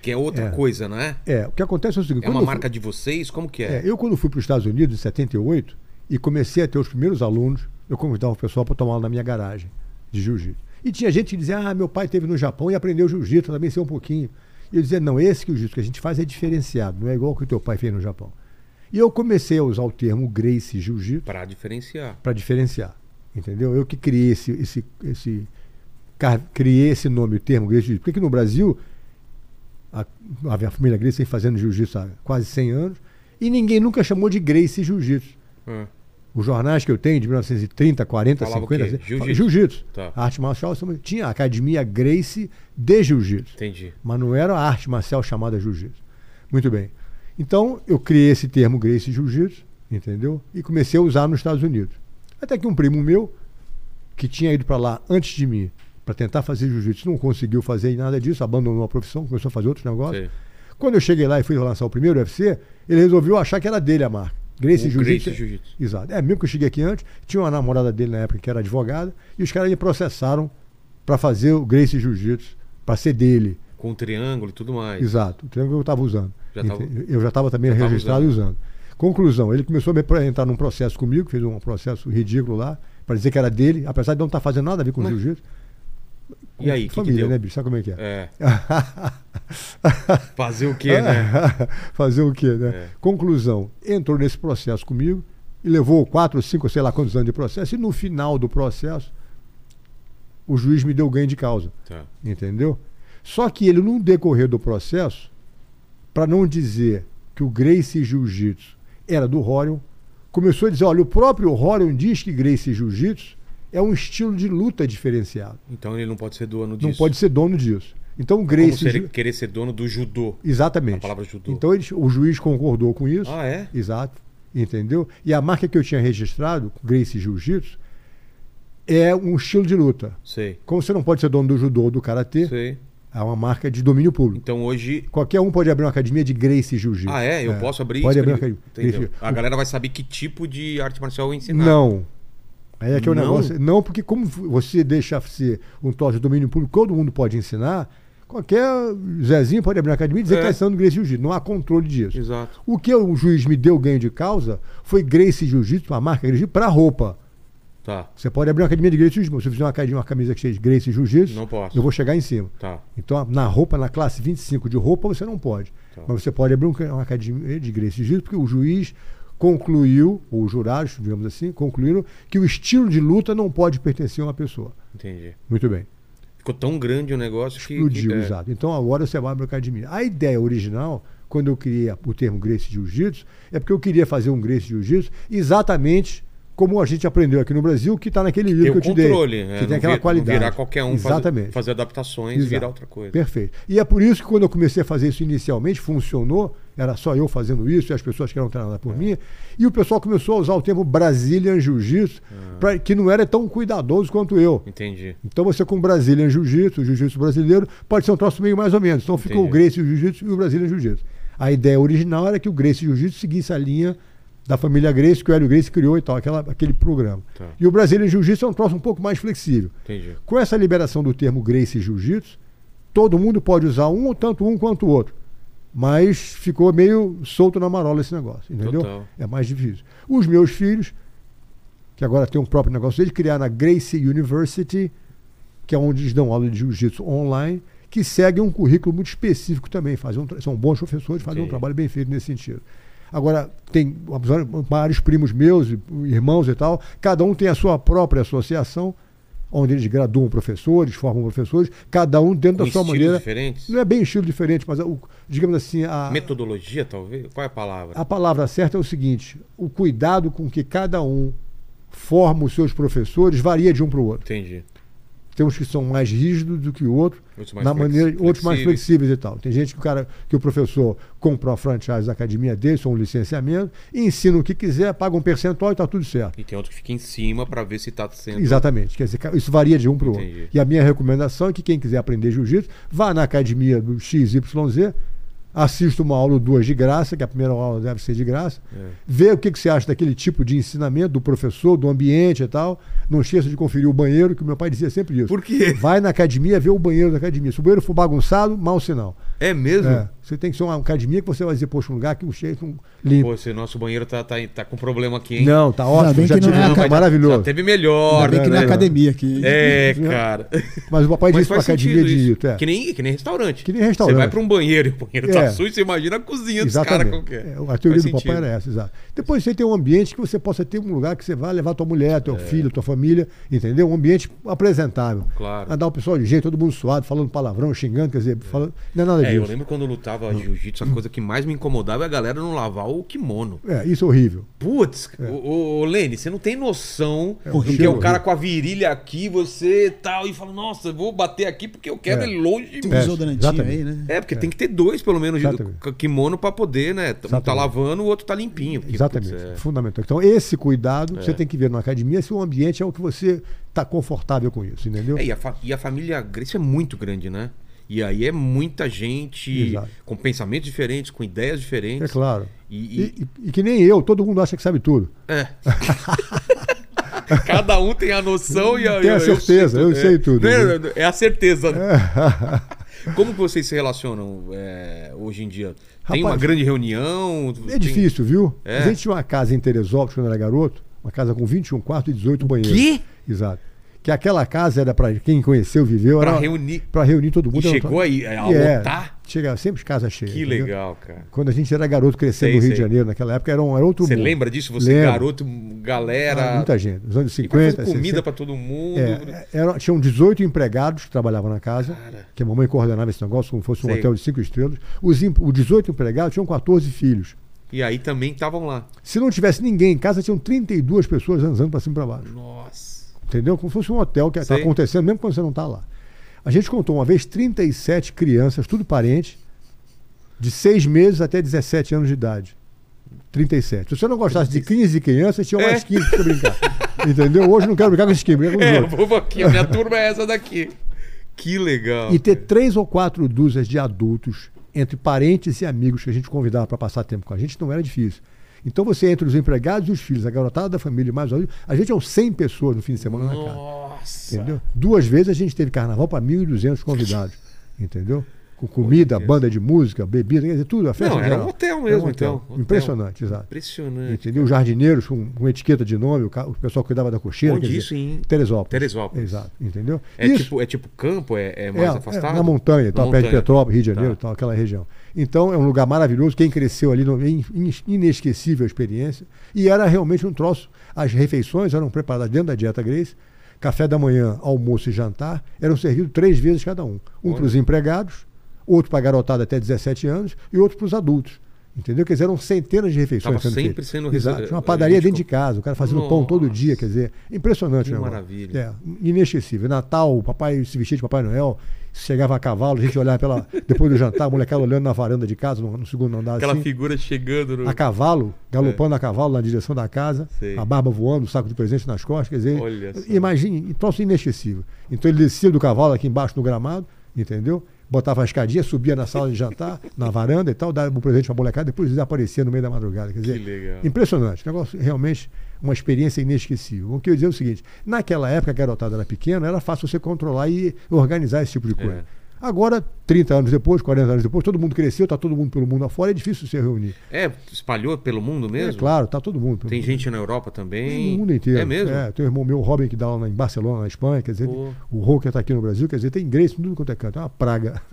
Speaker 1: que é outra
Speaker 3: É.
Speaker 1: coisa, não é?
Speaker 3: É, o que acontece é o seguinte...
Speaker 1: É uma
Speaker 3: quando eu
Speaker 1: marca de vocês? Como que
Speaker 3: fui-
Speaker 1: é?
Speaker 3: É, eu quando fui para os Estados Unidos, em 78, e comecei a ter os primeiros alunos, eu convidava o pessoal para tomar aula na minha garagem de jiu-jitsu. E tinha gente que dizia, ah, meu pai esteve no Japão e aprendeu jiu-jitsu, também sei um pouquinho. E eu dizia, não, esse que o jiu-jitsu que a gente faz é diferenciado, não é igual o que o teu pai fez no Japão. E eu comecei a usar o termo Grace Jiu-Jitsu
Speaker 1: Pra diferenciar.
Speaker 3: para diferenciar, entendeu? Eu que criei esse, esse, esse car- criei esse nome, o termo Grace Jiu-Jitsu. Porque aqui no Brasil a, a minha família Grace vem fazendo Jiu-Jitsu há quase 100 anos e ninguém nunca chamou de Grace Jiu-Jitsu.
Speaker 1: Ah,
Speaker 3: Os jornais que eu tenho de 1930, 40,
Speaker 1: Falava o
Speaker 3: 50,
Speaker 1: quê?
Speaker 3: fala,
Speaker 1: Jiu-jitsu.
Speaker 3: Jiu-Jitsu.
Speaker 1: Tá.
Speaker 3: A arte marcial chama- tinha a academia Grace de Jiu-Jitsu.
Speaker 1: entendi.
Speaker 3: Mas não era a arte marcial chamada jiu-jitsu. Muito bem. Então, eu criei esse termo Gracie Jiu-Jitsu, entendeu? E comecei a usar nos Estados Unidos. Até que um primo meu, que tinha ido para lá antes de mim, para tentar fazer jiu-jitsu, não conseguiu fazer nada disso, abandonou a profissão, começou a fazer outros negócios.
Speaker 1: Sei.
Speaker 3: Quando eu cheguei lá e fui lançar o primeiro UFC, ele resolveu achar que era dele a marca. Gracie
Speaker 1: O
Speaker 3: Jiu-Jitsu.
Speaker 1: Gracie Jiu-Jitsu.
Speaker 3: Exato. É mesmo que eu cheguei aqui antes, tinha uma namorada dele na época que era advogada, e os caras me processaram para fazer o Gracie Jiu-Jitsu, para ser dele.
Speaker 1: Com triângulo e tudo mais.
Speaker 3: Exato, o triângulo que eu estava usando.
Speaker 1: Já tava-
Speaker 3: Ente- Eu já estava também
Speaker 1: tava
Speaker 3: registrado e usando. Conclusão, ele começou a me pra- entrar num processo comigo, fez um processo ridículo lá, para dizer que era dele, apesar de não estar fazendo nada a ver com
Speaker 1: Mas-
Speaker 3: jiu-jitsu.
Speaker 1: E aí, o que que,
Speaker 3: Família,
Speaker 1: deu?
Speaker 3: né, bicho? Sabe como é que é?
Speaker 1: É, fazer o quê, né?
Speaker 3: Fazer o quê, né?
Speaker 1: É.
Speaker 3: Conclusão, entrou nesse processo comigo e levou quatro, cinco, sei lá quantos anos de processo, e no final do processo, o juiz me deu ganho de causa.
Speaker 1: Tá.
Speaker 3: Entendeu? Só que ele, no decorrer do processo, para não dizer que o Gracie Jiu-Jitsu era do Rorion, começou a dizer: olha, o próprio Rorion diz que Gracie Jiu-Jitsu é um estilo de luta diferenciado.
Speaker 1: Então ele não pode ser dono disso.
Speaker 3: Não pode ser dono disso. Então, o
Speaker 1: Como
Speaker 3: Gracie.
Speaker 1: se ele
Speaker 3: Jiu-
Speaker 1: querer ser dono do judô.
Speaker 3: Exatamente.
Speaker 1: A palavra judô.
Speaker 3: Então, eles- o juiz concordou com isso.
Speaker 1: Ah, é?
Speaker 3: Exato. Entendeu? E a marca que eu tinha registrado, Gracie Jiu-Jitsu, é um estilo de luta.
Speaker 1: Sei.
Speaker 3: Como você não pode ser dono do judô ou do karatê,
Speaker 1: Sei.
Speaker 3: é uma marca de domínio público.
Speaker 1: Então hoje.
Speaker 3: Qualquer um pode abrir uma academia de Gracie Jiu-Jitsu.
Speaker 1: Ah, é? Eu posso abrir
Speaker 3: Pode abrir
Speaker 1: experi-
Speaker 3: uma academia.
Speaker 1: Entendeu? Ah,
Speaker 3: Gracie-
Speaker 1: A galera vai saber que tipo de arte marcial eu ensinar.
Speaker 3: Não. Aí é que é o
Speaker 1: Não?
Speaker 3: negócio. Não, porque como você deixa ser um toque de domínio público, todo mundo pode ensinar. Qualquer Zezinho pode abrir uma academia e dizer
Speaker 1: É.
Speaker 3: que está ensinando Gracie Jiu-Jitsu. Não há controle disso.
Speaker 1: Exato.
Speaker 3: O que o juiz me deu ganho de causa foi Gracie Jiu-Jitsu, uma marca Gracie para roupa.
Speaker 1: Tá.
Speaker 3: Você pode abrir uma academia de Gracie Jiu-Jitsu. mas Se você fizer uma academia, uma camisa que seja Gracie Jiu-Jitsu,
Speaker 1: Não posso.
Speaker 3: eu vou chegar em cima.
Speaker 1: Tá.
Speaker 3: Então, na roupa, na classe 25 de roupa, você não pode.
Speaker 1: Tá.
Speaker 3: Mas você pode abrir um ca- uma academia de Gracie Jiu-Jitsu, porque o juiz concluiu, ou os jurados, digamos assim, concluíram que o estilo de luta não pode pertencer a uma pessoa.
Speaker 1: Entendi.
Speaker 3: Muito bem.
Speaker 1: Ficou tão grande o negócio que.
Speaker 3: Explodiu,
Speaker 1: que, é,
Speaker 3: exato. Então, agora você vai abrir uma academia. A ideia original, quando eu criei a- o termo Gracie Jiu-Jitsu, é porque eu queria fazer um Gracie Jiu-Jitsu exatamente como a gente aprendeu aqui no Brasil, que está naquele livro
Speaker 1: Ter
Speaker 3: que
Speaker 1: o
Speaker 3: eu te dei.
Speaker 1: controle, né?
Speaker 3: Que tem
Speaker 1: Não
Speaker 3: aquela
Speaker 1: vi- não
Speaker 3: qualidade.
Speaker 1: Virar qualquer um, fazer,
Speaker 3: Exatamente.
Speaker 1: fazer adaptações e
Speaker 3: Exato.
Speaker 1: virar outra coisa.
Speaker 3: Perfeito. E é por isso que quando eu comecei a fazer isso inicialmente, funcionou, era só eu fazendo isso e as pessoas que eram treinadas
Speaker 1: É.
Speaker 3: por mim. E o pessoal começou a usar o termo Brazilian Jiu-Jitsu,
Speaker 1: É.
Speaker 3: pra- que não era tão cuidadoso quanto eu.
Speaker 1: Entendi.
Speaker 3: Então você com Brazilian Jiu-Jitsu, o Jiu-Jitsu brasileiro, pode ser um troço meio mais ou menos. Então ficou
Speaker 1: Entendi.
Speaker 3: o Gracie Jiu-Jitsu e o Brazilian Jiu-Jitsu. A ideia original era que o Gracie Jiu-Jitsu seguisse a linha da família Gracie, que o Hélio Gracie criou e tal, aquela- aquele programa.
Speaker 1: Tá.
Speaker 3: E o Brazilian Jiu-Jitsu é um troço um pouco mais flexível.
Speaker 1: Entendi.
Speaker 3: Com essa liberação do termo Gracie Jiu-Jitsu, todo mundo pode usar um, tanto um quanto o outro. Mas ficou meio solto na marola esse negócio, entendeu?
Speaker 1: Total.
Speaker 3: É mais difícil. Os meus filhos, que agora têm um próprio negócio, eles criaram a Gracie University, que é onde eles dão aula de jiu-jitsu online, que segue um currículo muito específico também. Fazem um tra- são bons professores, fazem um
Speaker 1: Entendi.
Speaker 3: trabalho bem feito nesse sentido. Agora, tem vários primos meus, e- irmãos e tal, cada um tem a sua própria associação, onde eles graduam professores, formam professores, cada um dentro
Speaker 1: Com
Speaker 3: da sua
Speaker 1: estilos
Speaker 3: maneira.
Speaker 1: diferentes?
Speaker 3: Não é bem estilo diferente, mas, o- digamos assim, a,
Speaker 1: Metodologia, talvez? Qual é a palavra?
Speaker 3: a palavra certa é o seguinte: o cuidado com que cada um forma os seus professores varia de um para o outro.
Speaker 1: Entendi.
Speaker 3: Tem uns que são mais rígidos do que o outro,
Speaker 1: Outros mais
Speaker 3: na
Speaker 1: flexi-
Speaker 3: maneira, outros mais
Speaker 1: flexíveis.
Speaker 3: flexíveis e tal. Tem gente que o cara, que o professor compra a franchise da academia dele, só um licenciamento, e ensina o que quiser, paga um percentual e está tudo certo.
Speaker 1: E tem outro que fica em cima pra ver se tá sendo.
Speaker 3: Exatamente. Quer dizer, ca- isso varia de um para o outro.
Speaker 1: Entendi.
Speaker 3: E a minha recomendação é que quem quiser aprender jiu-jitsu, vá na academia do XYZ, assista uma aula ou duas de graça, que a primeira aula deve ser de graça,
Speaker 1: É.
Speaker 3: vê o que, que você acha daquele tipo de ensinamento do professor, do ambiente e tal. Não esqueça de conferir o banheiro, que o meu pai dizia sempre isso.
Speaker 1: Por quê?
Speaker 3: Vai na academia, vê o banheiro da academia. Se o banheiro for bagunçado, mau sinal.
Speaker 1: É mesmo?
Speaker 3: É, você tem que ser uma academia que você vai dizer, poxa, um lugar que o cheiro um limpo.
Speaker 1: Pô, esse nosso banheiro tá, tá, tá com problema aqui, hein?
Speaker 3: Não, tá
Speaker 2: Ainda
Speaker 3: ótimo,
Speaker 2: bem
Speaker 3: já
Speaker 2: que não
Speaker 3: tive
Speaker 2: é
Speaker 3: um
Speaker 2: acad-
Speaker 3: lugar
Speaker 1: Já
Speaker 3: maravilhoso.
Speaker 1: teve melhor,
Speaker 2: Ainda bem
Speaker 1: né?
Speaker 2: que na
Speaker 3: né?
Speaker 2: academia aqui.
Speaker 1: É, cara.
Speaker 3: Mas o papai
Speaker 1: Mas
Speaker 3: disse pra
Speaker 1: faz
Speaker 3: academia
Speaker 1: sentido
Speaker 3: de
Speaker 1: isso.
Speaker 3: Egito, é.
Speaker 1: Que, nem, que nem restaurante.
Speaker 3: Que nem restaurante.
Speaker 1: Você vai pra um banheiro e o banheiro tá
Speaker 3: É.
Speaker 1: sujo, você imagina a cozinha dos caras
Speaker 3: Exatamente.
Speaker 1: qualquer.
Speaker 3: É, A teoria
Speaker 1: Faz
Speaker 3: do
Speaker 1: sentido.
Speaker 3: papai era essa, exato. Depois você tem um ambiente que você possa ter um lugar que você vá levar tua mulher,
Speaker 1: É.
Speaker 3: teu filho, tua família, entendeu? Um ambiente apresentável.
Speaker 1: Claro.
Speaker 3: Andar o pessoal de jeito, todo mundo suado, falando palavrão, xingando, quer dizer, falando, não é nada
Speaker 1: É, eu
Speaker 3: disso.
Speaker 1: lembro quando eu lutava jiu-jitsu, a coisa que mais me incomodava é a galera não lavar o kimono.
Speaker 3: É, isso é horrível.
Speaker 1: Putz,
Speaker 3: É.
Speaker 1: ô, ô, Lene, você não tem noção do
Speaker 2: horrível,
Speaker 1: que é o
Speaker 3: horrível.
Speaker 1: cara com a virilha aqui, você tal, e fala, nossa, eu vou bater aqui porque eu quero
Speaker 3: É.
Speaker 1: ele longe de mim.
Speaker 2: Tem um
Speaker 3: É,
Speaker 2: desodorantinho
Speaker 3: exatamente.
Speaker 2: aí, né?
Speaker 1: É, porque tem que ter dois, pelo menos,
Speaker 3: Exatamente.
Speaker 1: de kimono pra poder, né? Um tá
Speaker 3: Exatamente.
Speaker 1: lavando, o outro tá limpinho. porque,
Speaker 3: Exatamente,
Speaker 1: putz, é.
Speaker 3: fundamental. Então, esse cuidado você tem que ver na academia se o ambiente é o que você está confortável com isso, entendeu?
Speaker 1: É, e, a fa- e a família Grace é muito grande, né? E aí é muita gente
Speaker 3: Exato.
Speaker 1: com pensamentos diferentes, com ideias diferentes.
Speaker 3: É claro.
Speaker 1: E, e-
Speaker 3: E, e- e que nem eu, todo mundo acha que sabe tudo.
Speaker 1: é. Cada um tem a noção e a,
Speaker 3: Tem a certeza, eu sei tudo, É.
Speaker 1: É, Né? é a certeza. né? Como que vocês se relacionam é, hoje em dia? Tem uma
Speaker 3: Rapaz,
Speaker 1: grande reunião?
Speaker 3: É
Speaker 1: Tem-
Speaker 3: difícil, viu?
Speaker 1: É.
Speaker 3: A gente tinha uma casa em Teresópolis quando era garoto, uma casa com 21 quartos e 18 banheiros.
Speaker 1: quê?
Speaker 3: Exato. Que aquela casa era para quem conheceu, viveu,
Speaker 1: Pra
Speaker 3: era
Speaker 1: reunir.
Speaker 3: para reunir todo
Speaker 1: E
Speaker 3: mundo. Era
Speaker 1: chegou
Speaker 3: uma-
Speaker 1: aí a
Speaker 3: É,
Speaker 1: lotar?
Speaker 3: Chegava sempre casa cheia.
Speaker 1: Que
Speaker 3: entendeu?
Speaker 1: legal, cara.
Speaker 3: Quando a gente era garoto crescendo
Speaker 1: Sei,
Speaker 3: no Rio de
Speaker 1: sei.
Speaker 3: Janeiro, naquela época era, um, era outro
Speaker 1: Você
Speaker 3: mundo.
Speaker 1: lembra disso? Você
Speaker 3: Lembro.
Speaker 1: garoto, galera.
Speaker 3: Ah, Muita gente, nos anos
Speaker 1: E pra fazer
Speaker 3: 50,
Speaker 1: comida
Speaker 3: 60.
Speaker 1: pra todo mundo. né?
Speaker 3: É, era- tinham 18 empregados que trabalhavam na casa, que a mamãe coordenava esse negócio como fosse um
Speaker 1: Sei.
Speaker 3: hotel de cinco estrelas. Os, em- os 18 empregados tinham 14 filhos.
Speaker 1: E aí também estavam lá.
Speaker 3: Se não tivesse ninguém em casa, tinham 32 pessoas andando para cima e para baixo.
Speaker 1: Nossa.
Speaker 3: Entendeu? Como se fosse um hotel que está
Speaker 1: Sei.
Speaker 3: acontecendo, mesmo quando você não está lá. A gente contou uma vez 37 crianças, tudo parente, de 6 meses até 17 anos de idade. 37. Se você não gostasse de 15 crianças, tinha mais 15 para brincar. Entendeu? Hoje eu não quero brincar com esses 15, brincar com os
Speaker 1: É,
Speaker 3: outros.
Speaker 1: vou aqui, a minha turma é essa daqui. Que legal.
Speaker 3: E ter
Speaker 1: cara.
Speaker 3: três ou quatro dúzias de adultos, entre parentes e amigos que a gente convidava para passar tempo com a gente, não era difícil. Então você entre os empregados e os filhos, a garotada da família, e mais os a gente eram 100 pessoas no fim de semana na casa.
Speaker 1: Nossa.
Speaker 3: Entendeu? Duas vezes a gente teve carnaval para 1.200 convidados. Entendeu? Com comida, banda de música, bebida, quer dizer, tudo. A festa
Speaker 1: Não, era
Speaker 3: geral.
Speaker 1: um hotel
Speaker 3: Era
Speaker 1: mesmo, então. Hotel. É,
Speaker 3: Impressionante, exato.
Speaker 1: Impressionante.
Speaker 3: Entendeu? Os jardineiros com, com etiqueta de nome, o, ca- o pessoal que cuidava da cocheira.
Speaker 1: Onde
Speaker 3: quer dizer,
Speaker 1: isso, em
Speaker 3: Teresópolis.
Speaker 1: Teresópolis?
Speaker 3: Exato, entendeu?
Speaker 1: É
Speaker 3: Isso-
Speaker 1: tipo, é tipo campo, é, é mais
Speaker 3: é,
Speaker 1: afastado?
Speaker 3: é, na montanha, tal, perto de
Speaker 1: montanha.
Speaker 3: Petrópolis, Rio de Janeiro,
Speaker 1: Tá.
Speaker 3: tal, aquela região. Então é um lugar maravilhoso. Quem cresceu ali, no- in- in- inesquecível a experiência. E era realmente um troço. As refeições eram preparadas dentro da dieta Grace. Café da manhã, almoço e jantar eram servidos três vezes cada um. Um
Speaker 1: Olha.
Speaker 3: para os empregados, outro para a garotada até 17 anos e outro para os adultos. Entendeu? Quer dizer, eram centenas de refeições.
Speaker 1: Tava sempre sendo
Speaker 3: Exato.
Speaker 1: rece-
Speaker 3: Tinha Uma padaria
Speaker 1: a gente
Speaker 3: dentro de casa, o cara fazendo pão todo dia, quer dizer, impressionante.
Speaker 1: Que
Speaker 3: o negócio.
Speaker 1: maravilha.
Speaker 3: É, inesquecível. Natal, o papai se vestia de Papai Noel, chegava a cavalo, a gente olhava pela. Depois do jantar, a molecada olhando na varanda de casa, no, no segundo andar
Speaker 1: Aquela
Speaker 3: assim.
Speaker 1: figura chegando no.
Speaker 3: A cavalo, galopando a cavalo na direção da casa,
Speaker 1: É. Sei.
Speaker 3: a barba voando, o saco de presente nas costas, quer dizer,
Speaker 1: Olha só.
Speaker 3: imagine, um troço inesquecível. Então ele descia do cavalo aqui embaixo no gramado, entendeu? Botava a escadinha, subia na sala de jantar, na varanda e tal, dava um presente pra molecada, depois desaparecia no meio da madrugada. Quer dizer,
Speaker 1: legal.
Speaker 3: impressionante. Negócio realmente uma experiência inesquecível. O que eu ia dizer é o seguinte: naquela época, a garotada era pequena, era fácil você controlar e organizar esse tipo de coisa.
Speaker 1: É.
Speaker 3: Agora, 30 anos depois, 40 anos depois, todo mundo cresceu, está todo mundo pelo mundo afora, é difícil se reunir.
Speaker 1: É, espalhou pelo mundo mesmo?
Speaker 3: É claro, tá todo mundo.
Speaker 1: Tem gente na Europa também.
Speaker 3: no mundo inteiro.
Speaker 1: É mesmo?
Speaker 3: tem o irmão meu, Robin, que dá aula em Barcelona, na Espanha, quer dizer,
Speaker 1: Pô.
Speaker 3: o Roker tá aqui no Brasil, quer dizer, tem inglês em tudo quanto é canto. É uma praga.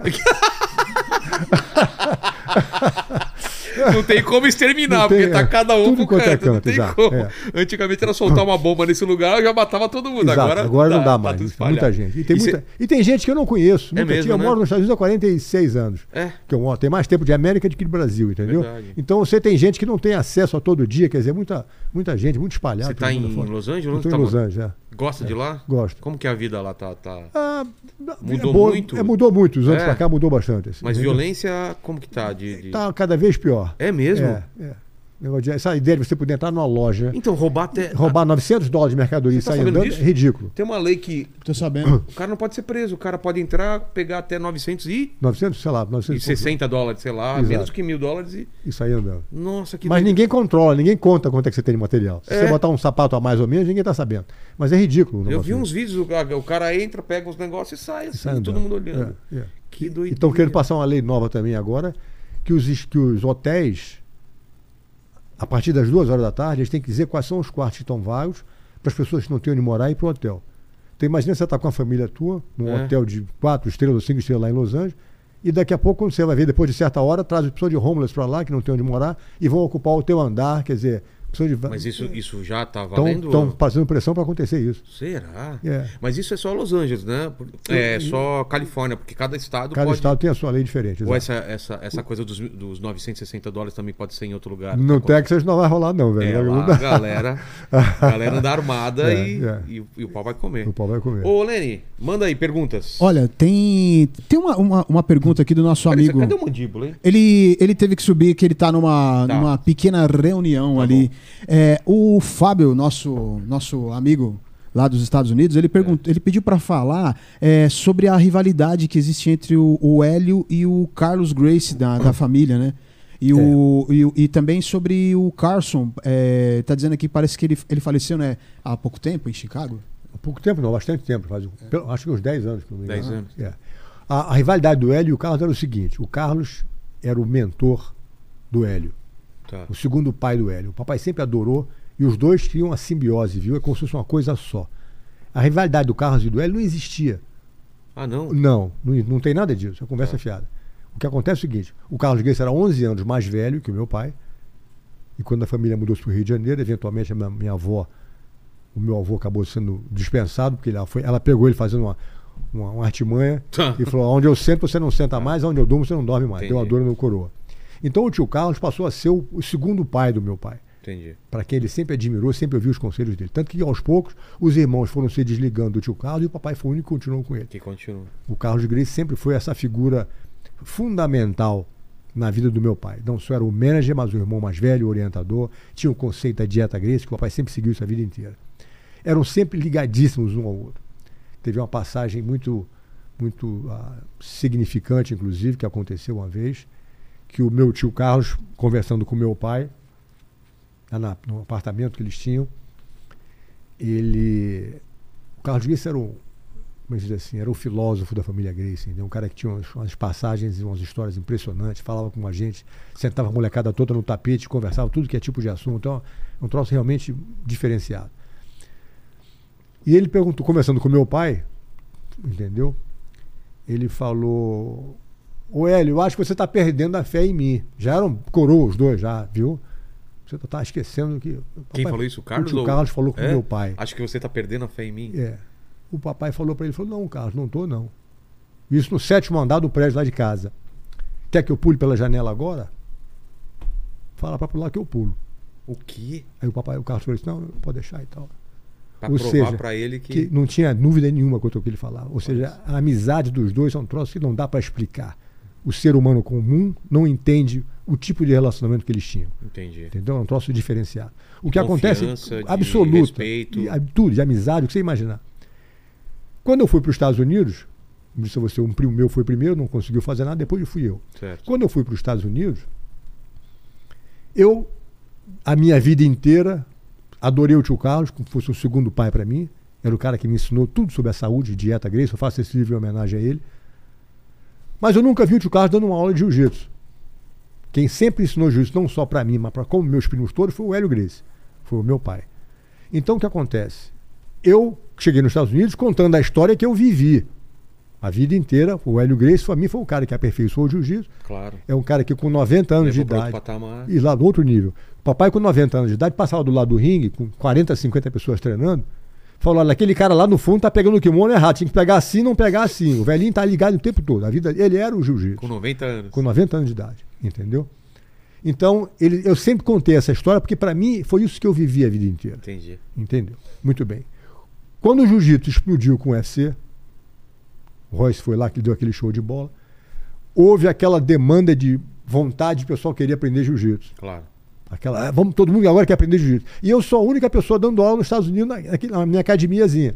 Speaker 1: Não tem como exterminar,
Speaker 3: Não tem,
Speaker 1: porque tá
Speaker 3: é.
Speaker 1: cada um
Speaker 3: Tudo
Speaker 1: pro
Speaker 3: quanto é
Speaker 1: canto, não
Speaker 3: canto,
Speaker 1: tem
Speaker 3: exato,
Speaker 1: como.
Speaker 3: é.
Speaker 1: Antigamente era soltar uma bomba nesse lugar, já matava todo mundo.
Speaker 3: Exato,
Speaker 1: agora
Speaker 3: agora, não
Speaker 1: tá-
Speaker 3: dá
Speaker 1: tá
Speaker 3: mais.
Speaker 1: tudo
Speaker 3: muita
Speaker 1: espalhado.
Speaker 3: gente. E tem,
Speaker 1: E cê-
Speaker 3: muita, e tem gente que eu não conheço. Nunca
Speaker 1: mesmo,
Speaker 3: tinha- eu
Speaker 1: né?
Speaker 3: moro nos Estados Unidos há 46 anos.
Speaker 1: É.
Speaker 3: Que eu moro. Tem mais tempo de América do que de Brasil, entendeu?
Speaker 1: Verdade.
Speaker 3: Então você tem gente que não tem acesso a todo dia, quer dizer, muita, muita gente, muito espalhado.
Speaker 1: Você
Speaker 3: pelo
Speaker 1: tá
Speaker 3: mundo
Speaker 1: em
Speaker 3: afora.
Speaker 1: Los Angeles?
Speaker 3: Eu
Speaker 1: Onde
Speaker 3: tô
Speaker 1: tá
Speaker 3: em Los
Speaker 1: morando?
Speaker 3: Angeles, é.
Speaker 1: Gosta de lá?
Speaker 3: Gosto.
Speaker 1: Como que é a vida lá tá? tá-
Speaker 3: Ah,
Speaker 1: Mudou
Speaker 3: boa-
Speaker 1: muito?
Speaker 3: É, mudou muito. Os anos
Speaker 1: É.
Speaker 3: pra cá mudou bastante. assim,
Speaker 1: Mas
Speaker 3: entendeu?
Speaker 1: violência, como que tá? De, de-
Speaker 3: Tá cada vez pior.
Speaker 1: É mesmo?
Speaker 3: É, é. Negócio de- Essa ideia de você poder entrar numa loja,
Speaker 1: Então, roubar até.
Speaker 3: roubar 900 dólares de mercadoria e
Speaker 1: Você tá
Speaker 3: sair
Speaker 1: sabendo
Speaker 3: andando
Speaker 1: disso?
Speaker 3: é ridículo.
Speaker 1: Tem uma lei que
Speaker 2: Tô sabendo.
Speaker 1: o cara não pode ser preso, o cara pode entrar, pegar até 900 e,
Speaker 3: 900, sei lá,
Speaker 1: e
Speaker 3: 900
Speaker 1: 60 dólares, sei lá,
Speaker 3: Exato.
Speaker 1: menos que mil dólares e.
Speaker 3: e sair andando.
Speaker 1: Nossa, que
Speaker 3: Mas
Speaker 1: doido.
Speaker 3: ninguém controla, ninguém conta quanto é que você tem de material. Se
Speaker 1: É.
Speaker 3: você botar um sapato a mais ou menos, ninguém tá sabendo. Mas é ridículo. o
Speaker 1: Eu
Speaker 3: negócio
Speaker 1: vi
Speaker 3: desse.
Speaker 1: uns vídeos, o cara, o cara entra, pega uns negócios e sai, assim,
Speaker 3: Sai andando.
Speaker 1: todo mundo olhando.
Speaker 3: É, é.
Speaker 1: Que
Speaker 3: E
Speaker 1: doideira.
Speaker 3: estão querendo passar uma lei nova também agora, que os, es- que os hotéis, a partir das duas horas da tarde, eles têm que dizer quais são os quartos que estão vagos, para as pessoas que não têm onde morar e para o hotel. Então imagina você estar com a família tua, num
Speaker 1: É.
Speaker 3: hotel de quatro estrelas ou cinco estrelas lá em Los Angeles, e daqui a pouco, quando você vai ver, depois de certa hora, traz o pessoal de homeless para lá, que não tem onde morar, e vão ocupar o teu andar, quer dizer, pessoas de...
Speaker 1: Mas isso, isso já tá valendo?
Speaker 3: Estão fazendo pressão para acontecer isso.
Speaker 1: Será?
Speaker 3: É.
Speaker 1: Mas isso é só Los Angeles, né? Por- É só Califórnia, porque cada estado
Speaker 3: Cada
Speaker 1: pode.
Speaker 3: estado tem a sua lei diferente.
Speaker 1: Ou é
Speaker 3: exato.
Speaker 1: essa, essa, essa coisa dos, dos 960 dólares também pode ser em outro lugar.
Speaker 3: No
Speaker 1: Tá
Speaker 3: Texas não vai rolar não,
Speaker 1: É,
Speaker 3: velho.
Speaker 1: lá a galera, a galera anda armada
Speaker 3: né? É,
Speaker 1: e,
Speaker 3: é.
Speaker 1: E, e o pau vai comer.
Speaker 3: O pau vai comer.
Speaker 1: Ô, Lene, manda aí perguntas.
Speaker 2: Olha, tem, tem uma, uma, uma pergunta aqui do nosso
Speaker 1: Cara, isso-
Speaker 2: amigo.
Speaker 1: Cadê o mandíbula, hein?
Speaker 2: Ele, ele teve que subir, que ele tá numa,
Speaker 1: Tá.
Speaker 2: numa pequena reunião ali. É, o Fábio, nosso, nosso amigo lá dos Estados Unidos, ele, perguntou, ele pediu para falar é, sobre a rivalidade que existe entre o, o Hélio e o Carlos Grace da, da família, né? E, o, e, o- e também sobre o Carson. É, tá dizendo aqui, parece que ele, ele faleceu né, há pouco tempo em Chicago.
Speaker 3: Há pouco tempo, não, há bastante tempo, faz, um, pelo- acho que uns 10 anos. pelo menos.
Speaker 1: 10 anos.
Speaker 3: É. A, a rivalidade do Hélio e o Carlos era o seguinte: o Carlos era o mentor do Hélio,
Speaker 1: Tá.
Speaker 3: o segundo pai do Hélio. O papai sempre adorou e os dois tinham uma simbiose, viu? É como se fosse uma coisa só. A rivalidade do Carlos e do Hélio não existia.
Speaker 1: Ah, não.
Speaker 3: Não, não, não tem nada disso, é conversa fiada. O que acontece é o seguinte: o Carlos Grace era 11 anos mais velho que o meu pai, e quando a família mudou-se para o Rio de Janeiro, eventualmente a minha, minha avó, o meu avô acabou sendo dispensado, porque ela, foi, ela pegou ele fazendo uma, uma, uma artimanha
Speaker 1: Tá.
Speaker 3: e falou: onde eu sento você não senta mais, onde eu durmo você não dorme mais. Deu uma
Speaker 1: Entendi.
Speaker 3: dor no coroa. Então o tio Carlos passou a ser o, o segundo pai do meu pai
Speaker 1: Entendi.
Speaker 3: para quem ele sempre admirou, sempre ouviu os conselhos dele. Tanto que aos poucos os irmãos foram se desligando do tio Carlos e o papai foi o único que continuou com ele.
Speaker 1: Que continua.
Speaker 3: O Carlos Grace sempre foi essa figura fundamental na vida do meu pai. Não só era o manager, mas o irmão mais velho, o orientador. Tinha o conceito da dieta Grace, que o papai sempre seguiu isso a vida inteira. Eram sempre ligadíssimos um ao outro. Teve uma passagem muito, muito ah, significante, inclusive, que aconteceu uma vez, que o meu tio Carlos, conversando com meu pai, lá na, no apartamento que eles tinham, ele... O Carlos Grace era um, como dizer assim, era o filósofo da família Grace, entendeu? um cara que tinha umas, umas passagens e umas histórias impressionantes, falava com a gente, sentava a molecada toda no tapete, conversava tudo que é tipo de assunto, então é um troço realmente diferenciado. E ele perguntou, conversando com meu pai, entendeu? Ele falou: Ô Hélio, eu acho que você está perdendo a fé em mim. Já eram coroa os dois, já, viu? Você está esquecendo que.
Speaker 1: Quem
Speaker 3: Papai,
Speaker 1: falou isso? O Carlos?
Speaker 3: O tio
Speaker 1: ou-
Speaker 3: Carlos falou com
Speaker 1: É?
Speaker 3: meu pai.
Speaker 1: Acho que você tá perdendo a fé em mim.
Speaker 3: É. O papai falou para ele, falou, não, Carlos, não tô não. Isso no sétimo andar do prédio lá de casa. Quer que eu pule pela janela agora? Fala para pular que eu pulo.
Speaker 1: O que?
Speaker 3: Aí o papai, o Carlos falou assim, não, não pode deixar e tal.
Speaker 1: Pra
Speaker 3: Ou
Speaker 1: provar
Speaker 3: seja,
Speaker 1: pra ele que.
Speaker 3: Que não tinha dúvida nenhuma quanto ao que ele falava. Ou seja, a amizade dos dois é um troço que não dá para explicar. O ser humano comum não entende o tipo de relacionamento que eles tinham.
Speaker 1: Entendi.
Speaker 3: Entendeu? É um troço diferenciado. O que acontece.
Speaker 1: Confiança, de
Speaker 3: Absoluto.
Speaker 1: respeito.
Speaker 3: E, a- tudo, de amizade, o que você imaginar. Quando eu fui para os Estados Unidos, como disse a você, um primo meu foi primeiro, não conseguiu fazer nada, depois eu fui eu.
Speaker 1: Certo.
Speaker 3: Quando eu fui para os Estados Unidos, eu, a minha vida inteira, adorei o tio Carlos, como fosse o segundo pai para mim. Era o cara que me ensinou tudo sobre a saúde, dieta Grace. Eu faço esse livro em homenagem a ele. Mas eu nunca vi o tio Carlos dando uma aula de jiu-jitsu. Quem sempre ensinou jiu-jitsu, não só para mim, mas para como meus primos todos, foi o Hélio Grace. Foi o meu pai. Então o que acontece? Eu cheguei nos Estados Unidos contando a história que eu vivi. A vida inteira, o Hélio Grace, para mim, foi o cara que aperfeiçoou o jiu-jitsu.
Speaker 1: Claro.
Speaker 3: É um cara que com 90 anos de
Speaker 1: Levou pra outro
Speaker 3: idade.
Speaker 1: patamar.
Speaker 3: E lá do outro nível. O papai com 90 anos de idade passava do lado do ringue, com 40, 50 pessoas treinando, falou: olha, aquele cara lá no fundo tá pegando o kimono errado, tinha que pegar assim, não pegar assim. O velhinho tá ligado o tempo todo. A vida ele era o jiu-jitsu
Speaker 1: Com 90 anos.
Speaker 3: com 90 anos de idade, entendeu? Então, ele- eu sempre contei essa história porque para mim foi isso que eu vivi a vida inteira.
Speaker 1: Entendi.
Speaker 3: Entendeu? Muito bem. Quando o jiu-jitsu explodiu com o UFC, o Royce foi lá que deu aquele show de bola, houve aquela demanda de vontade, o pessoal queria aprender jiu-jitsu.
Speaker 1: Claro.
Speaker 3: Aquela, "Ah, vamos, todo mundo agora quer aprender jiu-jitsu. E eu sou a única pessoa dando aula nos Estados Unidos, na, naquele- na minha academiazinha.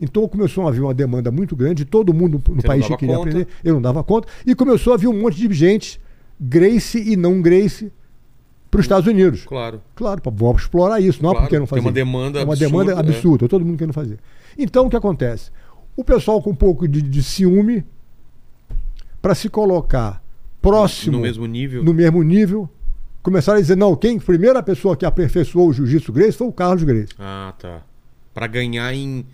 Speaker 3: Então começou a haver uma demanda muito grande, todo mundo no
Speaker 1: Você não
Speaker 3: país
Speaker 1: dava
Speaker 3: que queria
Speaker 1: conta.
Speaker 3: aprender, eu não dava conta, e começou a vir um monte de gente, Grace e não Grace, para
Speaker 1: Hum,
Speaker 3: os Estados Unidos.
Speaker 1: Claro.
Speaker 3: Claro, pá, vamos explorar isso, não há
Speaker 1: Claro,
Speaker 3: por que não
Speaker 1: tem
Speaker 3: fazer.
Speaker 1: uma demanda
Speaker 3: É uma
Speaker 1: absurda,
Speaker 3: demanda
Speaker 1: né?
Speaker 3: absurda, todo mundo querendo fazer. Então, o que acontece? O pessoal com um pouco de, de ciúme, para se colocar próximo,
Speaker 1: No mesmo nível.
Speaker 3: no mesmo nível, começaram a dizer, não, quem primeira pessoa que aperfeiçoou o jiu-jitsu Grace foi o Carlos Grace.
Speaker 1: Ah, tá. Pra ganhar em.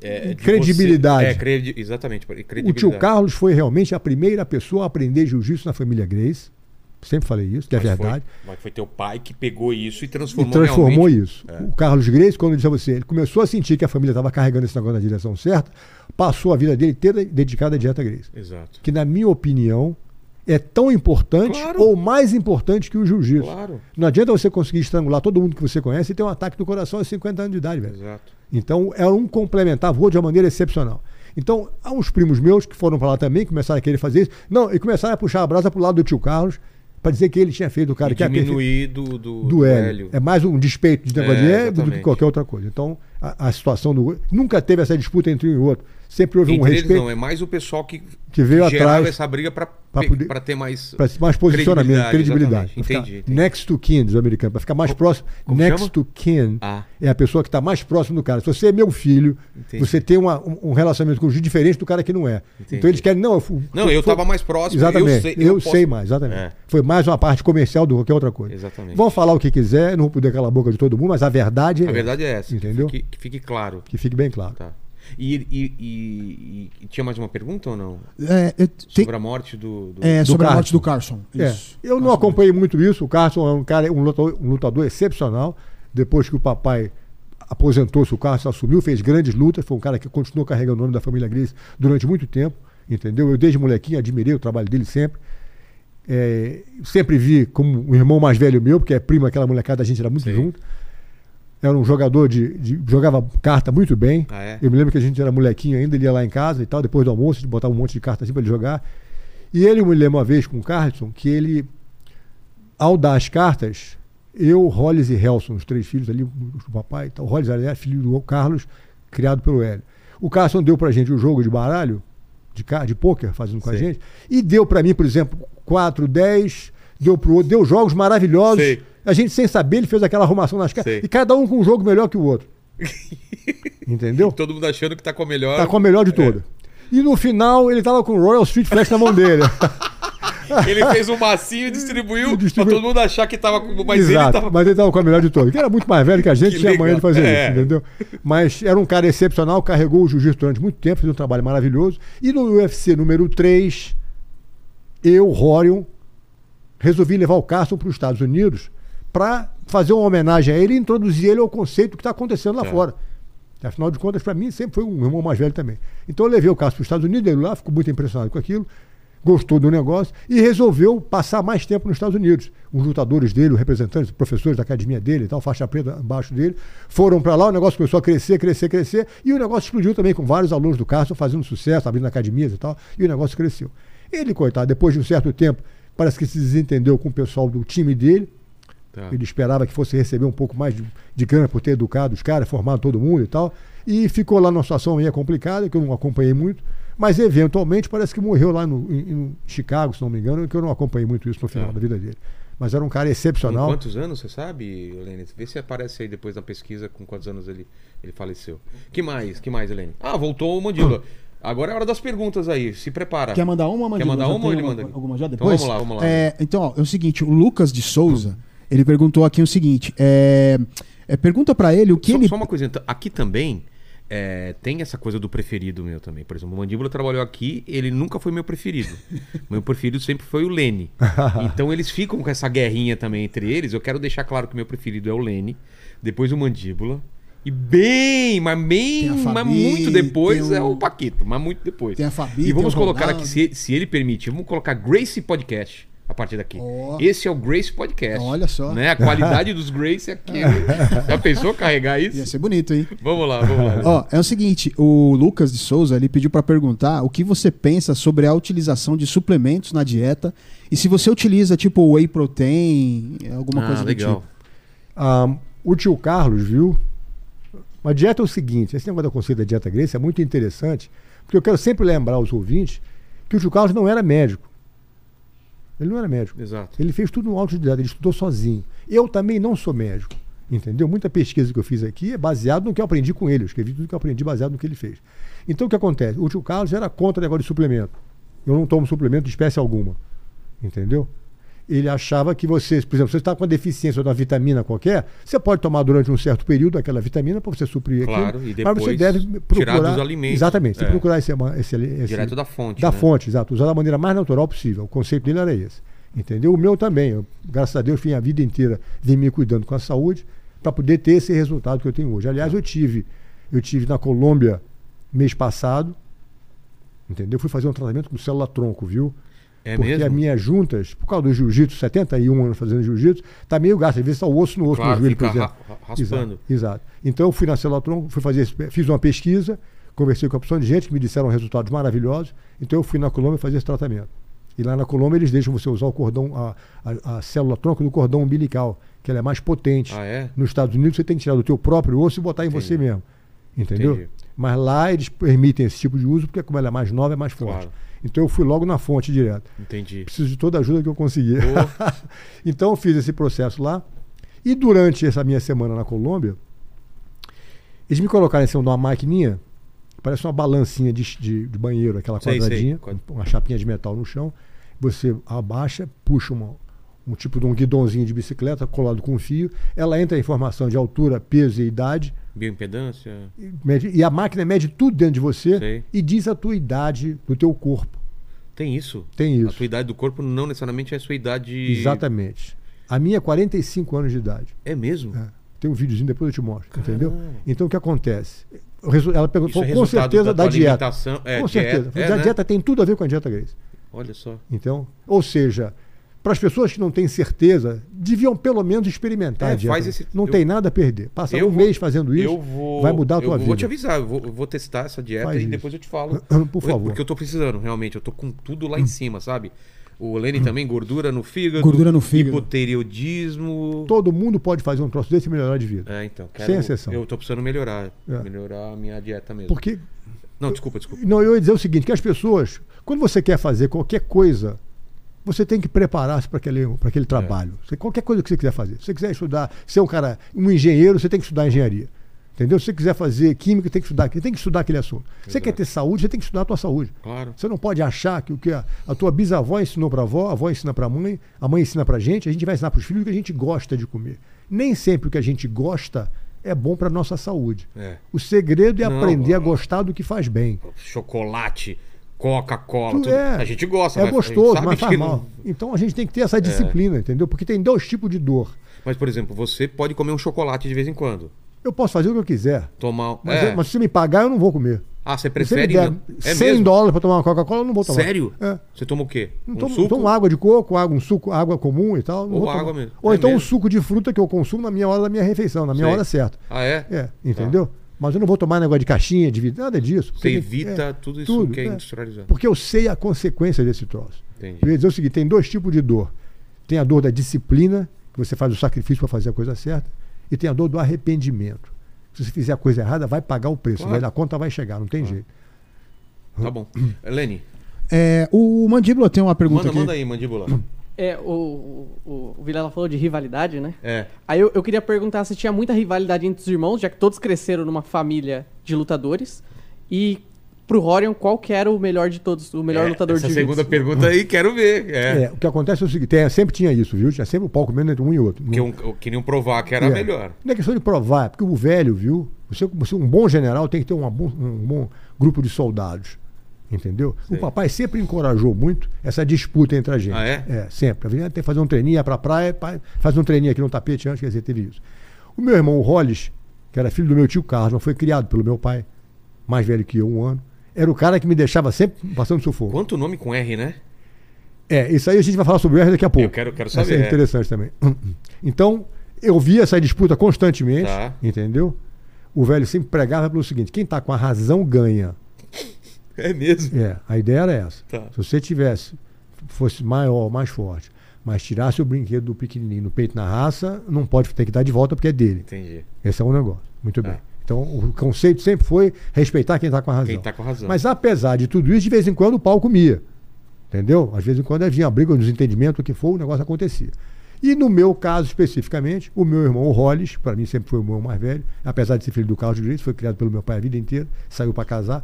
Speaker 1: é, de
Speaker 3: Credibilidade.
Speaker 1: você- É, credi... Exatamente. pra-
Speaker 3: O
Speaker 1: Credibilidade.
Speaker 3: tio Carlos foi realmente a primeira pessoa a aprender jiu-jitsu na família Grace. Sempre falei isso, que é
Speaker 1: Mas foi-
Speaker 3: verdade.
Speaker 1: mas foi teu pai que pegou isso e
Speaker 3: E
Speaker 1: transformou,
Speaker 3: transformou
Speaker 1: realmente. É.
Speaker 3: isso. O Carlos Grace, quando eu disse a você, ele começou a sentir que a família estava carregando esse negócio na direção certa, passou a vida dele inteira dedicada à dieta Grace.
Speaker 1: Exato.
Speaker 3: Que, na minha opinião, é tão importante
Speaker 1: Claro.
Speaker 3: ou mais importante que o jiu-jitsu.
Speaker 1: Claro.
Speaker 3: Não adianta você conseguir estrangular todo mundo que você conhece e ter um ataque do coração aos 50 anos de idade, velho.
Speaker 1: Exato.
Speaker 3: Então, era um complementava o outro de uma maneira excepcional. Então, há uns primos meus que foram para lá também, começaram a querer fazer isso. Não, e começaram a puxar a brasa pro lado do tio Carlos para dizer que ele tinha feito o cara
Speaker 1: E
Speaker 3: que aperfei-
Speaker 1: diminuir do, do,
Speaker 3: do Hélio. É mais um despeito de
Speaker 1: É,
Speaker 3: negócio de Hélio do que
Speaker 1: exatamente.
Speaker 3: qualquer outra coisa. Então, a, a situação do. Nunca teve essa disputa entre um e outro. Sempre houve
Speaker 1: Entre
Speaker 3: um
Speaker 1: eles
Speaker 3: respeito
Speaker 1: não, é mais o pessoal que,
Speaker 3: Que veio
Speaker 1: gerava
Speaker 3: atrás
Speaker 1: essa briga pra,
Speaker 3: pra
Speaker 1: pe-
Speaker 3: poder-
Speaker 1: pra ter mais,
Speaker 3: para mais posicionamento, credibilidade.
Speaker 1: exatamente.
Speaker 3: Pra ficar
Speaker 1: Entendi. entendi.
Speaker 3: Next to kin dos americanos, para ficar mais próximo.
Speaker 1: como
Speaker 3: next
Speaker 1: chama?
Speaker 3: to kin
Speaker 1: Ah.
Speaker 3: é a pessoa que está mais próximo do cara. Se você é meu filho,
Speaker 1: Entendi.
Speaker 3: você tem uma- um, um relacionamento com o juiz diferente do cara que não é.
Speaker 1: Entendi.
Speaker 3: Então eles querem, não, eu fui,
Speaker 1: Não, eu tava mais próximo,
Speaker 3: Exatamente.
Speaker 1: eu
Speaker 3: Eu
Speaker 1: sei-
Speaker 3: sei,
Speaker 1: eu posso-
Speaker 3: mais, exatamente.
Speaker 1: É.
Speaker 3: Foi mais uma parte comercial do que qualquer outra coisa.
Speaker 1: Exatamente.
Speaker 3: Vão falar o que quiser, eu não vou poder calar a boca de todo mundo, mas a verdade é
Speaker 1: A verdade é essa.
Speaker 3: Entendeu?
Speaker 1: Que, fique- que fique claro.
Speaker 3: que fique bem claro.
Speaker 1: Tá. E, e, e- e- e tinha mais uma pergunta ou não?
Speaker 2: É, eu te-
Speaker 1: Sobre a morte do. do-
Speaker 2: é,
Speaker 3: do
Speaker 2: sobre a
Speaker 3: Carson.
Speaker 2: morte do Carson.
Speaker 3: É,
Speaker 2: Isso.
Speaker 3: Eu não acompanhei muito isso. O Carson é um cara, um lutador, um lutador excepcional. Depois que o papai aposentou-se, o Carson assumiu, fez grandes lutas. Foi um cara que continuou carregando o nome da família Grace durante muito tempo. Entendeu? Eu, desde molequinho, admirei o trabalho dele sempre. É, sempre vi como um irmão mais velho meu, porque é primo aquela molecada, a gente era muito
Speaker 1: Sim.
Speaker 3: junto. Era um jogador de, de- jogava carta muito bem.
Speaker 1: Ah, é?
Speaker 3: Eu me lembro que a gente era molequinho ainda, ele ia lá em casa e tal, depois do almoço, a gente botava um monte de carta assim pra ele jogar. E ele me lembra uma vez com o Carlson que ele, ao dar as cartas, eu, Hollis e Helson, os três filhos ali, o papai e tal, o Hollis, aliás, filho do Carlos, criado pelo Hélio. O Carlson deu pra gente o jogo de baralho, de, ca- de pôquer, fazendo com a
Speaker 1: Sei.
Speaker 3: gente, e deu pra mim, por exemplo, 4, 10, deu pro outro, deu jogos maravilhosos.
Speaker 1: Sei.
Speaker 3: A gente, sem saber, ele fez aquela arrumação nas cartas,
Speaker 1: Sei.
Speaker 3: e cada um com um jogo melhor que o outro. Entendeu?
Speaker 1: Todo mundo achando que tá com a melhor.
Speaker 3: Tá com a melhor de todas. E no final, ele tava com o Royal Street Flash na mão dele.
Speaker 1: Ele fez um massinho e distribuiu,
Speaker 3: Distribuiu.
Speaker 1: pra todo mundo achar que tava com. Mas
Speaker 3: Exato,
Speaker 1: ele tava.
Speaker 3: mas ele tava com a melhor de todas. Que era muito mais velho que a gente,
Speaker 1: Que
Speaker 3: tinha manhã
Speaker 1: legal.
Speaker 3: de fazer
Speaker 1: É.
Speaker 3: isso, entendeu? Mas era um cara excepcional, carregou o jiu-jitsu durante muito tempo, fez um trabalho maravilhoso. E no UFC número 3, eu, Rorion, resolvi levar o Carson para os Estados Unidos para fazer uma homenagem a ele e introduzir ele ao conceito que está acontecendo lá
Speaker 1: Tá.
Speaker 3: fora. Afinal de contas, para mim, sempre foi um irmão mais velho também. Então eu levei o Carson para os Estados Unidos, ele lá ficou muito impressionado com aquilo, gostou do negócio e resolveu passar mais tempo nos Estados Unidos. Os lutadores dele, os representantes, os professores da academia dele e tal, faixa preta abaixo dele, foram para lá, o negócio começou a crescer, crescer, crescer e o negócio explodiu também com vários alunos do Carson fazendo sucesso, abrindo academias e tal, e o negócio cresceu. Ele, coitado, depois de um certo tempo, parece que se desentendeu com o pessoal do time dele,
Speaker 1: Tá.
Speaker 3: ele esperava que fosse receber um pouco mais de, de grana por ter educado os caras, formado todo mundo e tal. E ficou lá numa situação meio complicada, que eu não acompanhei muito. Mas eventualmente parece que morreu lá no, em, em Chicago, se não me engano, que eu não acompanhei muito isso no final
Speaker 1: Tá.
Speaker 3: da vida dele. Mas era um cara
Speaker 1: Com
Speaker 3: excepcional.
Speaker 1: quantos anos, você sabe, Helene? Vê se aparece aí depois na pesquisa com quantos anos ele, ele faleceu. Que mais, que mais, Helene? Ah, voltou o Mandíbula. Agora é hora das perguntas aí, se prepara.
Speaker 2: Ah. É. Quer mandar uma, Mandíbula?
Speaker 1: Quer mandar
Speaker 2: Já
Speaker 1: uma
Speaker 2: tem
Speaker 1: ou ele manda?
Speaker 2: Alguma já
Speaker 1: Então
Speaker 2: depois?
Speaker 1: vamos lá, vamos lá.
Speaker 2: É, então, ó, é o seguinte, o Lucas de Souza, ele perguntou aqui o seguinte, é, é, pergunta pra ele o que
Speaker 1: só, um
Speaker 2: ele...
Speaker 1: só uma coisinha, t- aqui também é, tem essa coisa do preferido meu também. Por exemplo, o Mandíbula trabalhou aqui, ele nunca foi meu preferido. meu preferido sempre foi o Lene. Então eles ficam com essa guerrinha também entre eles. Eu quero deixar claro que meu preferido é o Lene, depois o Mandíbula. E bem, mas bem,
Speaker 2: Tem a
Speaker 1: mas
Speaker 2: Fabi,
Speaker 1: muito depois
Speaker 2: tem
Speaker 1: é
Speaker 2: o-
Speaker 1: o Paquito, mas muito depois.
Speaker 2: Tem a Fabi,
Speaker 1: e
Speaker 2: tem
Speaker 1: vamos
Speaker 2: o
Speaker 1: colocar
Speaker 2: Ronaldo.
Speaker 1: aqui, se, se ele permitir, vamos colocar Grace Podcast a partir daqui.
Speaker 2: Ó.
Speaker 1: Esse é o Grace Podcast.
Speaker 2: Olha só.
Speaker 1: Né? A qualidade dos Grace é aquilo. Já pensou carregar isso?
Speaker 2: Ia ser bonito, hein?
Speaker 1: Vamos lá,
Speaker 3: Ah,
Speaker 1: vamos lá.
Speaker 2: Ó, é o seguinte, o Lucas de Souza ele pediu pra perguntar o que você pensa sobre a utilização de suplementos na dieta e se você utiliza tipo whey protein, alguma
Speaker 1: Ah,
Speaker 2: coisa do
Speaker 1: legal.
Speaker 2: tipo.
Speaker 3: Ah, o tio Carlos, viu? A dieta é o seguinte: esse negócio da conceito da dieta Grace é muito interessante, porque eu quero sempre lembrar aos ouvintes que o tio Carlos não era médico. Ele não era médico.
Speaker 1: Exato.
Speaker 3: Ele fez tudo no autodidata, ele estudou sozinho. Eu também não sou médico, entendeu? Muita pesquisa que eu fiz aqui é baseado no que eu aprendi com ele. Eu escrevi tudo que eu aprendi baseado no que ele fez. Então o que acontece? O tio Carlos era contra o negócio de suplemento. Eu não tomo suplemento de espécie alguma, entendeu? Ele achava que você, por exemplo, você está com uma deficiência de uma vitamina qualquer, você pode tomar durante um certo período aquela vitamina para você suprir
Speaker 1: Claro,
Speaker 3: aquilo,
Speaker 1: e
Speaker 3: mas você
Speaker 1: depois
Speaker 3: deve
Speaker 1: tirar
Speaker 3: procurar
Speaker 1: dos alimentos.
Speaker 3: Exatamente, você
Speaker 1: É.
Speaker 3: procurar esse, esse, esse
Speaker 1: Direto da fonte.
Speaker 3: da
Speaker 1: né?
Speaker 3: fonte, exato. Usar da maneira mais natural possível. O conceito dele era esse. Entendeu? O meu também. Eu, graças a Deus, fui a vida inteira vim me cuidando com a saúde para poder ter esse resultado que eu tenho hoje. Aliás, eu tive, eu tive na Colômbia mês passado, entendeu? Fui fazer um tratamento com célula tronco, viu?
Speaker 1: É
Speaker 3: Porque
Speaker 1: mesmo?
Speaker 3: as minhas juntas, por causa do jiu-jitsu, 71 anos fazendo jiu-jitsu, tá meio gasto. Às vezes tá o osso no osso
Speaker 1: Claro,
Speaker 3: no joelho,
Speaker 1: fica
Speaker 3: por exemplo.
Speaker 1: ra- ra- raspando.
Speaker 3: Exato, exato. Então eu fui na Celotron, fui fazer, esse- fiz uma pesquisa, conversei com a opção de gente que me disseram resultados maravilhosos. Então eu fui na Colômbia fazer esse tratamento. E lá na Colômbia eles deixam você usar o cordão, a, a- a célula tronco do cordão umbilical, que ela é mais potente.
Speaker 1: Ah, é?
Speaker 3: Nos Estados Unidos você tem que tirar do teu próprio osso e botar em você mesmo. Entendeu?
Speaker 1: Entendi.
Speaker 3: Mas lá eles permitem esse tipo de uso, porque como ela é mais nova, é mais forte.
Speaker 1: Claro.
Speaker 3: Então eu fui logo na fonte direto
Speaker 1: Entendi.
Speaker 3: preciso de toda a ajuda que eu conseguir. então eu fiz esse processo lá. E durante essa minha semana na Colômbia, eles me colocaram em cima de uma maquininha, parece uma balancinha de, de- de banheiro, aquela
Speaker 1: Sei, sei.
Speaker 3: quadradinha,
Speaker 1: Quad-
Speaker 3: uma chapinha de metal no chão. Você abaixa, puxa uma- um tipo de um guidãozinho de bicicleta colado com um fio. Ela entra a informação de altura, peso e idade.
Speaker 1: Bioimpedância.
Speaker 3: E, mede- e a máquina mede tudo dentro de você
Speaker 1: Sei.
Speaker 3: e diz a tua idade do teu corpo.
Speaker 1: Tem isso?
Speaker 3: Tem
Speaker 1: A
Speaker 3: isso.
Speaker 1: sua idade do corpo não necessariamente é a sua idade.
Speaker 3: Exatamente. A minha é 45 anos de idade.
Speaker 1: É mesmo?
Speaker 3: É. Tem um videozinho, depois eu te mostro, entendeu?
Speaker 1: Caramba.
Speaker 3: Então o que acontece? O resu- Ela
Speaker 1: Isso
Speaker 3: perguntou,
Speaker 1: é
Speaker 3: com
Speaker 1: resultado
Speaker 3: certeza,
Speaker 1: da
Speaker 3: da,
Speaker 1: tua
Speaker 3: dieta.
Speaker 1: alimentação. É,
Speaker 3: com certeza.
Speaker 1: dieta, é,
Speaker 3: a
Speaker 1: né?
Speaker 3: dieta tem tudo a ver com a dieta Grace.
Speaker 1: Olha só.
Speaker 3: Então, ou seja, para as pessoas que não têm certeza, deviam pelo menos experimentar
Speaker 1: É,
Speaker 3: a dieta.
Speaker 1: faz esse-
Speaker 3: não
Speaker 1: eu-
Speaker 3: tem nada a perder. Passar
Speaker 1: eu
Speaker 3: um
Speaker 1: vou-
Speaker 3: mês fazendo isso
Speaker 1: eu vou.
Speaker 3: vai mudar a tua
Speaker 1: eu
Speaker 3: vida.
Speaker 1: Vou te avisar, eu vou, eu vou testar essa dieta
Speaker 3: Faz
Speaker 1: e
Speaker 3: isso.
Speaker 1: depois eu te falo.
Speaker 3: Por favor. Hum.
Speaker 1: Porque eu tô precisando, realmente. Eu tô com tudo lá em cima, sabe? O Lene também, gordura no fígado.
Speaker 2: Gordura no fígado.
Speaker 1: Hipoteriodismo.
Speaker 3: Todo mundo pode fazer um troço desse e melhorar de vida.
Speaker 1: É, então. Quero,
Speaker 3: Sem exceção.
Speaker 1: Eu tô precisando melhorar.
Speaker 3: É.
Speaker 1: Melhorar a minha dieta mesmo.
Speaker 3: Porque
Speaker 1: Não, desculpa, desculpa.
Speaker 3: Não, eu ia dizer o seguinte, que as pessoas, quando você quer fazer qualquer coisa, você tem que preparar-se para aquele,
Speaker 1: É.
Speaker 3: pra aquele trabalho. Você- qualquer coisa que você quiser fazer. Se você quiser estudar, ser um cara, um engenheiro, você tem que estudar engenharia. Entendeu? Se você quiser fazer química, tem que estudar, aquilo- tem que estudar aquele assunto. Você quer ter saúde, você tem que estudar a tua saúde.
Speaker 1: É Claro.
Speaker 3: Você não pode achar que o que a, a tua bisavó ensinou para a avó, a avó ensina para a mãe, a mãe ensina para a gente, a gente vai ensinar para os filhos o que a gente gosta de comer. Nem sempre o que a gente gosta é bom para nossa saúde.
Speaker 1: É.
Speaker 3: O segredo é
Speaker 1: Não,
Speaker 3: aprender a
Speaker 1: ó.
Speaker 3: gostar do que faz bem.
Speaker 1: Chocolate, Coca-Cola.
Speaker 3: Tu-
Speaker 1: Tudo. A gente gosta.
Speaker 3: É
Speaker 1: mas a gente
Speaker 3: gostoso,
Speaker 1: sabe
Speaker 3: mas
Speaker 1: que
Speaker 3: faz
Speaker 1: não- É.
Speaker 3: mal. Então a gente tem que ter essa disciplina, entendeu? Porque tem dois tipos de dor.
Speaker 1: Mas, por exemplo, você pode comer um chocolate de vez em quando.
Speaker 3: Eu posso fazer o que eu quiser.
Speaker 1: Tomar.
Speaker 3: Mas,
Speaker 1: é.
Speaker 3: eu- mas se você me pagar, eu não vou comer.
Speaker 1: Ah, você
Speaker 3: Se você me
Speaker 1: prefere.
Speaker 3: der
Speaker 1: não- É
Speaker 3: 100 dólares pra tomar uma Coca-Cola, eu não vou tomar.
Speaker 1: Sério?
Speaker 3: É.
Speaker 1: Você toma o quê?
Speaker 3: Não
Speaker 1: um
Speaker 3: tomo,
Speaker 1: suco?
Speaker 3: tomo água de coco, água, um suco, água comum e tal. não
Speaker 1: Ou
Speaker 3: vou tomar.
Speaker 1: água mesmo.
Speaker 3: Ou
Speaker 1: É
Speaker 3: então um
Speaker 1: mesmo.
Speaker 3: suco de fruta que eu consumo na minha hora da minha refeição, na minha
Speaker 1: Sei.
Speaker 3: hora certa.
Speaker 1: Ah, é?
Speaker 3: É, entendeu? Mas eu não vou tomar negócio de caixinha, de vida, nada disso.
Speaker 1: Você
Speaker 3: Porque tem-
Speaker 1: evita
Speaker 3: é,
Speaker 1: tudo isso que é, industrializado.
Speaker 3: Porque eu sei a consequência desse troço.
Speaker 1: Entendi.
Speaker 3: Eu ia dizer é o seguinte: tem dois tipos de dor. Tem a dor da disciplina, que você faz o sacrifício para fazer a coisa certa, e tem a dor do arrependimento. Se você fizer a coisa errada, vai pagar o preço,
Speaker 1: Claro.
Speaker 3: vai dar conta, vai chegar, não tem jeito.
Speaker 1: Tá bom. Lene,
Speaker 2: É, o Mandíbula tem uma pergunta
Speaker 1: manda,
Speaker 2: aqui.
Speaker 1: manda aí, mandíbula.
Speaker 4: É, o, o, o Vilela falou de rivalidade, né?
Speaker 1: É.
Speaker 4: Aí eu, eu queria perguntar se tinha muita rivalidade entre os irmãos, já que todos cresceram numa família de lutadores. E pro Rorion, qual que era o melhor de todos, o melhor
Speaker 1: é,
Speaker 4: lutador
Speaker 1: essa
Speaker 4: de
Speaker 1: segunda
Speaker 4: jiu-jitsu?
Speaker 1: pergunta aí, quero ver. É.
Speaker 3: É, o que acontece é o seguinte: tem- sempre tinha isso, viu? Tinha sempre o palco comendo entre um e outro.
Speaker 1: Que
Speaker 3: Não-
Speaker 1: um, queriam provar que era
Speaker 3: É.
Speaker 1: melhor.
Speaker 3: Não é questão de provar, é porque o velho, viu? Você, você um bom general tem que ter uma bo- um bom grupo de soldados. Entendeu? O papai sempre encorajou muito essa disputa entre a gente.
Speaker 1: Ah, é?
Speaker 3: sempre. Tem que fazer um treininho, ia pra praia, pai, faz um treininho aqui no tapete antes, quer dizer, teve isso. O meu irmão, o Hollis, que era filho do meu tio Carlos, mas foi criado pelo meu pai, mais velho que eu, um ano, era o cara que me deixava sempre passando sufoco.
Speaker 1: Quanto nome com R, né?
Speaker 3: É, isso aí a gente vai falar sobre o R daqui a pouco.
Speaker 1: Eu quero- quero
Speaker 3: Essa
Speaker 1: saber,
Speaker 3: é
Speaker 1: é.
Speaker 3: interessante também. Então, eu via essa disputa constantemente,
Speaker 1: Tá.
Speaker 3: entendeu? O velho sempre pregava pelo seguinte: quem tá com a razão ganha.
Speaker 1: É mesmo.
Speaker 3: É, a ideia era essa.
Speaker 1: Tá.
Speaker 3: Se você tivesse, fosse maior, mais forte, Mas tirar seu brinquedo do pequenininho no peito na raça, não pode ter que dar de volta porque é dele.
Speaker 1: Entendi.
Speaker 3: Esse é um negócio. Muito
Speaker 1: Tá.
Speaker 3: bem. Então, o conceito sempre foi respeitar quem está com a razão.
Speaker 1: Quem tá com razão.
Speaker 3: Mas apesar de tudo isso, de vez em quando o pau comia. Entendeu? Às vezes em quando havia uma briga, um desentendimento, o que for, o negócio acontecia. E no meu caso especificamente, o meu irmão, o Hollis, para mim sempre foi o meu mais velho, apesar de ser filho do Carlos Grito, foi criado pelo meu pai a vida inteira, saiu para casar.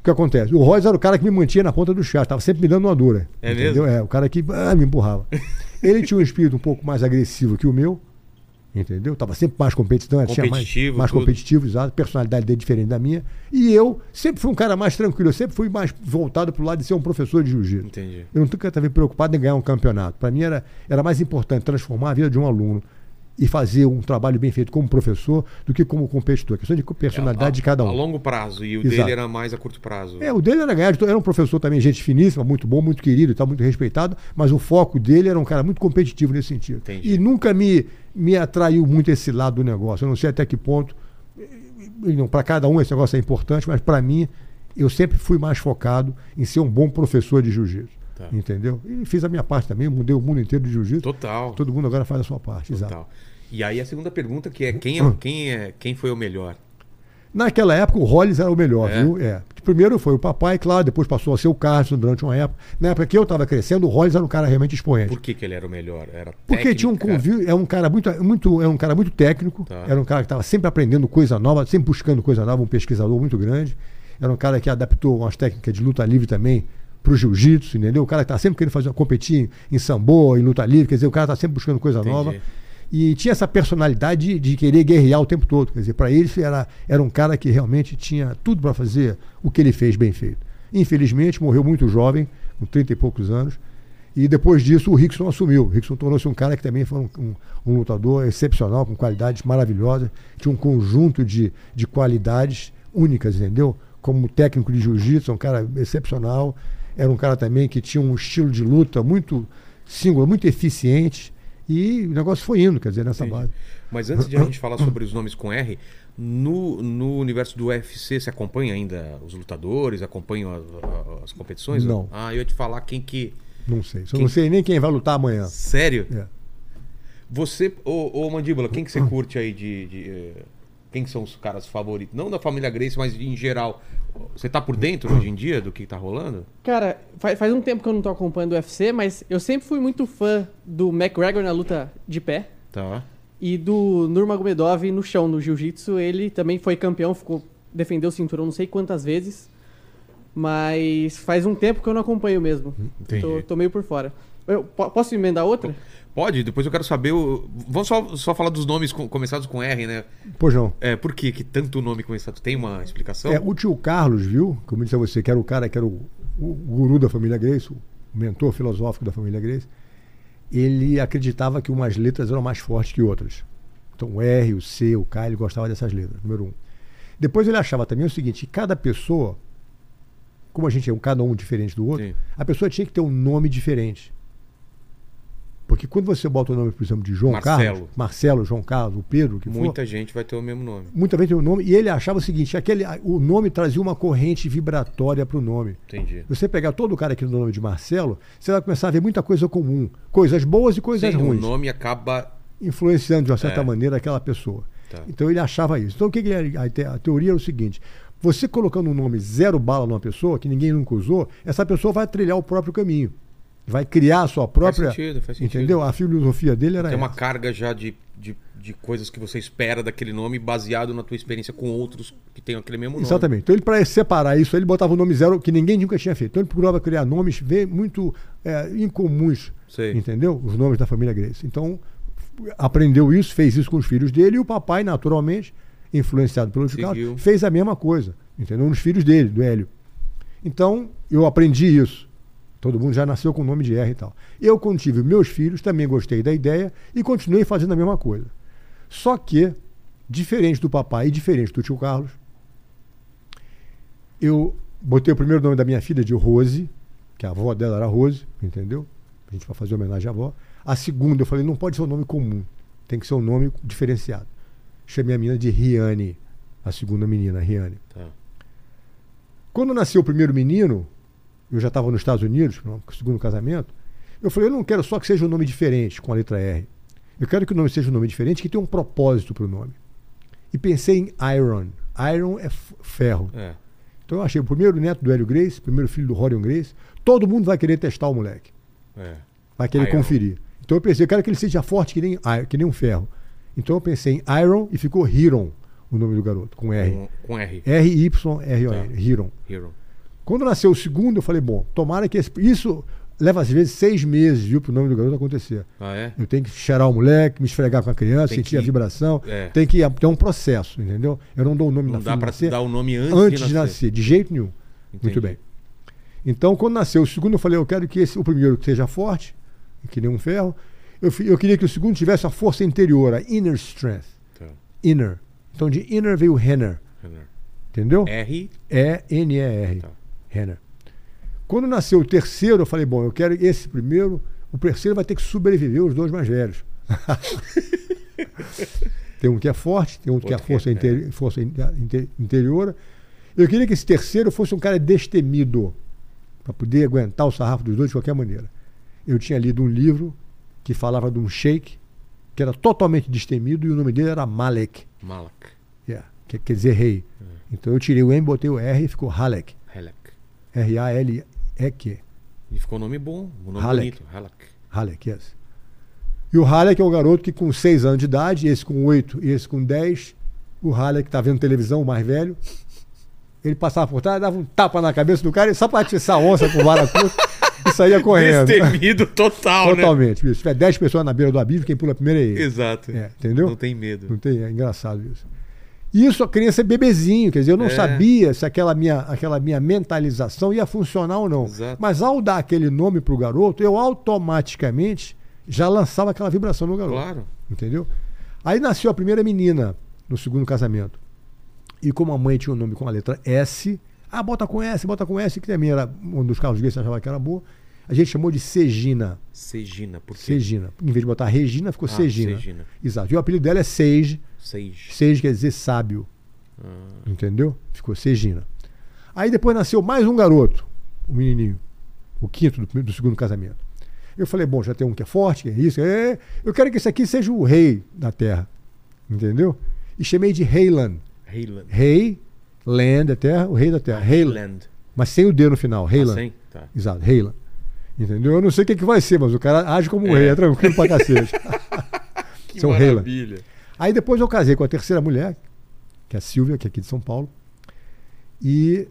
Speaker 3: O que acontece? O Hollis era o cara que me mantinha na ponta do chá, estava sempre me dando uma dura.
Speaker 1: É
Speaker 3: entendeu?
Speaker 1: mesmo?
Speaker 3: É, o cara que ah, me empurrava. Ele tinha um espírito um pouco mais agressivo que o meu, entendeu? Tava sempre mais competitivo, tinha mais-
Speaker 1: Competitivo,
Speaker 3: mais
Speaker 1: tudo.
Speaker 3: competitivo, exato, personalidade dele diferente da minha. E eu sempre fui um cara mais tranquilo, eu sempre fui mais voltado pro lado de ser um professor de jiu-jitsu.
Speaker 1: Entendi.
Speaker 3: Eu não nunca estava preocupado em ganhar um campeonato. Para mim era, era mais importante transformar a vida de um aluno e fazer um trabalho bem feito como professor do que como competidor. É Questão de personalidade
Speaker 1: A-
Speaker 3: de cada
Speaker 1: A
Speaker 3: um.
Speaker 1: longo prazo. E o
Speaker 3: Exato.
Speaker 1: dele era mais a curto prazo.
Speaker 3: É, o dele era ganhar, de to- era um professor também, gente finíssima, muito bom, muito querido, e tal, muito respeitado, mas o foco dele era um cara muito competitivo nesse sentido.
Speaker 1: Entendi.
Speaker 3: E nunca me, me atraiu muito esse lado do negócio. Eu não sei até que ponto. Para cada um esse negócio é importante, mas para mim, eu sempre fui mais focado em ser um bom professor de jiu-jitsu.
Speaker 1: Tá.
Speaker 3: Entendeu? E fiz a minha parte também, eu mudei o mundo inteiro de jiu-jitsu.
Speaker 1: Total.
Speaker 3: Todo mundo agora faz a sua parte. Exato. Hum.
Speaker 1: total. E aí a segunda pergunta que é quem, é, quem, é, quem foi o melhor?
Speaker 3: Naquela época, o Hollis era o melhor,
Speaker 1: É?
Speaker 3: viu? É. Primeiro foi o papai, claro, depois passou a ser o Carlos durante uma época. Na época que eu estava crescendo, o Hollis era um cara realmente expoente.
Speaker 1: Por que, que ele era o melhor? Era
Speaker 3: Porque tinha um
Speaker 1: técnica?
Speaker 3: convívio, é um cara muito, muito, é um cara muito técnico,
Speaker 1: Tá.
Speaker 3: era um cara que estava sempre aprendendo coisa nova, sempre buscando coisa nova, um pesquisador muito grande. Era um cara que adaptou umas técnicas de luta livre também para o jiu-jitsu, entendeu? O cara que está sempre querendo fazer competir em, em sambo, em luta livre, quer dizer, o cara está sempre buscando coisa
Speaker 1: Entendi.
Speaker 3: nova. E tinha essa personalidade de, de querer guerrear o tempo todo, quer dizer, para ele isso era, era um cara que realmente tinha tudo para fazer o que ele fez bem feito. Infelizmente, morreu muito jovem, com 30 e poucos anos. E depois disso o Rickson assumiu. O Rickson tornou-se um cara que também foi um, um- um lutador excepcional, com qualidades maravilhosas, tinha um conjunto de, de qualidades únicas, entendeu? Como técnico de jiu-jitsu, um cara excepcional. Era um cara também que tinha um estilo de luta muito singular, muito eficiente. E o negócio foi indo, quer dizer, nessa base.
Speaker 1: Mas antes de a gente falar sobre os nomes com R, no, no universo do UFC, você acompanha ainda os lutadores? Acompanha a- a- as competições?
Speaker 3: Não.
Speaker 1: Ah, eu ia te falar quem que.
Speaker 3: Não sei. Só
Speaker 1: Quem-
Speaker 3: não sei nem quem vai lutar amanhã.
Speaker 1: Sério?
Speaker 3: É.
Speaker 1: Você, ô, ô Mandíbula, quem que você curte aí de. de, eh, quem que são os caras favoritos? Não da família Grace, mas em geral. Você tá por dentro hoje em dia do que tá rolando?
Speaker 4: Cara, faz, faz um tempo que eu não tô acompanhando o UFC, mas eu sempre fui muito fã do McGregor na luta de pé
Speaker 1: Tá.
Speaker 4: e do Nurmagomedov no chão, no jiu-jitsu. Ele também foi campeão, ficou defendeu o cinturão não sei quantas vezes, mas faz um tempo que eu não acompanho mesmo.
Speaker 1: Entendi.
Speaker 4: Tô, tô meio por fora. Eu, po- posso emendar outra?
Speaker 1: Pode, depois eu quero saber. O... Vamos só, só falar dos nomes com- começados com R, né?
Speaker 3: Pois não.
Speaker 1: É, por que, que tanto nome começado? Tem uma explicação?
Speaker 3: É, o tio Carlos, viu? Como eu disse a você, que era o cara que era o, o guru da família Grace, o mentor filosófico da família Grace, ele acreditava que umas letras eram mais fortes que outras. Então o R, o C, o K, ele gostava dessas letras, número um. Depois ele achava também o seguinte, que cada pessoa, como a gente é um cada um diferente do outro,
Speaker 1: Sim.
Speaker 3: a pessoa tinha que ter um nome diferente. Porque quando você bota o nome, por exemplo, de João
Speaker 1: Marcelo.
Speaker 3: Carlos, Marcelo, João Carlos, o Pedro, o que for,
Speaker 1: Muita gente vai ter o mesmo nome.
Speaker 3: muita vez tem o nome, e ele achava o seguinte: aquele, a- o nome trazia uma corrente vibratória para o nome.
Speaker 1: Entendi.
Speaker 3: Você pegar todo o cara aqui no nome de Marcelo, você vai começar a ver muita coisa comum. Coisas boas e coisas
Speaker 1: Sim, o
Speaker 3: ruins.
Speaker 1: nome acaba.
Speaker 3: Influenciando, de uma certa
Speaker 1: É.
Speaker 3: maneira, aquela pessoa.
Speaker 1: Tá.
Speaker 3: Então ele achava isso. Então o que, que ele- a, te- a teoria era o seguinte: você colocando um nome zero bala numa pessoa, que ninguém nunca usou, essa pessoa vai trilhar o próprio caminho. Vai criar a sua própria.
Speaker 1: sentido, faz sentido.
Speaker 3: Entendeu? A filosofia dele era
Speaker 1: Tem uma
Speaker 3: essa.
Speaker 1: carga já de, de, de coisas que você espera daquele nome baseado na tua experiência com outros que tenham aquele mesmo nome.
Speaker 3: Exatamente. Então ele, para separar isso, ele botava o nome zero que ninguém nunca tinha feito. Então ele procurava criar nomes vê, muito é, incomuns,
Speaker 1: Sei.
Speaker 3: entendeu? Os nomes da família Grace. Então f- aprendeu isso, fez isso com os filhos dele e o papai, naturalmente, influenciado pelo
Speaker 1: Seguiu.
Speaker 3: Chicago, fez a mesma coisa, entendeu? Nos filhos dele, do Hélio. Então eu aprendi isso. Todo mundo já nasceu com o nome de R e tal. Eu, quando tive meus filhos, também gostei da ideia e continuei fazendo a mesma coisa. Só que, diferente do papai e diferente do tio Carlos, eu botei o primeiro nome da minha filha de Rose, que a avó dela era Rose, entendeu? A gente vai fazer homenagem à avó. A segunda, eu falei, não pode ser um nome comum, tem que ser um nome diferenciado. Chamei a menina de Riane, a segunda menina, Riane.
Speaker 1: Tá.
Speaker 3: Quando nasceu o primeiro menino, eu já estava nos Estados Unidos, no segundo casamento, Eu falei, eu não quero só que seja um nome diferente com a letra R. Eu quero que o nome seja um nome diferente que tenha um propósito para o nome. E pensei em Iron. Iron é f- ferro.
Speaker 1: É.
Speaker 3: Então eu achei o primeiro neto do Hélio Grace, primeiro filho do Rorion Grace. Todo mundo vai querer testar o moleque.
Speaker 1: é.
Speaker 3: Vai querer
Speaker 1: Iron.
Speaker 3: conferir. Então eu pensei, eu quero que ele seja forte que nem, i- que nem um ferro. Então eu pensei em Iron e ficou Hiron, o nome do garoto, com R.
Speaker 1: Com, com R.
Speaker 3: R-Y-R-O-N,
Speaker 1: Tá.
Speaker 3: Hiron.
Speaker 1: Hero.
Speaker 3: Quando nasceu o segundo, eu falei, bom, tomara que esse, isso leva às vezes seis meses, viu, para o nome do garoto acontecer.
Speaker 1: Ah, é?
Speaker 3: Eu tenho que cheirar o moleque, me esfregar com a criança,
Speaker 1: Tem
Speaker 3: sentir
Speaker 1: que-
Speaker 3: a vibração.
Speaker 1: é.
Speaker 3: Tem que ter um processo, entendeu? Eu não dou o nome
Speaker 1: Não
Speaker 3: da
Speaker 1: dá
Speaker 3: filha
Speaker 1: pra
Speaker 3: nascer
Speaker 1: dar o nome antes,
Speaker 3: Hum, antes de nascer, de jeito nenhum.
Speaker 1: Entendi.
Speaker 3: Muito bem. Então, quando nasceu o segundo, eu falei, eu quero que esse- o primeiro que seja forte, que nem um ferro. Eu, fi- eu queria que o segundo tivesse a força interior, a inner strength.
Speaker 1: Tá.
Speaker 3: Inner. Então, de inner veio Renner, entendeu?
Speaker 1: R.
Speaker 3: E-N-E-R.
Speaker 1: Tá.
Speaker 3: Renner. Quando nasceu o terceiro, eu falei, bom, eu quero esse primeiro. O terceiro vai ter que sobreviver os dois mais velhos. tem um que é forte, tem um que é a
Speaker 1: Outro que
Speaker 3: força,
Speaker 1: é,
Speaker 3: interi- força in- inte- interior. Eu queria que esse terceiro fosse um cara destemido, para poder aguentar o sarrafo dos dois de qualquer maneira. Eu tinha lido um livro que falava de um sheik que era totalmente destemido e o nome dele era Malek,
Speaker 1: Malak.
Speaker 3: yeah, que É, quer dizer rei. Então eu tirei o M, botei o R e ficou Halek.
Speaker 1: Halak.
Speaker 3: R-A-L-E-Q.
Speaker 1: E ficou um nome bom. Um nome
Speaker 3: Halleck.
Speaker 1: bonito. Halak.
Speaker 3: Halleck, yes. E o Halleck é o garoto que com 6 anos de idade, esse com 8 e esse com 10, o Halleck tá vendo televisão, o mais velho, ele passava por trás, dava um tapa na cabeça do cara e só pra atiçar a onça com vara curta e saía correndo.
Speaker 1: Destemido total, né?
Speaker 3: Totalmente, bicho. Se tiver 10 pessoas na beira do abismo, quem pula primeiro é ele.
Speaker 1: Exato.
Speaker 3: É, entendeu?
Speaker 1: Não tem medo.
Speaker 3: Não tem, é engraçado isso. E isso a criança é bebezinho, quer dizer, eu não
Speaker 1: É.
Speaker 3: sabia se aquela minha, aquela minha mentalização ia funcionar ou não.
Speaker 1: Exato.
Speaker 3: Mas ao dar aquele nome pro garoto, eu automaticamente já lançava aquela vibração no garoto.
Speaker 1: Claro.
Speaker 3: Entendeu? Aí nasceu a primeira menina no segundo casamento. E como a mãe tinha um nome com a letra S, ah, bota com S, bota com S, que também era um dos carros gays que achava que era boa. A gente chamou de Segina.
Speaker 1: Segina. Por quê?
Speaker 3: Segina. Em vez de botar Regina, ficou
Speaker 1: Ah,
Speaker 3: Segina.
Speaker 1: Segina.
Speaker 3: Exato. E o apelido dela é Sage.
Speaker 1: Seis.
Speaker 3: Sage quer dizer sábio. Entendeu? Ficou Segina. Aí depois nasceu mais um garoto, um menininho. O quinto do, primeiro- do segundo casamento. Eu falei, bom, já tem um que é forte, que é isso. É, eu quero que esse aqui seja o rei da terra. Entendeu? E chamei de Reiland.
Speaker 1: Heyland.
Speaker 3: Rei, land é terra, o rei da terra. Reiland.
Speaker 1: Heyland.
Speaker 3: Mas sem o D no final.
Speaker 1: Ah,
Speaker 3: Reiland.
Speaker 1: sim? Tá.
Speaker 3: Exato, Reiland. Entendeu? Eu não sei o que, que vai ser, mas o cara age como um
Speaker 1: É.
Speaker 3: rei, é tranquilo pra cacete.
Speaker 1: Que
Speaker 3: São Heyland.
Speaker 1: maravilha.
Speaker 3: Aí depois eu casei com a terceira mulher, que é a Silvia, que é aqui de São Paulo. E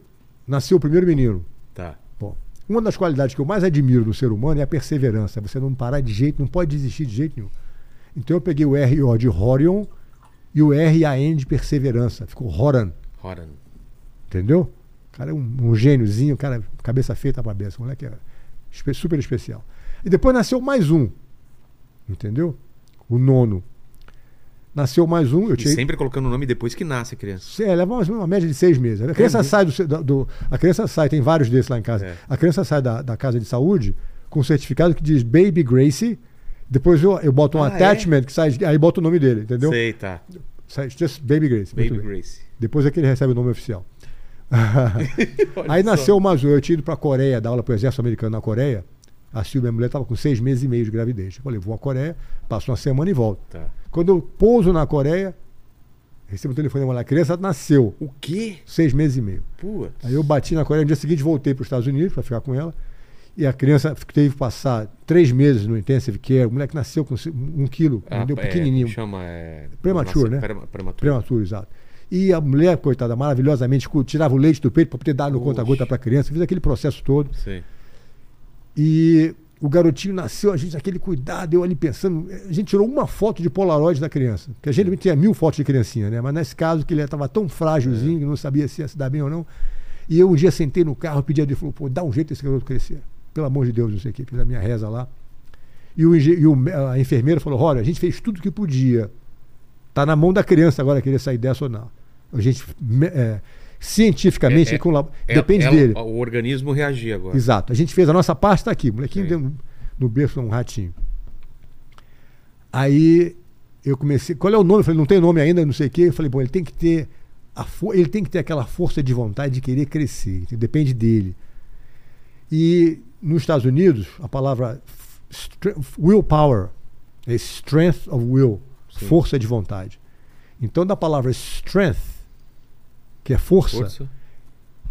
Speaker 3: nasceu o primeiro menino.
Speaker 1: Tá.
Speaker 3: Bom, uma das qualidades que eu mais admiro no ser humano é a perseverança. Você não parar de jeito, não pode desistir de jeito nenhum. Então eu peguei o R-O de Horion e o R-A-N de perseverança. Ficou Horan,
Speaker 1: Horan.
Speaker 3: entendeu? O cara é um, um gêniozinho, o cara, cabeça feita pra cabeça. O moleque é espe- super especial. E depois nasceu mais um, entendeu? O nono. Nasceu mais um. Eu
Speaker 1: E
Speaker 3: tinha...
Speaker 1: sempre colocando o nome depois que nasce a criança.
Speaker 3: É, leva mais ou menos uma média de seis meses. A criança sai do, do- do- A criança sai, tem vários desses lá em casa.
Speaker 1: É.
Speaker 3: A criança sai da, da casa de saúde com um certificado que diz Baby Gracie. Depois eu, eu boto um
Speaker 1: Ah, é?
Speaker 3: attachment que sai. Aí boto o nome dele, entendeu?
Speaker 1: Sei, tá.
Speaker 3: Sai just Baby Gracie. muito
Speaker 1: Baby
Speaker 3: bem.
Speaker 1: Grace.
Speaker 3: Depois é que ele recebe o nome oficial.
Speaker 1: Olha
Speaker 3: aí
Speaker 1: só.
Speaker 3: nasceu mais um. Eu tinha ido pra Coreia, dar aula pro exército americano na Coreia. A Silvia, minha mulher, estava com seis meses e meio de gravidez. Eu falei, vou à Coreia, passo uma semana e volto.
Speaker 1: Tá.
Speaker 3: Quando eu pouso na Coreia, recebo o telefone lá. A criança nasceu,
Speaker 1: O quê?
Speaker 3: seis meses e meio.
Speaker 1: Putz.
Speaker 3: Aí eu bati na Coreia, no dia seguinte voltei para os Estados Unidos para ficar com ela. E a criança f- teve que passar três meses no intensive care. O moleque nasceu com ci- um quilo, entendeu?
Speaker 1: é,
Speaker 3: pequenininho,
Speaker 1: chama, é...
Speaker 3: Prematuro, né?
Speaker 1: Prema- Prematuro.
Speaker 3: prematuro, exato. E a mulher, coitada, maravilhosamente, cu- tirava o leite do peito para poder dar no
Speaker 1: Oxe.
Speaker 3: conta-gota para a criança. Fiz aquele processo todo.
Speaker 1: Sei.
Speaker 3: E o garotinho nasceu, a gente, aquele cuidado, eu ali pensando. eh, A gente tirou uma foto de Polaroid da criança. Porque a gente tinha mil fotos de criancinha, né? Mas nesse caso, que ele estava tão
Speaker 1: É.
Speaker 3: frágilzinho, que não sabia se ia se dar bem ou não. E eu um dia sentei no carro, pedi a ele, falou, pô, dá um jeito desse garoto crescer. Pelo amor de Deus, não sei o quê. Fiz a minha reza lá. E, o, engen- e o me- a enfermeira falou, olha, a gente fez tudo que podia. Tá na mão da criança agora querer sair dessa ou não. A gente, me- é, cientificamente,
Speaker 1: É- é-
Speaker 3: com labo-
Speaker 1: É-
Speaker 3: depende
Speaker 1: é-
Speaker 3: dele.
Speaker 1: O organismo reagir agora.
Speaker 3: Exato. A gente fez a nossa parte, tá aqui. O molequinho
Speaker 1: Sim.
Speaker 3: deu um- no berço um ratinho. Aí eu comecei. Qual é o nome? Eu falei, não tem nome ainda, não sei o quê. Eu falei, bom, ele tem que ter. A fo- ele tem que ter aquela força de vontade de querer crescer. Depende dele. E nos Estados Unidos, a palavra f- stre- willpower, é strength of will,
Speaker 1: Sim.
Speaker 3: força de vontade. Então, da palavra strength, que é força,
Speaker 1: Força.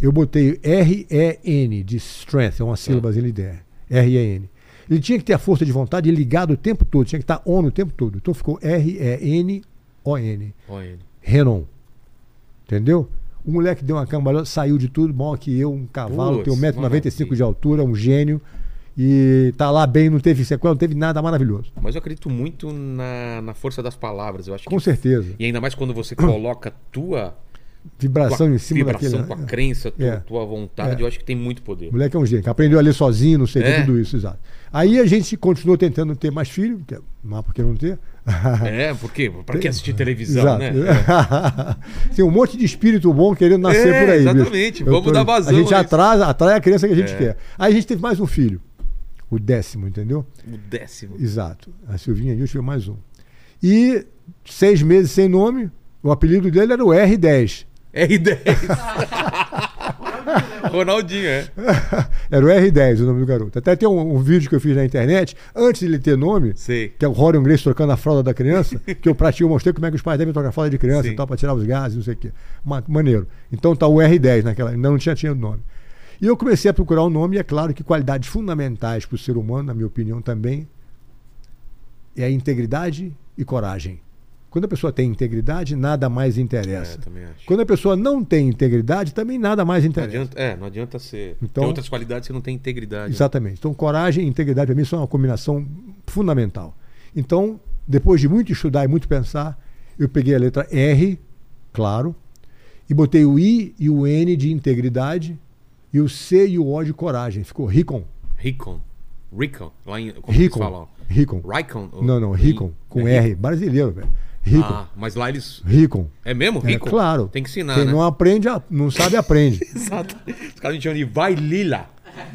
Speaker 3: eu botei R-E-N de strength, é uma sílaba em LDR. R-E-N. Ele tinha que ter a força de vontade ligada o tempo todo, tinha que estar on o tempo todo. Então ficou R-E-N-O-N.
Speaker 1: Olha ele.
Speaker 3: Renon. Entendeu? O moleque deu uma cambalhota, saiu de tudo, maior que eu, um cavalo,
Speaker 1: Putz,
Speaker 3: tem 1,95m
Speaker 1: maravilha.
Speaker 3: de altura, um gênio. E tá lá bem, não teve sequela, não teve nada maravilhoso.
Speaker 1: Mas eu acredito muito na, na força das palavras. Eu acho
Speaker 3: Com
Speaker 1: que...
Speaker 3: certeza.
Speaker 1: E ainda mais quando você coloca tua,
Speaker 3: Vibração
Speaker 1: tua
Speaker 3: em cima
Speaker 1: vibração,
Speaker 3: daquele.
Speaker 1: tua crença, tua,
Speaker 3: É.
Speaker 1: tua vontade,
Speaker 3: É.
Speaker 1: eu acho que tem muito poder.
Speaker 3: O moleque é um gênio, que aprendeu a ler sozinho, não sei o
Speaker 1: É.
Speaker 3: que, tudo isso, exato. Aí a gente continuou tentando ter mais filho, que é- não há por que não ter.
Speaker 1: É, porque pra que assistir televisão,
Speaker 3: Exato. É.
Speaker 1: né?
Speaker 3: Tem um monte de espírito bom querendo nascer
Speaker 1: É,
Speaker 3: por aí. bicho.
Speaker 1: exatamente.
Speaker 3: Eu
Speaker 1: Vamos dar vazão
Speaker 3: A gente
Speaker 1: a isso.
Speaker 3: atrasa, atrai a criança que a gente
Speaker 1: É.
Speaker 3: quer. Aí a gente teve mais um filho, o décimo, entendeu?
Speaker 1: O décimo.
Speaker 3: Exato. A Silvinha e eu tive mais um. E seis meses sem nome, o apelido dele era o R10.
Speaker 1: É, R10. Ronaldinho, é.
Speaker 3: Era o R10 o nome do garoto. Até tem um, um vídeo que eu fiz na internet, antes dele ter nome,
Speaker 1: Sei.
Speaker 3: que é o Rorion Grace trocando a fralda da criança, que eu pratico, eu mostrei como é que os pais devem trocar a fralda de criança
Speaker 1: Sim.
Speaker 3: e tal, para tirar os gases, não sei o quê. Ma- Maneiro. Então tá o R10 naquela, ainda não tinha tinha nome. E eu comecei a procurar o nome, e é claro que qualidades fundamentais para o ser humano, na minha opinião também, é a integridade e coragem. Quando a pessoa tem integridade, nada mais interessa.
Speaker 1: É, também acho.
Speaker 3: Quando a pessoa não tem integridade, também nada mais
Speaker 1: Não
Speaker 3: interessa.
Speaker 1: adianta, é, não adianta ser.
Speaker 3: Então-
Speaker 1: tem outras qualidades que não tem integridade. né?
Speaker 3: Exatamente. Então, coragem e integridade para mim são uma combinação fundamental. Então, depois de muito estudar e muito pensar, eu peguei a letra R, claro, e botei o I e o N de integridade e o C e o O de coragem. Ficou Ricon.
Speaker 1: Ricon. Ricon. Lá em, como eles
Speaker 3: Ricon.
Speaker 1: falam?
Speaker 3: Ricon.
Speaker 1: Ricon? ou-
Speaker 3: Não, não, Ricon. Com
Speaker 1: É
Speaker 3: R. Brasileiro, velho. Ricon.
Speaker 1: Ah, mas lá eles.
Speaker 3: Ricon.
Speaker 1: É mesmo?
Speaker 3: É,
Speaker 1: Ricon?
Speaker 3: claro.
Speaker 1: Tem que ensinar,
Speaker 3: Quem
Speaker 1: né?
Speaker 3: não aprende, a- não sabe, aprende.
Speaker 1: Exato. Os caras me chamam de Vai Lila.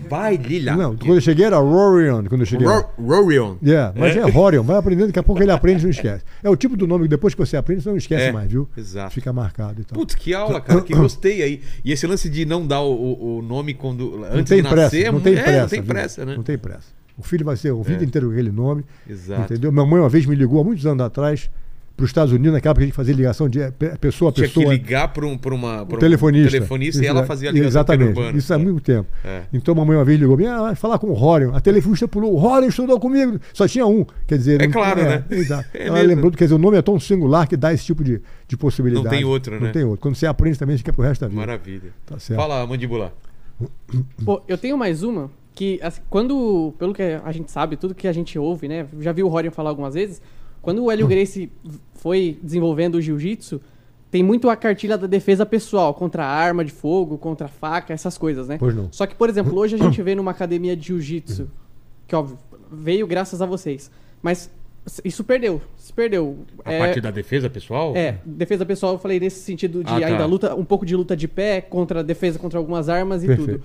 Speaker 1: Vai Lila.
Speaker 3: não, quando eu cheguei era Rorion, quando eu cheguei. lá.
Speaker 1: Ro- Rorion.
Speaker 3: Yeah, mas é, Rorion, vai aprendendo, daqui a pouco ele aprende e não esquece. É o tipo do nome que depois que você aprende, você não esquece
Speaker 1: É,
Speaker 3: mais, viu?
Speaker 1: exato.
Speaker 3: Fica marcado e tal.
Speaker 1: Putz, que aula, cara, que gostei aí. E esse lance de não dar o, o- o nome quando,
Speaker 3: não
Speaker 1: antes
Speaker 3: tem
Speaker 1: de nascer,
Speaker 3: pressa, não tem
Speaker 1: é,
Speaker 3: pressa.
Speaker 1: não tem
Speaker 3: viu?
Speaker 1: pressa, né? É.
Speaker 3: Não tem pressa. O filho vai ser o vida inteiro com aquele nome.
Speaker 1: Exato.
Speaker 3: Entendeu? Minha mãe uma vez me ligou há muitos anos atrás para os Estados Unidos, naquela época a gente fazia ligação de eh, pe- pessoa a
Speaker 1: Tinha
Speaker 3: pessoa.
Speaker 1: que ligar para um, pra uma, pra um
Speaker 3: telefonista.
Speaker 1: telefonista e
Speaker 3: Isso,
Speaker 1: ela
Speaker 3: é.
Speaker 1: fazia a ligação
Speaker 3: Exatamente.
Speaker 1: perurbana.
Speaker 3: Isso há muito tempo.
Speaker 1: É.
Speaker 3: Então mamãe uma vez ligou, ah, vai falar com o Rorion. A telefonista pulou, o Rorion estudou comigo. Só tinha um. Quer dizer,
Speaker 1: É
Speaker 3: não-
Speaker 1: claro, né?
Speaker 3: exato.
Speaker 1: É
Speaker 3: Ela
Speaker 1: mesmo.
Speaker 3: lembrou, quer dizer, o nome é tão singular que dá esse tipo de, de possibilidade.
Speaker 1: Não tem outro, né?
Speaker 3: Não tem outro. Quando você aprende também, fica pro resto da vida.
Speaker 1: Maravilha.
Speaker 3: Tá certo.
Speaker 1: Fala, mandíbula.
Speaker 4: Pô, eu tenho mais uma que assim, quando, pelo que a gente sabe, tudo que a gente ouve, né? Já vi o Rorion falar algumas vezes, quando
Speaker 3: Hum.
Speaker 4: o Hélio Gracie foi desenvolvendo o jiu-jitsu, tem muito a cartilha da defesa pessoal, contra arma de fogo, contra faca, essas coisas, né?
Speaker 3: Pois não.
Speaker 4: Só que, por exemplo, hoje a gente vê numa academia de jiu-jitsu, que óbvio, veio graças a vocês, mas isso perdeu, se perdeu.
Speaker 1: A
Speaker 4: É,
Speaker 1: parte da defesa pessoal?
Speaker 4: é, defesa pessoal eu falei nesse sentido de
Speaker 1: Ah, tá.
Speaker 4: ainda luta, um pouco de luta de pé contra defesa contra algumas armas e
Speaker 3: Perfeito.
Speaker 4: tudo.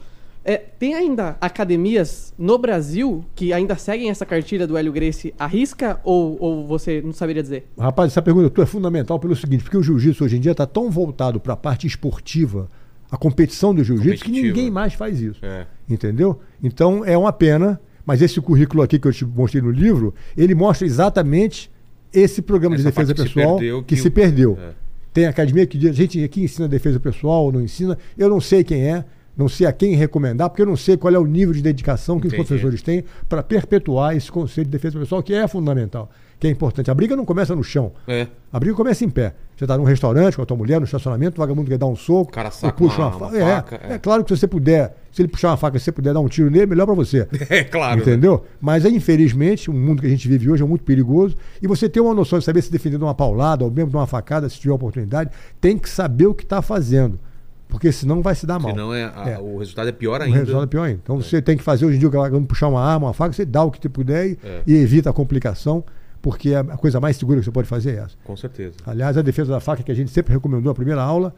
Speaker 4: É, tem ainda academias no Brasil que ainda seguem essa cartilha do Hélio Gracie à risca ou, ou você não saberia dizer?
Speaker 3: Rapaz, essa pergunta tua é fundamental pelo seguinte, porque o jiu-jitsu hoje em dia está tão voltado para a parte esportiva, a competição do jiu-jitsu, que
Speaker 1: Competitiva.
Speaker 3: ninguém mais faz isso.
Speaker 1: É.
Speaker 3: Entendeu? Então é uma pena, mas esse currículo aqui que eu te mostrei no livro, ele mostra exatamente esse programa
Speaker 1: Essa
Speaker 3: de defesa
Speaker 1: parte que se
Speaker 3: pessoal
Speaker 1: perdeu,
Speaker 3: que,
Speaker 1: que
Speaker 3: se
Speaker 1: o-
Speaker 3: perdeu.
Speaker 1: É.
Speaker 3: Tem academia que diz, gente, aqui ensina defesa pessoal, não ensina. Eu não sei quem é, não sei a quem recomendar, porque eu não sei qual é o nível de dedicação que
Speaker 1: Entendi.
Speaker 3: os professores têm para perpetuar esse conceito de defesa pessoal, que é fundamental, que é importante. A briga não começa no chão.
Speaker 1: É.
Speaker 3: A briga começa em pé. Você está num restaurante com a tua mulher, no estacionamento, o vagabundo quer dar um soco,
Speaker 1: cara
Speaker 3: ou
Speaker 1: saca uma-
Speaker 3: fa-
Speaker 1: uma
Speaker 3: é,
Speaker 1: faca, é.
Speaker 3: é claro que se você puder, se ele puxar uma faca, se você puder dar um tiro nele, melhor para você.
Speaker 1: É claro. né?
Speaker 3: Entendeu? Mas infelizmente, o mundo que a gente vive hoje é muito perigoso. E você ter uma noção de saber se defender de uma paulada ou mesmo de uma facada, se tiver oportunidade, tem que saber o que está fazendo. Porque senão vai se dar mal.
Speaker 1: Senão é, a-
Speaker 3: É.
Speaker 1: o resultado é pior
Speaker 3: O
Speaker 1: ainda.
Speaker 3: resultado é pior ainda. Então você tem que fazer hoje em dia, quando puxar uma arma, uma faca, você dá o que você puder e,
Speaker 1: É.
Speaker 3: e evita a complicação, porque é a a coisa mais segura que você pode fazer é essa.
Speaker 1: Com certeza.
Speaker 3: Aliás, a defesa da faca que a gente sempre recomendou na primeira aula,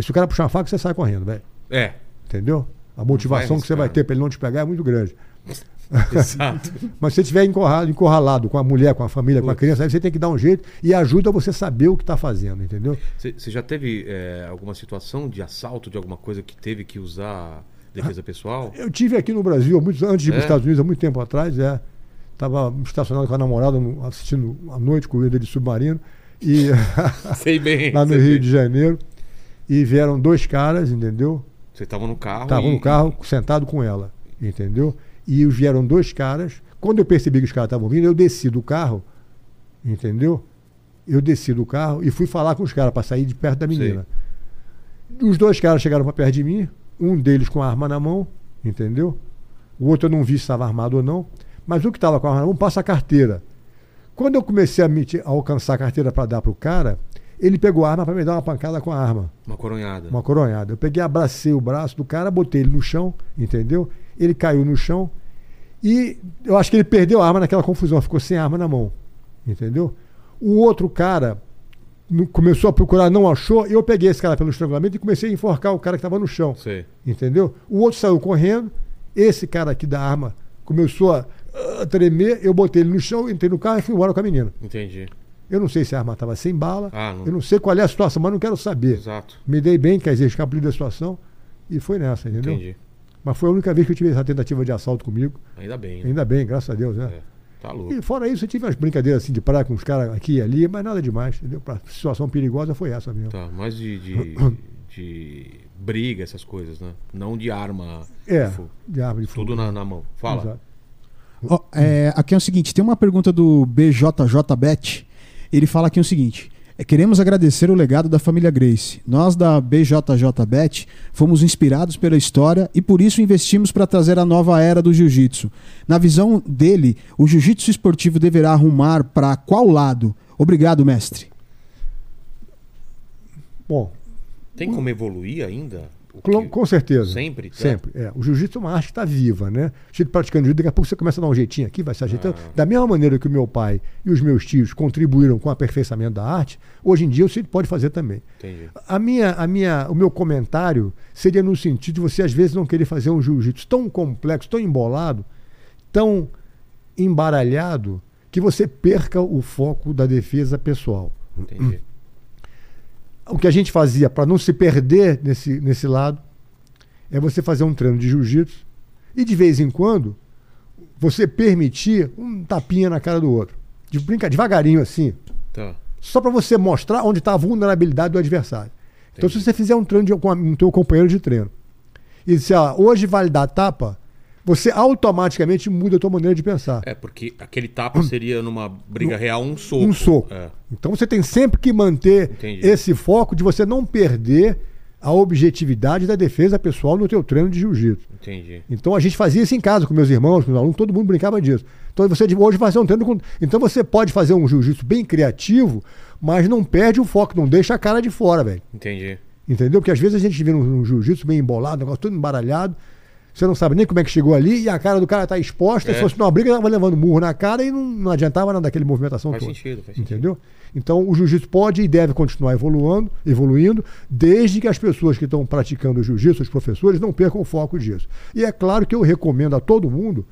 Speaker 3: se o cara puxar uma faca, você sai correndo, velho.
Speaker 1: É.
Speaker 3: Entendeu? A motivação que você vai
Speaker 1: arriscar, né?
Speaker 3: ter para ele não te pegar é muito grande.
Speaker 1: Exato.
Speaker 3: Mas se você estiver encorralado, encorralado com a mulher, com a família, com a
Speaker 1: Putz.
Speaker 3: criança, aí você tem que dar um jeito e ajuda você saber o que está fazendo, entendeu?
Speaker 1: Você você já teve é, alguma situação de assalto, de alguma coisa que teve que usar defesa pessoal?
Speaker 3: Eu tive aqui no Brasil, há muitos, antes de ir para os
Speaker 1: É?
Speaker 3: Estados Unidos, há muito tempo atrás, é, Estava estacionado com a namorada no- assistindo à noite corrida de submarino e
Speaker 1: Sei bem.
Speaker 3: lá no
Speaker 1: sei
Speaker 3: Rio
Speaker 1: bem.
Speaker 3: de Janeiro. E vieram dois caras, entendeu?
Speaker 1: Vocês estavam no carro.
Speaker 3: Estavam
Speaker 1: e-
Speaker 3: no carro, sentado com ela, entendeu? E vieram dois caras. Quando eu percebi que os caras estavam vindo, eu desci do carro, entendeu? Eu desci do carro e fui falar com os caras para sair de perto da menina. Os dois caras chegaram para perto de mim, um deles com a arma na mão, entendeu? O outro eu não vi se estava armado ou não, mas o que estava com a arma na mão passa a carteira. Quando eu comecei a, me ti- a alcançar a carteira para dar para o cara, ele pegou a arma para me dar uma pancada com a arma
Speaker 1: Uma coronhada.
Speaker 3: uma coronhada. Eu peguei, abracei o braço do cara, botei ele no chão, entendeu? Ele caiu no chão e eu acho que ele perdeu a arma naquela confusão, ficou sem arma na mão, entendeu? O outro cara no- começou a procurar, não achou, eu peguei esse cara pelo estrangulamento e comecei a enforcar o cara que estava no chão,
Speaker 1: Sei.
Speaker 3: entendeu? O outro saiu correndo, esse cara aqui da arma começou a ah, tremer, eu botei ele no chão, entrei no carro e fui embora com a menina.
Speaker 1: Entendi.
Speaker 3: Eu não sei se a arma estava sem bala,
Speaker 1: Ah, não-
Speaker 3: eu não sei qual é a situação, mas não quero saber
Speaker 1: Exato.
Speaker 3: me dei bem, quer dizer, escapulei da situação e foi nessa, entendeu?
Speaker 1: Entendi.
Speaker 3: Mas foi a única vez que eu tive essa tentativa de assalto comigo.
Speaker 1: Ainda bem. Né?
Speaker 3: Ainda bem, graças a Deus, né?
Speaker 1: É. Tá louco.
Speaker 3: E fora isso, eu tive umas brincadeiras assim de praia com os caras aqui e ali, mas nada demais, entendeu? Pra situação perigosa foi essa mesmo.
Speaker 1: Tá, mais de, de, de briga, essas coisas, né? Não Então, de arma.
Speaker 3: É,
Speaker 1: Fu-
Speaker 3: de árvore de fogo.
Speaker 1: Tudo na, na mão. Fala.
Speaker 3: Exato.
Speaker 2: Ó, é, aqui é o seguinte: tem uma pergunta do BJJBet. Ele fala aqui o seguinte. é, Queremos agradecer o legado da família Grace. Nós da BJJBet fomos inspirados pela história e por isso investimos para trazer a nova era do jiu-jitsu. Na visão dele, o jiu-jitsu esportivo deverá arrumar para qual lado? Obrigado, mestre.
Speaker 3: Bom,
Speaker 1: Tem como evoluir ainda? O
Speaker 3: clon-
Speaker 1: que-
Speaker 3: com certeza.
Speaker 1: Sempre? tá?
Speaker 3: Sempre. É. O jiu-jitsu é uma arte que está viva, né? Chega praticando jiu-jitsu, daqui a pouco você começa a dar um jeitinho aqui, vai se ajeitando.
Speaker 1: Ah.
Speaker 3: Da mesma maneira que o meu pai e os meus tios contribuíram com o aperfeiçoamento da arte, hoje em dia você pode fazer também.
Speaker 1: Entendi.
Speaker 3: A minha, a minha, o meu comentário seria no sentido de você às vezes não querer fazer um jiu-jitsu tão complexo, tão embolado, tão embaralhado que você perca o foco da defesa pessoal.
Speaker 1: Entendi.
Speaker 3: O que a gente fazia para não se perder nesse, nesse lado é você fazer um treino de jiu-jitsu e de vez em quando você permitir um tapinha na cara do outro. De brincar devagarinho assim,
Speaker 1: Tá.
Speaker 3: só para você mostrar onde está a vulnerabilidade do adversário. Então,
Speaker 1: Entendi.
Speaker 3: se você fizer um treino de, com o teu companheiro de treino e disser, ah, hoje vale dar tapa, você automaticamente muda a tua maneira de pensar.
Speaker 1: É, porque aquele tapa seria numa briga real um soco.
Speaker 3: Um soco.
Speaker 1: É.
Speaker 3: Então, você tem sempre que manter
Speaker 1: Entendi.
Speaker 3: esse foco de você não perder a objetividade da defesa pessoal no teu treino de jiu-jitsu.
Speaker 1: Entendi.
Speaker 3: Então a gente fazia isso em casa com meus irmãos, com os alunos, todo mundo brincava disso. Então você de- hoje vai fazer um treino com. Então você pode fazer um jiu-jitsu bem criativo, mas não perde o foco, não deixa a cara de fora, velho.
Speaker 1: Entendi.
Speaker 3: Entendeu? Porque às vezes a gente vê um, um jiu-jitsu bem embolado, um negócio todo embaralhado. Você não sabe nem como é que chegou ali e a cara do cara tá exposta.
Speaker 1: É.
Speaker 3: Se fosse numa briga, tava levando murro na cara e não, não adiantava nada daquele movimentação
Speaker 1: Faz
Speaker 3: toda.
Speaker 1: sentido, faz sentido.
Speaker 3: Entendeu? Então o jiu-jitsu pode e deve continuar evoluindo, evoluindo, desde que as pessoas que estão praticando o jiu-jitsu, os professores, não percam o foco disso. E é claro que eu recomendo a todo mundo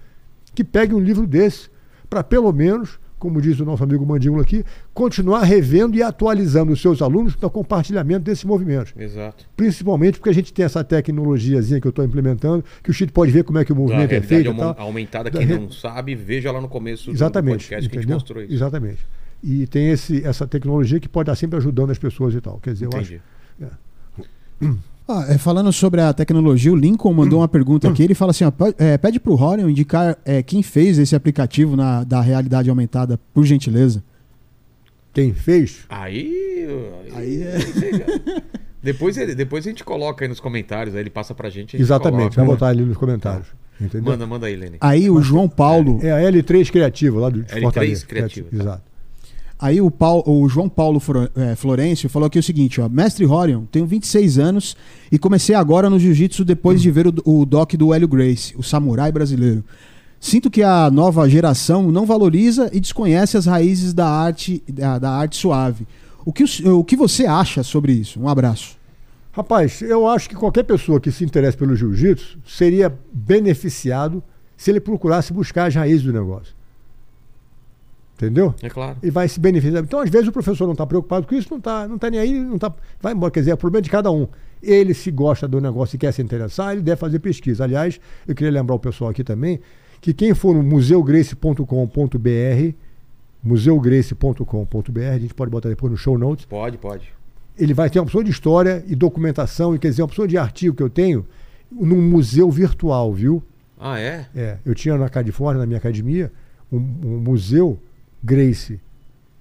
Speaker 3: que pegue um livro desse para pelo menos, como diz o nosso amigo Mandíbula aqui, continuar revendo e atualizando os seus alunos para o compartilhamento desses movimentos.
Speaker 1: Exato.
Speaker 3: Principalmente porque a gente tem essa tecnologiazinha que eu estou implementando, que o Chito pode ver como é que o
Speaker 1: A
Speaker 3: movimento é
Speaker 1: realidade
Speaker 3: feito. e
Speaker 1: aumen-
Speaker 3: tal.
Speaker 1: aumentada,
Speaker 3: Da
Speaker 1: quem
Speaker 3: re-
Speaker 1: não sabe, veja lá no começo do- do
Speaker 3: Exatamente.
Speaker 1: podcast que a gente
Speaker 3: entendeu?
Speaker 1: mostrou isso.
Speaker 3: Exatamente. E tem esse, essa tecnologia que pode estar sempre ajudando as pessoas e tal. Quer dizer, eu
Speaker 1: Entendi.
Speaker 3: acho.
Speaker 2: Ah, é, falando sobre a tecnologia, o Lincoln mandou uma pergunta aqui. Ele fala assim: ó, pe- é, pede para o Rorion indicar é, quem fez esse aplicativo na- da realidade aumentada, por gentileza.
Speaker 3: Quem fez?
Speaker 1: Aí.
Speaker 2: Aí é-
Speaker 1: Depois, ele- depois a gente coloca aí nos comentários, aí ele passa pra gente. a gente
Speaker 3: Exatamente. Vai
Speaker 1: coloca. Tá.
Speaker 3: botar ali nos comentários. Entendeu?
Speaker 1: Manda, manda aí, Lene.
Speaker 2: Aí o João Paulo,
Speaker 3: É a L3 Criativa lá do de
Speaker 1: L3
Speaker 3: Fortaleza.
Speaker 1: Criativa, tá.
Speaker 3: Exato.
Speaker 2: aí o, Pau- o João Paulo Fro- é, Florencio falou aqui o seguinte: ó, mestre Rorion, tenho 26 anos e comecei agora no Jiu-Jitsu depois de ver o, o doc do Hélio Grace, o samurai brasileiro. Sinto que a nova geração não valoriza e desconhece as raízes da arte, da, da arte suave. O que, o s- o que você acha sobre isso? Um abraço.
Speaker 3: Rapaz, eu acho que qualquer pessoa que se interesse pelo jiu-jitsu seria beneficiado se ele procurasse buscar as raízes do negócio. Entendeu?
Speaker 1: É claro.
Speaker 3: e vai se beneficiar. Então, às vezes, o professor não está preocupado com isso, não está não tá nem aí, não tá, vai embora. Quer dizer, é problema de cada um. Ele se gosta do negócio e quer se interessar, ele deve fazer pesquisa. Aliás, eu queria lembrar o pessoal aqui também que quem for no museugrace.com.br, museugrace.com.br, a gente pode botar depois no show notes,
Speaker 1: Pode, pode.
Speaker 3: ele vai ter uma opção de história e documentação, e quer dizer, uma opção de artigo que eu tenho num museu virtual, viu?
Speaker 1: Ah, é?
Speaker 3: É, eu tinha na Califórnia, na minha academia, um, um museu Grace,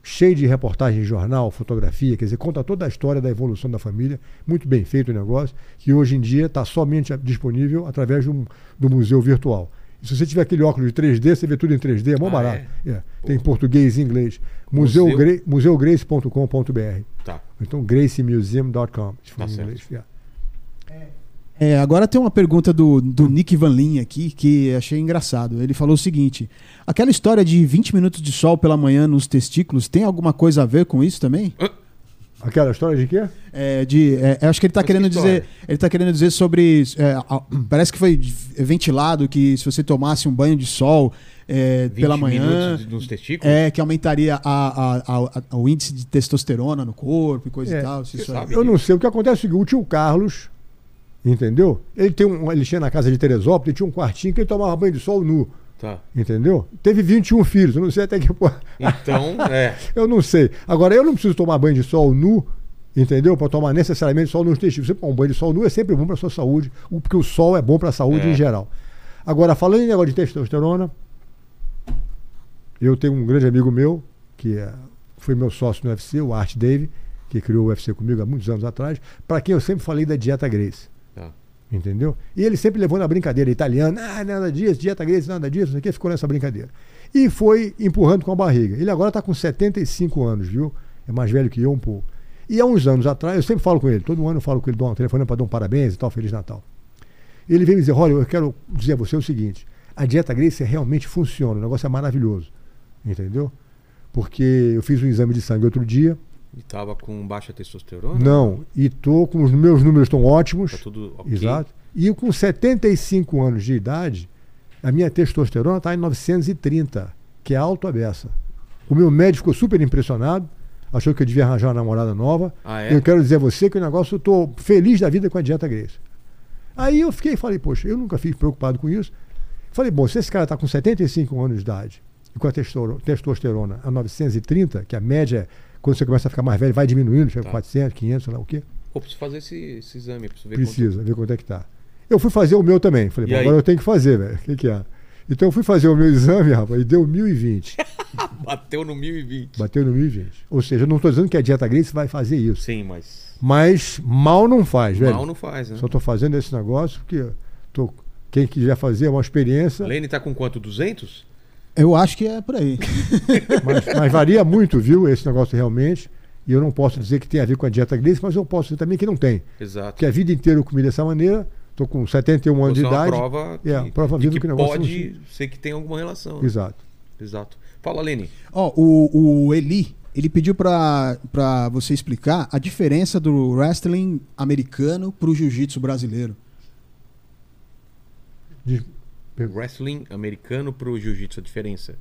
Speaker 3: cheio de reportagem em jornal, fotografia, quer dizer, conta toda a história da evolução da família, muito bem feito o negócio, que hoje em dia está somente a- disponível através de um- do museu virtual. E se você tiver aquele óculos de 3D, você vê tudo em 3D, é mó
Speaker 1: Ah,
Speaker 3: barato. É, Tem em português e inglês.
Speaker 1: Museu-
Speaker 3: Museu... Gra- Museugrace.com.br.
Speaker 1: Tá.
Speaker 3: Então, gracemuseum.com. se for
Speaker 1: Tá
Speaker 3: em
Speaker 1: certo.
Speaker 3: inglês, é.
Speaker 2: É, agora tem uma pergunta do, do Nick Van Lin aqui que achei engraçado. Ele falou o seguinte: aquela história de 20 minutos de sol pela manhã nos testículos tem alguma coisa a ver com isso também?
Speaker 3: Aquela história de quê?
Speaker 2: É, de, é, eu acho que ele está
Speaker 1: Mas que
Speaker 2: querendo dizer.
Speaker 1: história?
Speaker 2: Ele tá querendo dizer sobre. é, a- parece que foi ventilado que se você tomasse um banho de sol é,
Speaker 1: 20
Speaker 2: pela manhã.
Speaker 1: minutos nos testículos?
Speaker 2: É, que aumentaria a, a- a- a- o índice de testosterona no corpo e coisa
Speaker 3: É,
Speaker 2: e tal. se
Speaker 1: você
Speaker 2: isso
Speaker 1: sabe.
Speaker 3: Eu não sei. O que acontece é o seguinte, o tio Carlos, entendeu? Ele, tem um, ele tinha na casa de Teresópolis, ele tinha um quartinho que ele tomava banho de sol nu,
Speaker 1: Tá.
Speaker 3: entendeu? Teve 21 filhos, eu não sei até que... po-
Speaker 1: Então, é.
Speaker 3: Eu não sei. Agora, eu não preciso tomar banho de sol nu, entendeu? Para tomar necessariamente sol nos testículos. Você tomar um banho de sol nu é sempre bom para sua saúde, o- porque o sol é bom para a saúde
Speaker 1: É.
Speaker 3: em geral. Agora, falando em negócio de testosterona, eu tenho um grande amigo meu, que é- foi meu sócio no UFC, o Art Dave, que criou o UFC comigo há muitos anos atrás, para quem eu sempre falei da dieta Grace.
Speaker 1: Tá.
Speaker 3: Entendeu? E ele sempre levou na brincadeira italiana, ah, nada disso, dieta Grace, nada disso, não sei o que, ficou nessa brincadeira. E foi empurrando com a barriga. Ele agora está com 75 anos, viu? É mais velho que eu um pouco. E há uns anos atrás, eu sempre falo com ele, todo ano eu falo com ele, dou um telefone para dar um parabéns e tal, Feliz Natal. Ele veio me dizer, olha, eu quero dizer a você o seguinte, a dieta Grace realmente funciona, o negócio é maravilhoso. Entendeu? Porque eu fiz um exame de sangue outro dia,
Speaker 1: E tava com baixa testosterona?
Speaker 3: não, e tô com os meus números estão ótimos.
Speaker 1: Tá tudo ok?
Speaker 3: Exato. E eu com 75 anos de idade, a minha testosterona está em 930, que é alto a beça. O meu médico ficou super impressionado, achou que eu devia arranjar uma namorada nova.
Speaker 1: Ah, é?
Speaker 3: Eu quero dizer a você que o negócio, eu estou feliz da vida com a dieta Grace. Aí eu fiquei e falei, poxa, eu nunca fiquei preocupado com isso. Falei, bom, se esse cara está com 75 anos de idade e com a testoro- testosterona a 930, que a média, quando você começa a ficar mais velho, vai diminuindo, chega
Speaker 1: Tá.
Speaker 3: a 400, 500, sei lá o quê.
Speaker 1: Pô, preciso fazer esse, esse exame. Preciso ver
Speaker 3: Precisa, ver quanto é que tá. Eu fui fazer o meu também. Falei,
Speaker 1: E
Speaker 3: bom,
Speaker 1: aí?
Speaker 3: agora eu tenho que fazer, velho. O que, que é? Então eu fui fazer o meu exame, rapaz, e deu 1020.
Speaker 1: quanto- Bateu no 1020.
Speaker 3: Bateu no 1020. Ou seja, eu não estou dizendo que a dieta Grace vai fazer isso.
Speaker 1: Sim, mas
Speaker 3: Mas mal não faz, velho.
Speaker 1: mal não faz, né?
Speaker 3: Só estou fazendo esse negócio porque tô... quem quiser fazer é uma experiência,
Speaker 1: A Lene tá com quanto? 200?
Speaker 2: Eu acho que é por aí.
Speaker 3: mas, mas varia muito, viu, esse negócio realmente. E eu não posso dizer que tem a ver com a dieta Grace, mas eu posso dizer também que é não tem.
Speaker 1: Exato.
Speaker 3: Porque a vida inteira eu comi dessa maneira, estou com 71 anos
Speaker 1: Você
Speaker 3: de
Speaker 1: é uma
Speaker 3: idade.
Speaker 1: prova que,
Speaker 3: É, a prova viva
Speaker 1: que,
Speaker 3: que o negócio
Speaker 1: pode ser que tenha alguma relação. né?
Speaker 3: Exato.
Speaker 1: Exato. Fala, Lene.
Speaker 2: Ó, o, o Eli, ele pediu pra, pra você explicar a diferença do wrestling americano pro jiu-jitsu brasileiro.
Speaker 3: De- per-
Speaker 1: Wrestling americano pro jiu-jitsu, a diferença.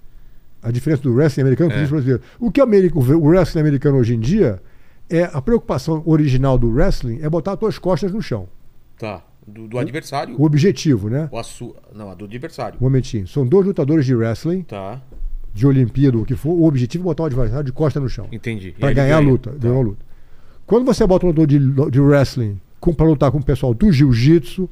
Speaker 3: A diferença do wrestling americano para
Speaker 1: É.
Speaker 3: o brasileiro. O que o ameri- o wrestling americano hoje em dia é a preocupação original do wrestling é botar as tuas costas no chão.
Speaker 1: Tá. Do,
Speaker 3: Hum?
Speaker 1: do adversário.
Speaker 3: O objetivo, né?
Speaker 1: Ou a sua. Não, a do adversário.
Speaker 3: Um momentinho. São dois lutadores de wrestling,
Speaker 1: Tá.
Speaker 3: de Olimpíada, o que for. O objetivo é botar o adversário de costa no chão.
Speaker 1: Entendi. E
Speaker 3: Para
Speaker 1: aí ele
Speaker 3: ganhar a
Speaker 1: ganha.
Speaker 3: luta,
Speaker 1: Tá.
Speaker 3: ganhar a luta. Quando você bota um lutador de, de wrestling para lutar com o pessoal do jiu-jitsu,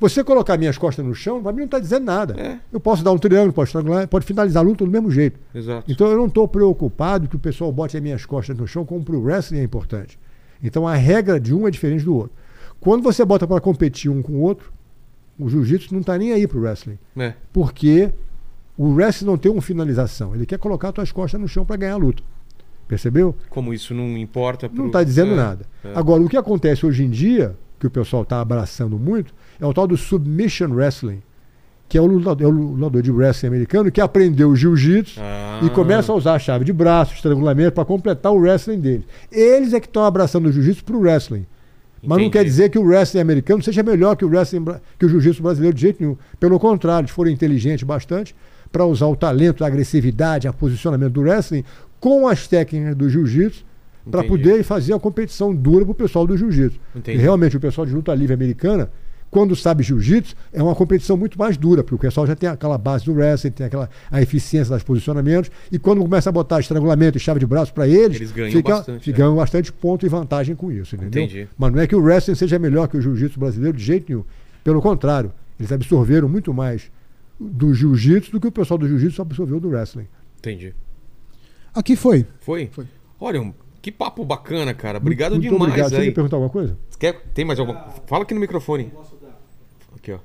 Speaker 3: você colocar minhas costas no chão, para mim não está dizendo nada.
Speaker 1: É.
Speaker 3: Eu posso dar um triângulo, posso estrangular, pode finalizar a luta do mesmo jeito.
Speaker 1: Exato.
Speaker 3: Então eu não estou preocupado que o pessoal bote as minhas costas no chão, como para o wrestling é importante. Então a regra de um é diferente do outro. Quando você bota para competir um com o outro, o jiu-jitsu não está nem aí para o wrestling.
Speaker 1: É.
Speaker 3: Porque o wrestling não tem uma finalização. Ele quer colocar suas costas no chão para ganhar a luta. Percebeu?
Speaker 1: Como isso não importa. pro-
Speaker 3: Não está dizendo
Speaker 1: É,
Speaker 3: nada.
Speaker 1: é.
Speaker 3: Agora, o que acontece hoje em dia, que o pessoal está abraçando muito, é o tal do submission wrestling, que é o lutador, é o lutador de wrestling americano que aprendeu o jiu-jitsu
Speaker 1: Ah.
Speaker 3: e começa a usar a chave de braço, estrangulamento, para completar o wrestling deles. Eles é que estão abraçando o jiu-jitsu para o wrestling. Mas não
Speaker 1: Entendi.
Speaker 3: quer dizer que o wrestling americano seja melhor que o wrestling bra- que o jiu-jitsu brasileiro de jeito nenhum. Pelo contrário, eles foram inteligentes bastante para usar o talento, a agressividade, o posicionamento do wrestling com as técnicas do jiu-jitsu para
Speaker 1: Entendi.
Speaker 3: poder fazer a competição dura para o pessoal do jiu-jitsu. E
Speaker 1: Entendi.
Speaker 3: realmente o pessoal de luta livre americana Quando sabe jiu-jitsu, é uma competição muito mais dura, porque o pessoal já tem aquela base do wrestling, tem aquela a eficiência dos posicionamentos, e quando começa a botar estrangulamento e chave de braço para eles,
Speaker 1: Eles ganham bastante,
Speaker 3: fica-
Speaker 1: é.
Speaker 3: ganham bastante ponto e vantagem com isso, entendeu?
Speaker 1: Entendi.
Speaker 3: Mas não é que o wrestling seja melhor que o jiu-jitsu brasileiro de jeito nenhum. Pelo contrário, eles absorveram muito mais do jiu-jitsu do que o pessoal do jiu-jitsu absorveu do wrestling.
Speaker 1: Entendi.
Speaker 2: Aqui foi.
Speaker 1: Foi?
Speaker 2: Foi.
Speaker 1: Olha, um- que papo bacana, cara. Obrigado
Speaker 3: muito,
Speaker 1: demais
Speaker 3: obrigado. Você
Speaker 1: aí.
Speaker 3: quer perguntar alguma coisa?
Speaker 1: Quer- Tem mais alguma? Fala aqui no microfone. Aqui, ó.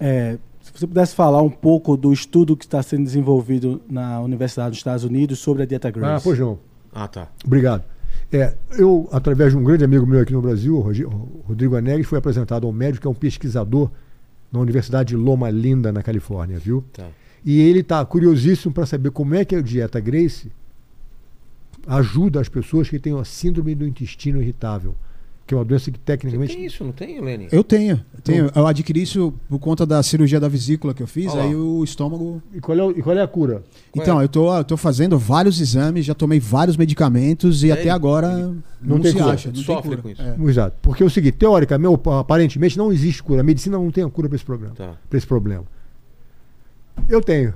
Speaker 5: É, se você pudesse falar um pouco do estudo que está sendo desenvolvido na Universidade dos Estados Unidos sobre a dieta Grace.
Speaker 3: Ah, pois não.
Speaker 1: Ah, tá.
Speaker 3: Obrigado. É, eu, através de um grande amigo meu aqui no Brasil, o Rogi- o Rodrigo Anegues, fui apresentado ao médico que é um pesquisador na Universidade de Loma Linda, na Califórnia, viu?
Speaker 1: Tá.
Speaker 3: E ele está curiosíssimo para saber como é que a dieta Grace ajuda as pessoas que têm a síndrome do intestino irritável, que é uma doença que tecnicamente
Speaker 1: Tem isso, não tem, Lene?
Speaker 2: Eu tenho. eu tenho. Eu adquiri isso por conta da cirurgia da vesícula que eu fiz,
Speaker 1: Olha lá.
Speaker 2: aí o estômago.
Speaker 3: E qual, é, o- e qual é a cura?
Speaker 1: Qual
Speaker 2: então,
Speaker 1: é?
Speaker 2: eu tô, eu tô fazendo vários exames, já tomei vários medicamentos e
Speaker 1: É,
Speaker 2: até
Speaker 1: ele-
Speaker 2: agora não,
Speaker 3: tem
Speaker 2: se
Speaker 3: cura,
Speaker 2: acha. Não
Speaker 1: sofre
Speaker 2: tem cura.
Speaker 1: com isso.
Speaker 2: É.
Speaker 3: Exato. Porque é o seguinte, teoricamente, ou aparentemente, não existe cura. A medicina não tem a cura para esse, programa-
Speaker 1: Tá.
Speaker 3: pra esse problema. Eu tenho.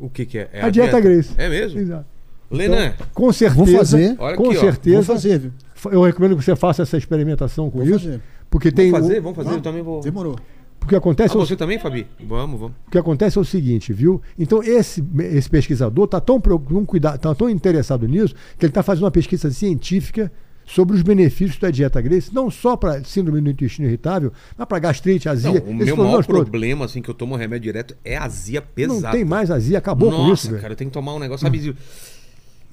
Speaker 1: O que que é? É
Speaker 3: a dieta Grace.
Speaker 1: É mesmo?
Speaker 3: Exato. Então,
Speaker 1: Lenan,
Speaker 3: Com certeza.
Speaker 2: fazer.
Speaker 1: Então, Olha
Speaker 3: com
Speaker 1: aqui, ó.
Speaker 2: Vou
Speaker 3: certeza.
Speaker 2: fazer, viu?
Speaker 3: fa- Eu recomendo que você faça essa experimentação com
Speaker 2: Vou
Speaker 3: isso.
Speaker 2: fazer.
Speaker 3: Porque tem.
Speaker 1: vamos fazer?
Speaker 3: o-
Speaker 1: Vamos fazer? Eu também vou.
Speaker 2: Demorou.
Speaker 3: O que
Speaker 1: Ah,
Speaker 3: acontece é o
Speaker 1: você também, Fabi? Vamos, vamos.
Speaker 3: O que acontece é o seguinte, viu? Então, esse, esse pesquisador está tão, preo- com cuida- tá tão interessado nisso que ele está fazendo uma pesquisa científica sobre os benefícios da dieta Grace, não só para síndrome do intestino irritável, mas para gastrite, azia.
Speaker 1: Não, o
Speaker 3: esses
Speaker 1: meu maior
Speaker 3: problemas todos.
Speaker 1: problema, assim, que eu tomo remédio direto é azia pesada.
Speaker 3: Não tem mais azia, acabou
Speaker 1: Nossa,
Speaker 3: com isso. velho.
Speaker 1: cara, eu tenho que tomar um negócio, sabe? de-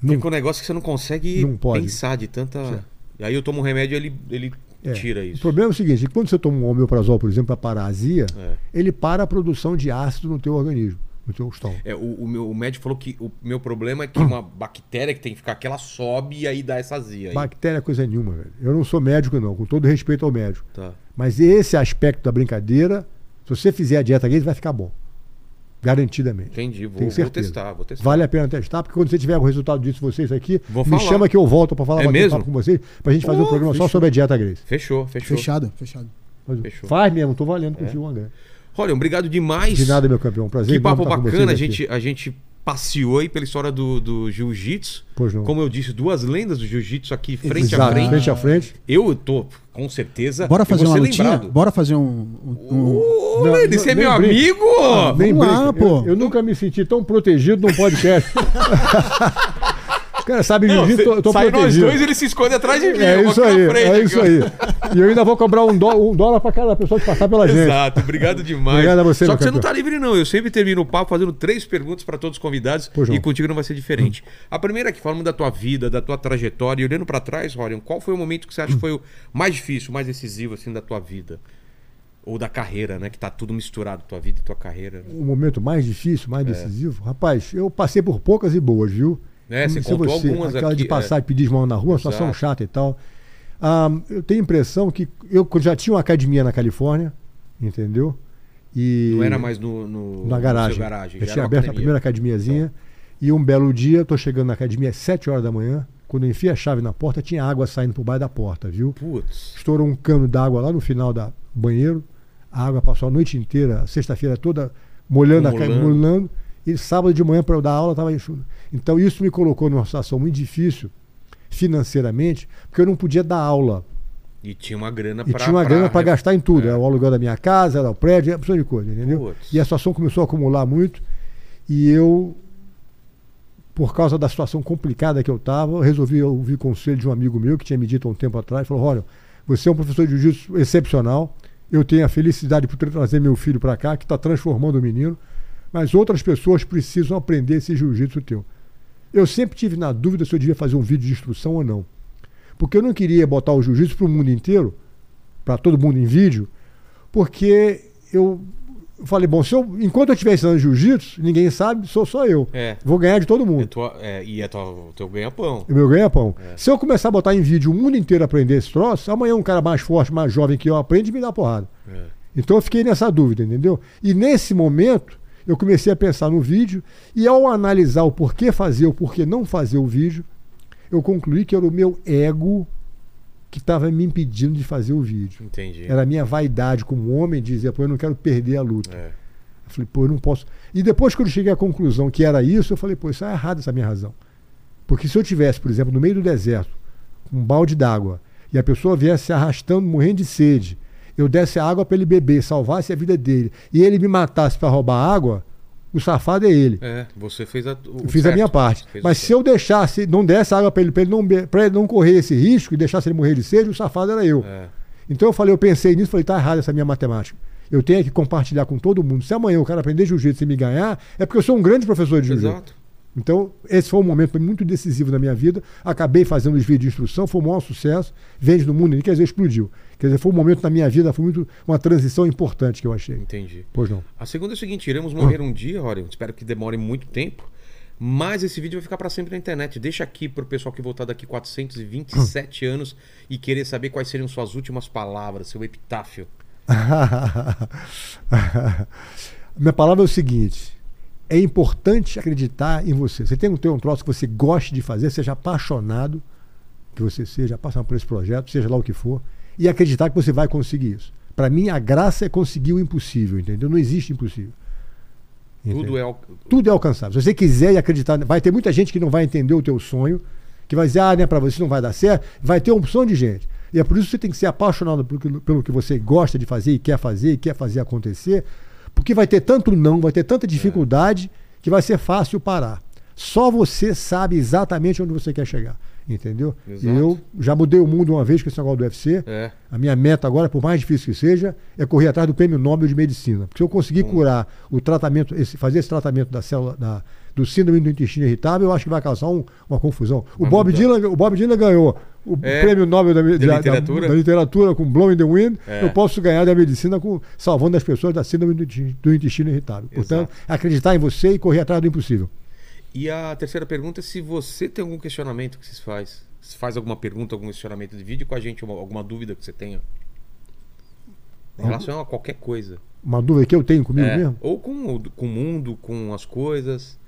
Speaker 1: Fica um negócio que você não consegue
Speaker 3: Não pode.
Speaker 1: pensar de tanta. E aí eu tomo um remédio ele ele
Speaker 3: É.
Speaker 1: tira isso.
Speaker 3: O problema é o seguinte, que quando você toma um homeoprazol, por exemplo, para parar a azia,
Speaker 1: É.
Speaker 3: ele para a produção de ácido no teu organismo, no teu estômago.
Speaker 1: É, o, o meu o médico falou que o meu problema é que uma bactéria que tem que ficar aqui, ela sobe e aí dá essa azia. Aí.
Speaker 3: Bactéria é coisa nenhuma, velho. Eu não sou médico, não, com todo respeito ao médico.
Speaker 1: Tá.
Speaker 3: Mas esse aspecto da brincadeira, se você fizer a dieta Gaze, vai ficar bom. Garantidamente.
Speaker 1: Entendi, vou,
Speaker 3: Tenho
Speaker 1: vou
Speaker 3: certeza.
Speaker 1: testar, vou testar.
Speaker 3: Vale a pena testar, porque quando você tiver o resultado disso, vocês aqui,
Speaker 1: Vou
Speaker 3: me
Speaker 1: falar.
Speaker 3: chama que eu volto para falar
Speaker 1: É
Speaker 3: bater um
Speaker 1: mesmo?
Speaker 3: papo com vocês, pra gente fazer um
Speaker 1: Pô,
Speaker 3: programa só
Speaker 2: fechou.
Speaker 3: sobre a dieta Grace.
Speaker 1: Fechou, fechou.
Speaker 2: Fechado, fechado.
Speaker 3: Mas
Speaker 1: Fechou.
Speaker 3: Faz mesmo, tô valendo contigo, André.
Speaker 1: Olha, obrigado demais.
Speaker 3: De nada, meu campeão. Um Prazer
Speaker 1: Que
Speaker 3: enorme
Speaker 1: papo
Speaker 3: estar com
Speaker 1: bacana, a
Speaker 3: vocês aqui.
Speaker 1: gente, a gente passeou aí pela história do, do jiu-jitsu.
Speaker 3: Pois não.
Speaker 1: Como eu disse, duas lendas do jiu-jitsu aqui frente
Speaker 3: Exato,
Speaker 1: a frente.
Speaker 3: frente a frente.
Speaker 1: Eu tô, com certeza.
Speaker 2: Bora
Speaker 1: eu
Speaker 2: fazer
Speaker 1: vou
Speaker 2: uma
Speaker 1: ser
Speaker 2: lutinha?
Speaker 1: lembrado.
Speaker 2: Bora fazer um. um- um-
Speaker 1: Ô,
Speaker 3: Não,
Speaker 1: Lene,
Speaker 3: não,
Speaker 1: você é
Speaker 3: nem
Speaker 1: meu
Speaker 3: brinca. Ah,
Speaker 1: amigo!
Speaker 3: Nem
Speaker 2: Vamos lá,
Speaker 3: brinca.
Speaker 2: pô.
Speaker 3: Eu, eu nunca me senti tão protegido num podcast. Cara, sabe,
Speaker 1: Não,
Speaker 3: jiu-jitsu, eu tô
Speaker 1: sai nós
Speaker 3: protegido.
Speaker 1: dois, ele se esconde atrás de mim. eu
Speaker 3: É
Speaker 1: vou
Speaker 3: isso
Speaker 1: aqui na
Speaker 3: aí,
Speaker 1: frente,
Speaker 3: é
Speaker 1: aqui,
Speaker 3: isso
Speaker 1: ó.
Speaker 3: aí. E eu ainda vou cobrar um, dó- um dólar pra cada pessoa que passar pela gente.
Speaker 1: Exato, obrigado demais.
Speaker 3: Obrigado a você,
Speaker 1: Só
Speaker 3: meu
Speaker 1: que você não
Speaker 3: campeão.
Speaker 1: tá livre, não. Eu sempre termino o papo fazendo três perguntas para todos os convidados
Speaker 3: Pois não.
Speaker 1: e contigo não vai ser diferente. A primeira é que falando da tua vida, da tua trajetória, e olhando para trás, Rorion, qual foi o momento que você acha que foi o mais difícil, o mais decisivo assim da tua vida? Ou da carreira, né? Que tá tudo misturado, tua vida e tua carreira. né?
Speaker 3: O momento mais difícil,
Speaker 1: É.
Speaker 3: mais decisivo. Rapaz, eu passei por poucas e boas, viu?
Speaker 1: Né, você
Speaker 3: Não sei
Speaker 1: contou algumas
Speaker 3: Aquela
Speaker 1: aqui, é.
Speaker 3: de passar e pedir as mãos na rua,
Speaker 1: Exato.
Speaker 3: situação chata e tal. Ah, eu tenho a impressão que eu já tinha uma academia na Califórnia, entendeu? E
Speaker 1: Não era mais no, Tipo, no,
Speaker 3: na
Speaker 1: no
Speaker 3: garagem.
Speaker 1: seu garagem.
Speaker 3: Eu
Speaker 1: já
Speaker 3: tinha
Speaker 1: era uma
Speaker 3: aberto a
Speaker 1: academia. Tá.
Speaker 3: primeira academiazinha. E um belo dia, eu tô chegando na academia às 7 horas da manhã. Quando eu enfio a chave na porta, tinha água saindo por baixo da porta, viu?
Speaker 1: Putz.
Speaker 3: Estourou um cano d'água lá no final da banheiro. A água passou a noite inteira, a sexta-feira toda molhando a cara,
Speaker 1: Molhando.
Speaker 3: molhando. E sábado de manhã para eu dar aula estava enxuto. Então isso me colocou numa situação muito difícil financeiramente, porque eu não podia dar aula.
Speaker 1: E tinha uma grana
Speaker 3: E
Speaker 1: pra
Speaker 3: tinha uma grana para gastar em
Speaker 1: é.
Speaker 3: tudo. Era o aluguel da minha casa, era o prédio, era uma opção de coisa, entendeu?
Speaker 1: Putz.
Speaker 3: E a situação começou a acumular muito. E eu, por causa da situação complicada que eu estava, resolvi ouvir o conselho de um amigo meu que tinha me dito há um tempo atrás. Falou, olha, você é um professor de jiu-jitsu excepcional. Eu tenho a felicidade por ter trazer meu filho para cá, que está transformando o menino. Mas outras pessoas precisam aprender esse jiu-jitsu teu. Eu sempre tive na dúvida se eu devia fazer um vídeo de instrução ou não. Porque eu não queria botar o jiu-jitsu para o mundo inteiro, para todo mundo em vídeo, porque eu falei, bom, se eu, enquanto eu estiver ensinando jiu-jitsu, ninguém sabe, sou só eu.
Speaker 1: É.
Speaker 3: Vou ganhar de todo
Speaker 1: E, a
Speaker 3: mundo.
Speaker 1: tua- é, e a tua- o teu ganha-pão.
Speaker 3: O meu ganha-pão. Se eu começar a botar em vídeo o mundo inteiro aprender esse troço, amanhã um cara mais forte, mais jovem que eu aprende e me dá porrada.
Speaker 1: É.
Speaker 3: Então eu fiquei nessa dúvida, entendeu? E nesse momento eu comecei a pensar no vídeo e ao analisar o porquê fazer, o porquê não fazer o vídeo, eu concluí que era o meu ego que estava me impedindo de fazer o vídeo.
Speaker 1: Entendi.
Speaker 3: Era a minha vaidade como homem dizer, pô, eu não quero perder a luta.
Speaker 1: É.
Speaker 3: Eu falei, pô, eu não posso. E depois que eu cheguei à conclusão que era isso, eu falei, pô, isso é errado essa minha razão. Porque se eu tivesse, por exemplo, no meio do deserto, um balde d'água, e a pessoa viesse se arrastando, morrendo de sede, eu desse a água para ele beber, salvasse a vida dele, e ele me matasse para roubar a água, o safado é ele.
Speaker 1: É, você fez a. o
Speaker 3: Eu fiz a
Speaker 1: certo.
Speaker 3: minha parte.
Speaker 1: Fez o
Speaker 3: Mas
Speaker 1: certo.
Speaker 3: se eu deixasse, não desse água para ele, para ele, não be- pra ele não correr esse risco e deixasse ele morrer de sede, o safado era eu.
Speaker 1: É.
Speaker 3: Então eu falei, eu pensei nisso, falei, tá errada essa minha matemática. Eu tenho que compartilhar com todo mundo. Se amanhã o cara aprender jiu-jitsu e me ganhar, é porque eu sou um grande professor de jiu-jitsu.
Speaker 1: Exato.
Speaker 3: Então, esse foi um momento muito decisivo na minha vida. Acabei fazendo os vídeos de instrução, foi um maior sucesso. Vende no mundo, quer dizer, explodiu. Quer dizer, foi um momento na minha vida, foi muito uma transição importante que eu achei.
Speaker 1: Entendi.
Speaker 3: Pois não.
Speaker 1: A segunda é o seguinte: iremos morrer um dia, Orion. Espero que demore muito tempo. Mas esse vídeo vai ficar pra sempre na internet. Deixa aqui pro pessoal que voltar daqui 427 anos e querer saber quais seriam suas últimas palavras, seu epitáfio.
Speaker 3: Minha palavra é o seguinte: é importante acreditar em você. Você tem que ter um troço que você goste de fazer, seja apaixonado, que você seja apaixonado por esse projeto, seja lá o que for, e acreditar que você vai conseguir isso. Para mim, a graça é conseguir o impossível, entendeu? Não existe impossível.
Speaker 1: Tudo é. al-
Speaker 3: Tudo é alcançável. Se você quiser e acreditar, vai ter muita gente que não vai entender o teu sonho, que vai dizer, ah, né, para você não vai dar certo. Vai ter um opção de gente. E é por isso que você tem que ser apaixonado pelo que, pelo que você gosta de fazer e quer fazer e quer fazer acontecer, porque vai ter tanto não, vai ter tanta dificuldade que vai ser fácil parar. Só você sabe exatamente onde você quer chegar. Entendeu?
Speaker 1: Exato.
Speaker 3: E eu já mudei o mundo uma vez com esse negócio do UFC.
Speaker 1: É.
Speaker 3: A minha meta agora, por mais difícil que seja, é correr atrás do prêmio Nobel de Medicina. Porque se eu conseguir
Speaker 1: Hum.
Speaker 3: curar o tratamento, esse- fazer esse tratamento da célula, da- do síndrome do intestino irritável, eu acho que vai causar um- uma confusão. O
Speaker 1: Vai
Speaker 3: Bob,
Speaker 1: mudar.
Speaker 3: Dylan, o Bob Dylan ganhou o
Speaker 1: É.
Speaker 3: prêmio Nobel da, me-
Speaker 1: Da
Speaker 3: da- da-
Speaker 1: literatura.
Speaker 3: da literatura com Blowing the Wind.
Speaker 1: É.
Speaker 3: Eu posso ganhar da medicina com, salvando as pessoas da síndrome do, inti- do intestino irritável. Portanto, acreditar em você e correr atrás do impossível.
Speaker 1: E a terceira pergunta é se você tem algum questionamento que se faz. Se faz alguma pergunta, algum questionamento de vídeo com a gente, uma- alguma dúvida que você tenha. Em relação a qualquer coisa.
Speaker 3: Uma dúvida que eu tenho comigo
Speaker 1: É.
Speaker 3: mesmo.
Speaker 1: Ou com, o- com o mundo, com as coisas.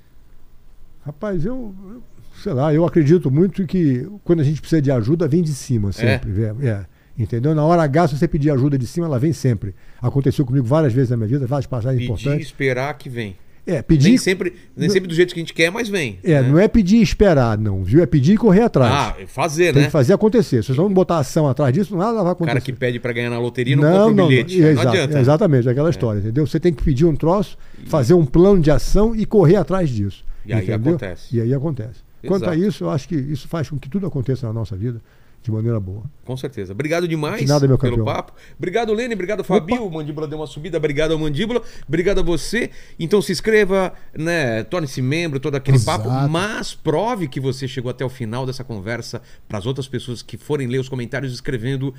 Speaker 3: Rapaz, eu, eu- sei lá, eu acredito muito que quando a gente precisa de ajuda, vem de cima sempre. É. é, entendeu? Na hora H, se você pedir ajuda de cima, ela vem sempre. Aconteceu comigo várias vezes na minha vida, várias passagens
Speaker 1: Pedir,
Speaker 3: importantes.
Speaker 1: esperar que vem.
Speaker 3: É,
Speaker 1: Nem
Speaker 3: pedir.
Speaker 1: sempre, nem sempre do jeito que a gente quer, mas vem.
Speaker 3: É,
Speaker 1: né?
Speaker 3: não é pedir e esperar, não, viu? É pedir e correr atrás.
Speaker 1: Ah, é fazer,
Speaker 3: Tem
Speaker 1: né?
Speaker 3: que fazer acontecer. Se vocês vão botar ação atrás disso, nada
Speaker 1: O
Speaker 3: vai acontecer.
Speaker 1: cara que pede pra ganhar na loteria não, compra o bilhete. Não,
Speaker 3: exa-
Speaker 1: adianta.
Speaker 3: Exatamente, é aquela história, entendeu? Você tem que pedir um troço, fazer um plano de ação e correr atrás disso.
Speaker 1: E aí
Speaker 3: entendeu?
Speaker 1: acontece.
Speaker 3: E aí acontece. Quanto a
Speaker 1: Exato.
Speaker 3: isso, eu acho que isso faz com que tudo aconteça na nossa vida de maneira boa.
Speaker 1: Com certeza. Obrigado demais
Speaker 3: De nada, meu
Speaker 1: pelo
Speaker 3: campeão.
Speaker 1: papo. Obrigado, Lene. Obrigado, Fabio. O Mandíbula deu uma subida. Obrigado ao Mandíbula. Obrigado a você. Então se inscreva, né? Torne-se membro, todo aquele
Speaker 2: Exato.
Speaker 1: papo. Mas prove que você chegou até o final dessa conversa para as outras pessoas que forem ler os comentários escrevendo.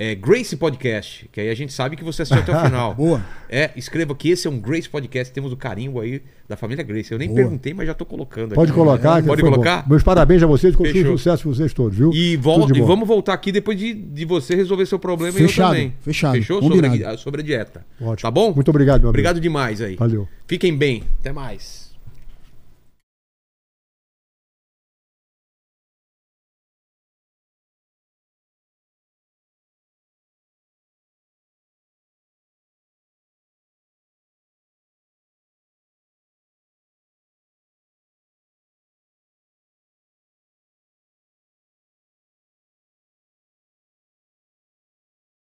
Speaker 1: é, Grace Podcast, que aí a gente sabe que você assistiu até o final.
Speaker 2: Boa.
Speaker 1: É, escreva que esse é um Grace Podcast, temos o carimbo aí da família Grace. Eu nem
Speaker 2: Boa.
Speaker 1: perguntei, mas já tô colocando
Speaker 3: Pode
Speaker 1: aqui.
Speaker 3: colocar. que
Speaker 1: Pode
Speaker 3: foi bom.
Speaker 1: colocar?
Speaker 3: Meus parabéns a vocês,
Speaker 1: Fechou.
Speaker 3: continue sucesso pra vocês todos, viu?
Speaker 1: E, vol-
Speaker 3: Tudo de
Speaker 1: e
Speaker 3: bom.
Speaker 1: vamos voltar aqui depois de, de você resolver seu problema
Speaker 2: Fechado,
Speaker 1: e eu também.
Speaker 2: fechado,
Speaker 1: Fechou? Sobre
Speaker 2: combinado.
Speaker 1: a, sobre a dieta.
Speaker 3: Ótimo.
Speaker 1: Tá bom?
Speaker 3: Muito obrigado, meu amigo.
Speaker 1: Obrigado demais aí.
Speaker 3: Valeu.
Speaker 1: Fiquem bem. Até mais.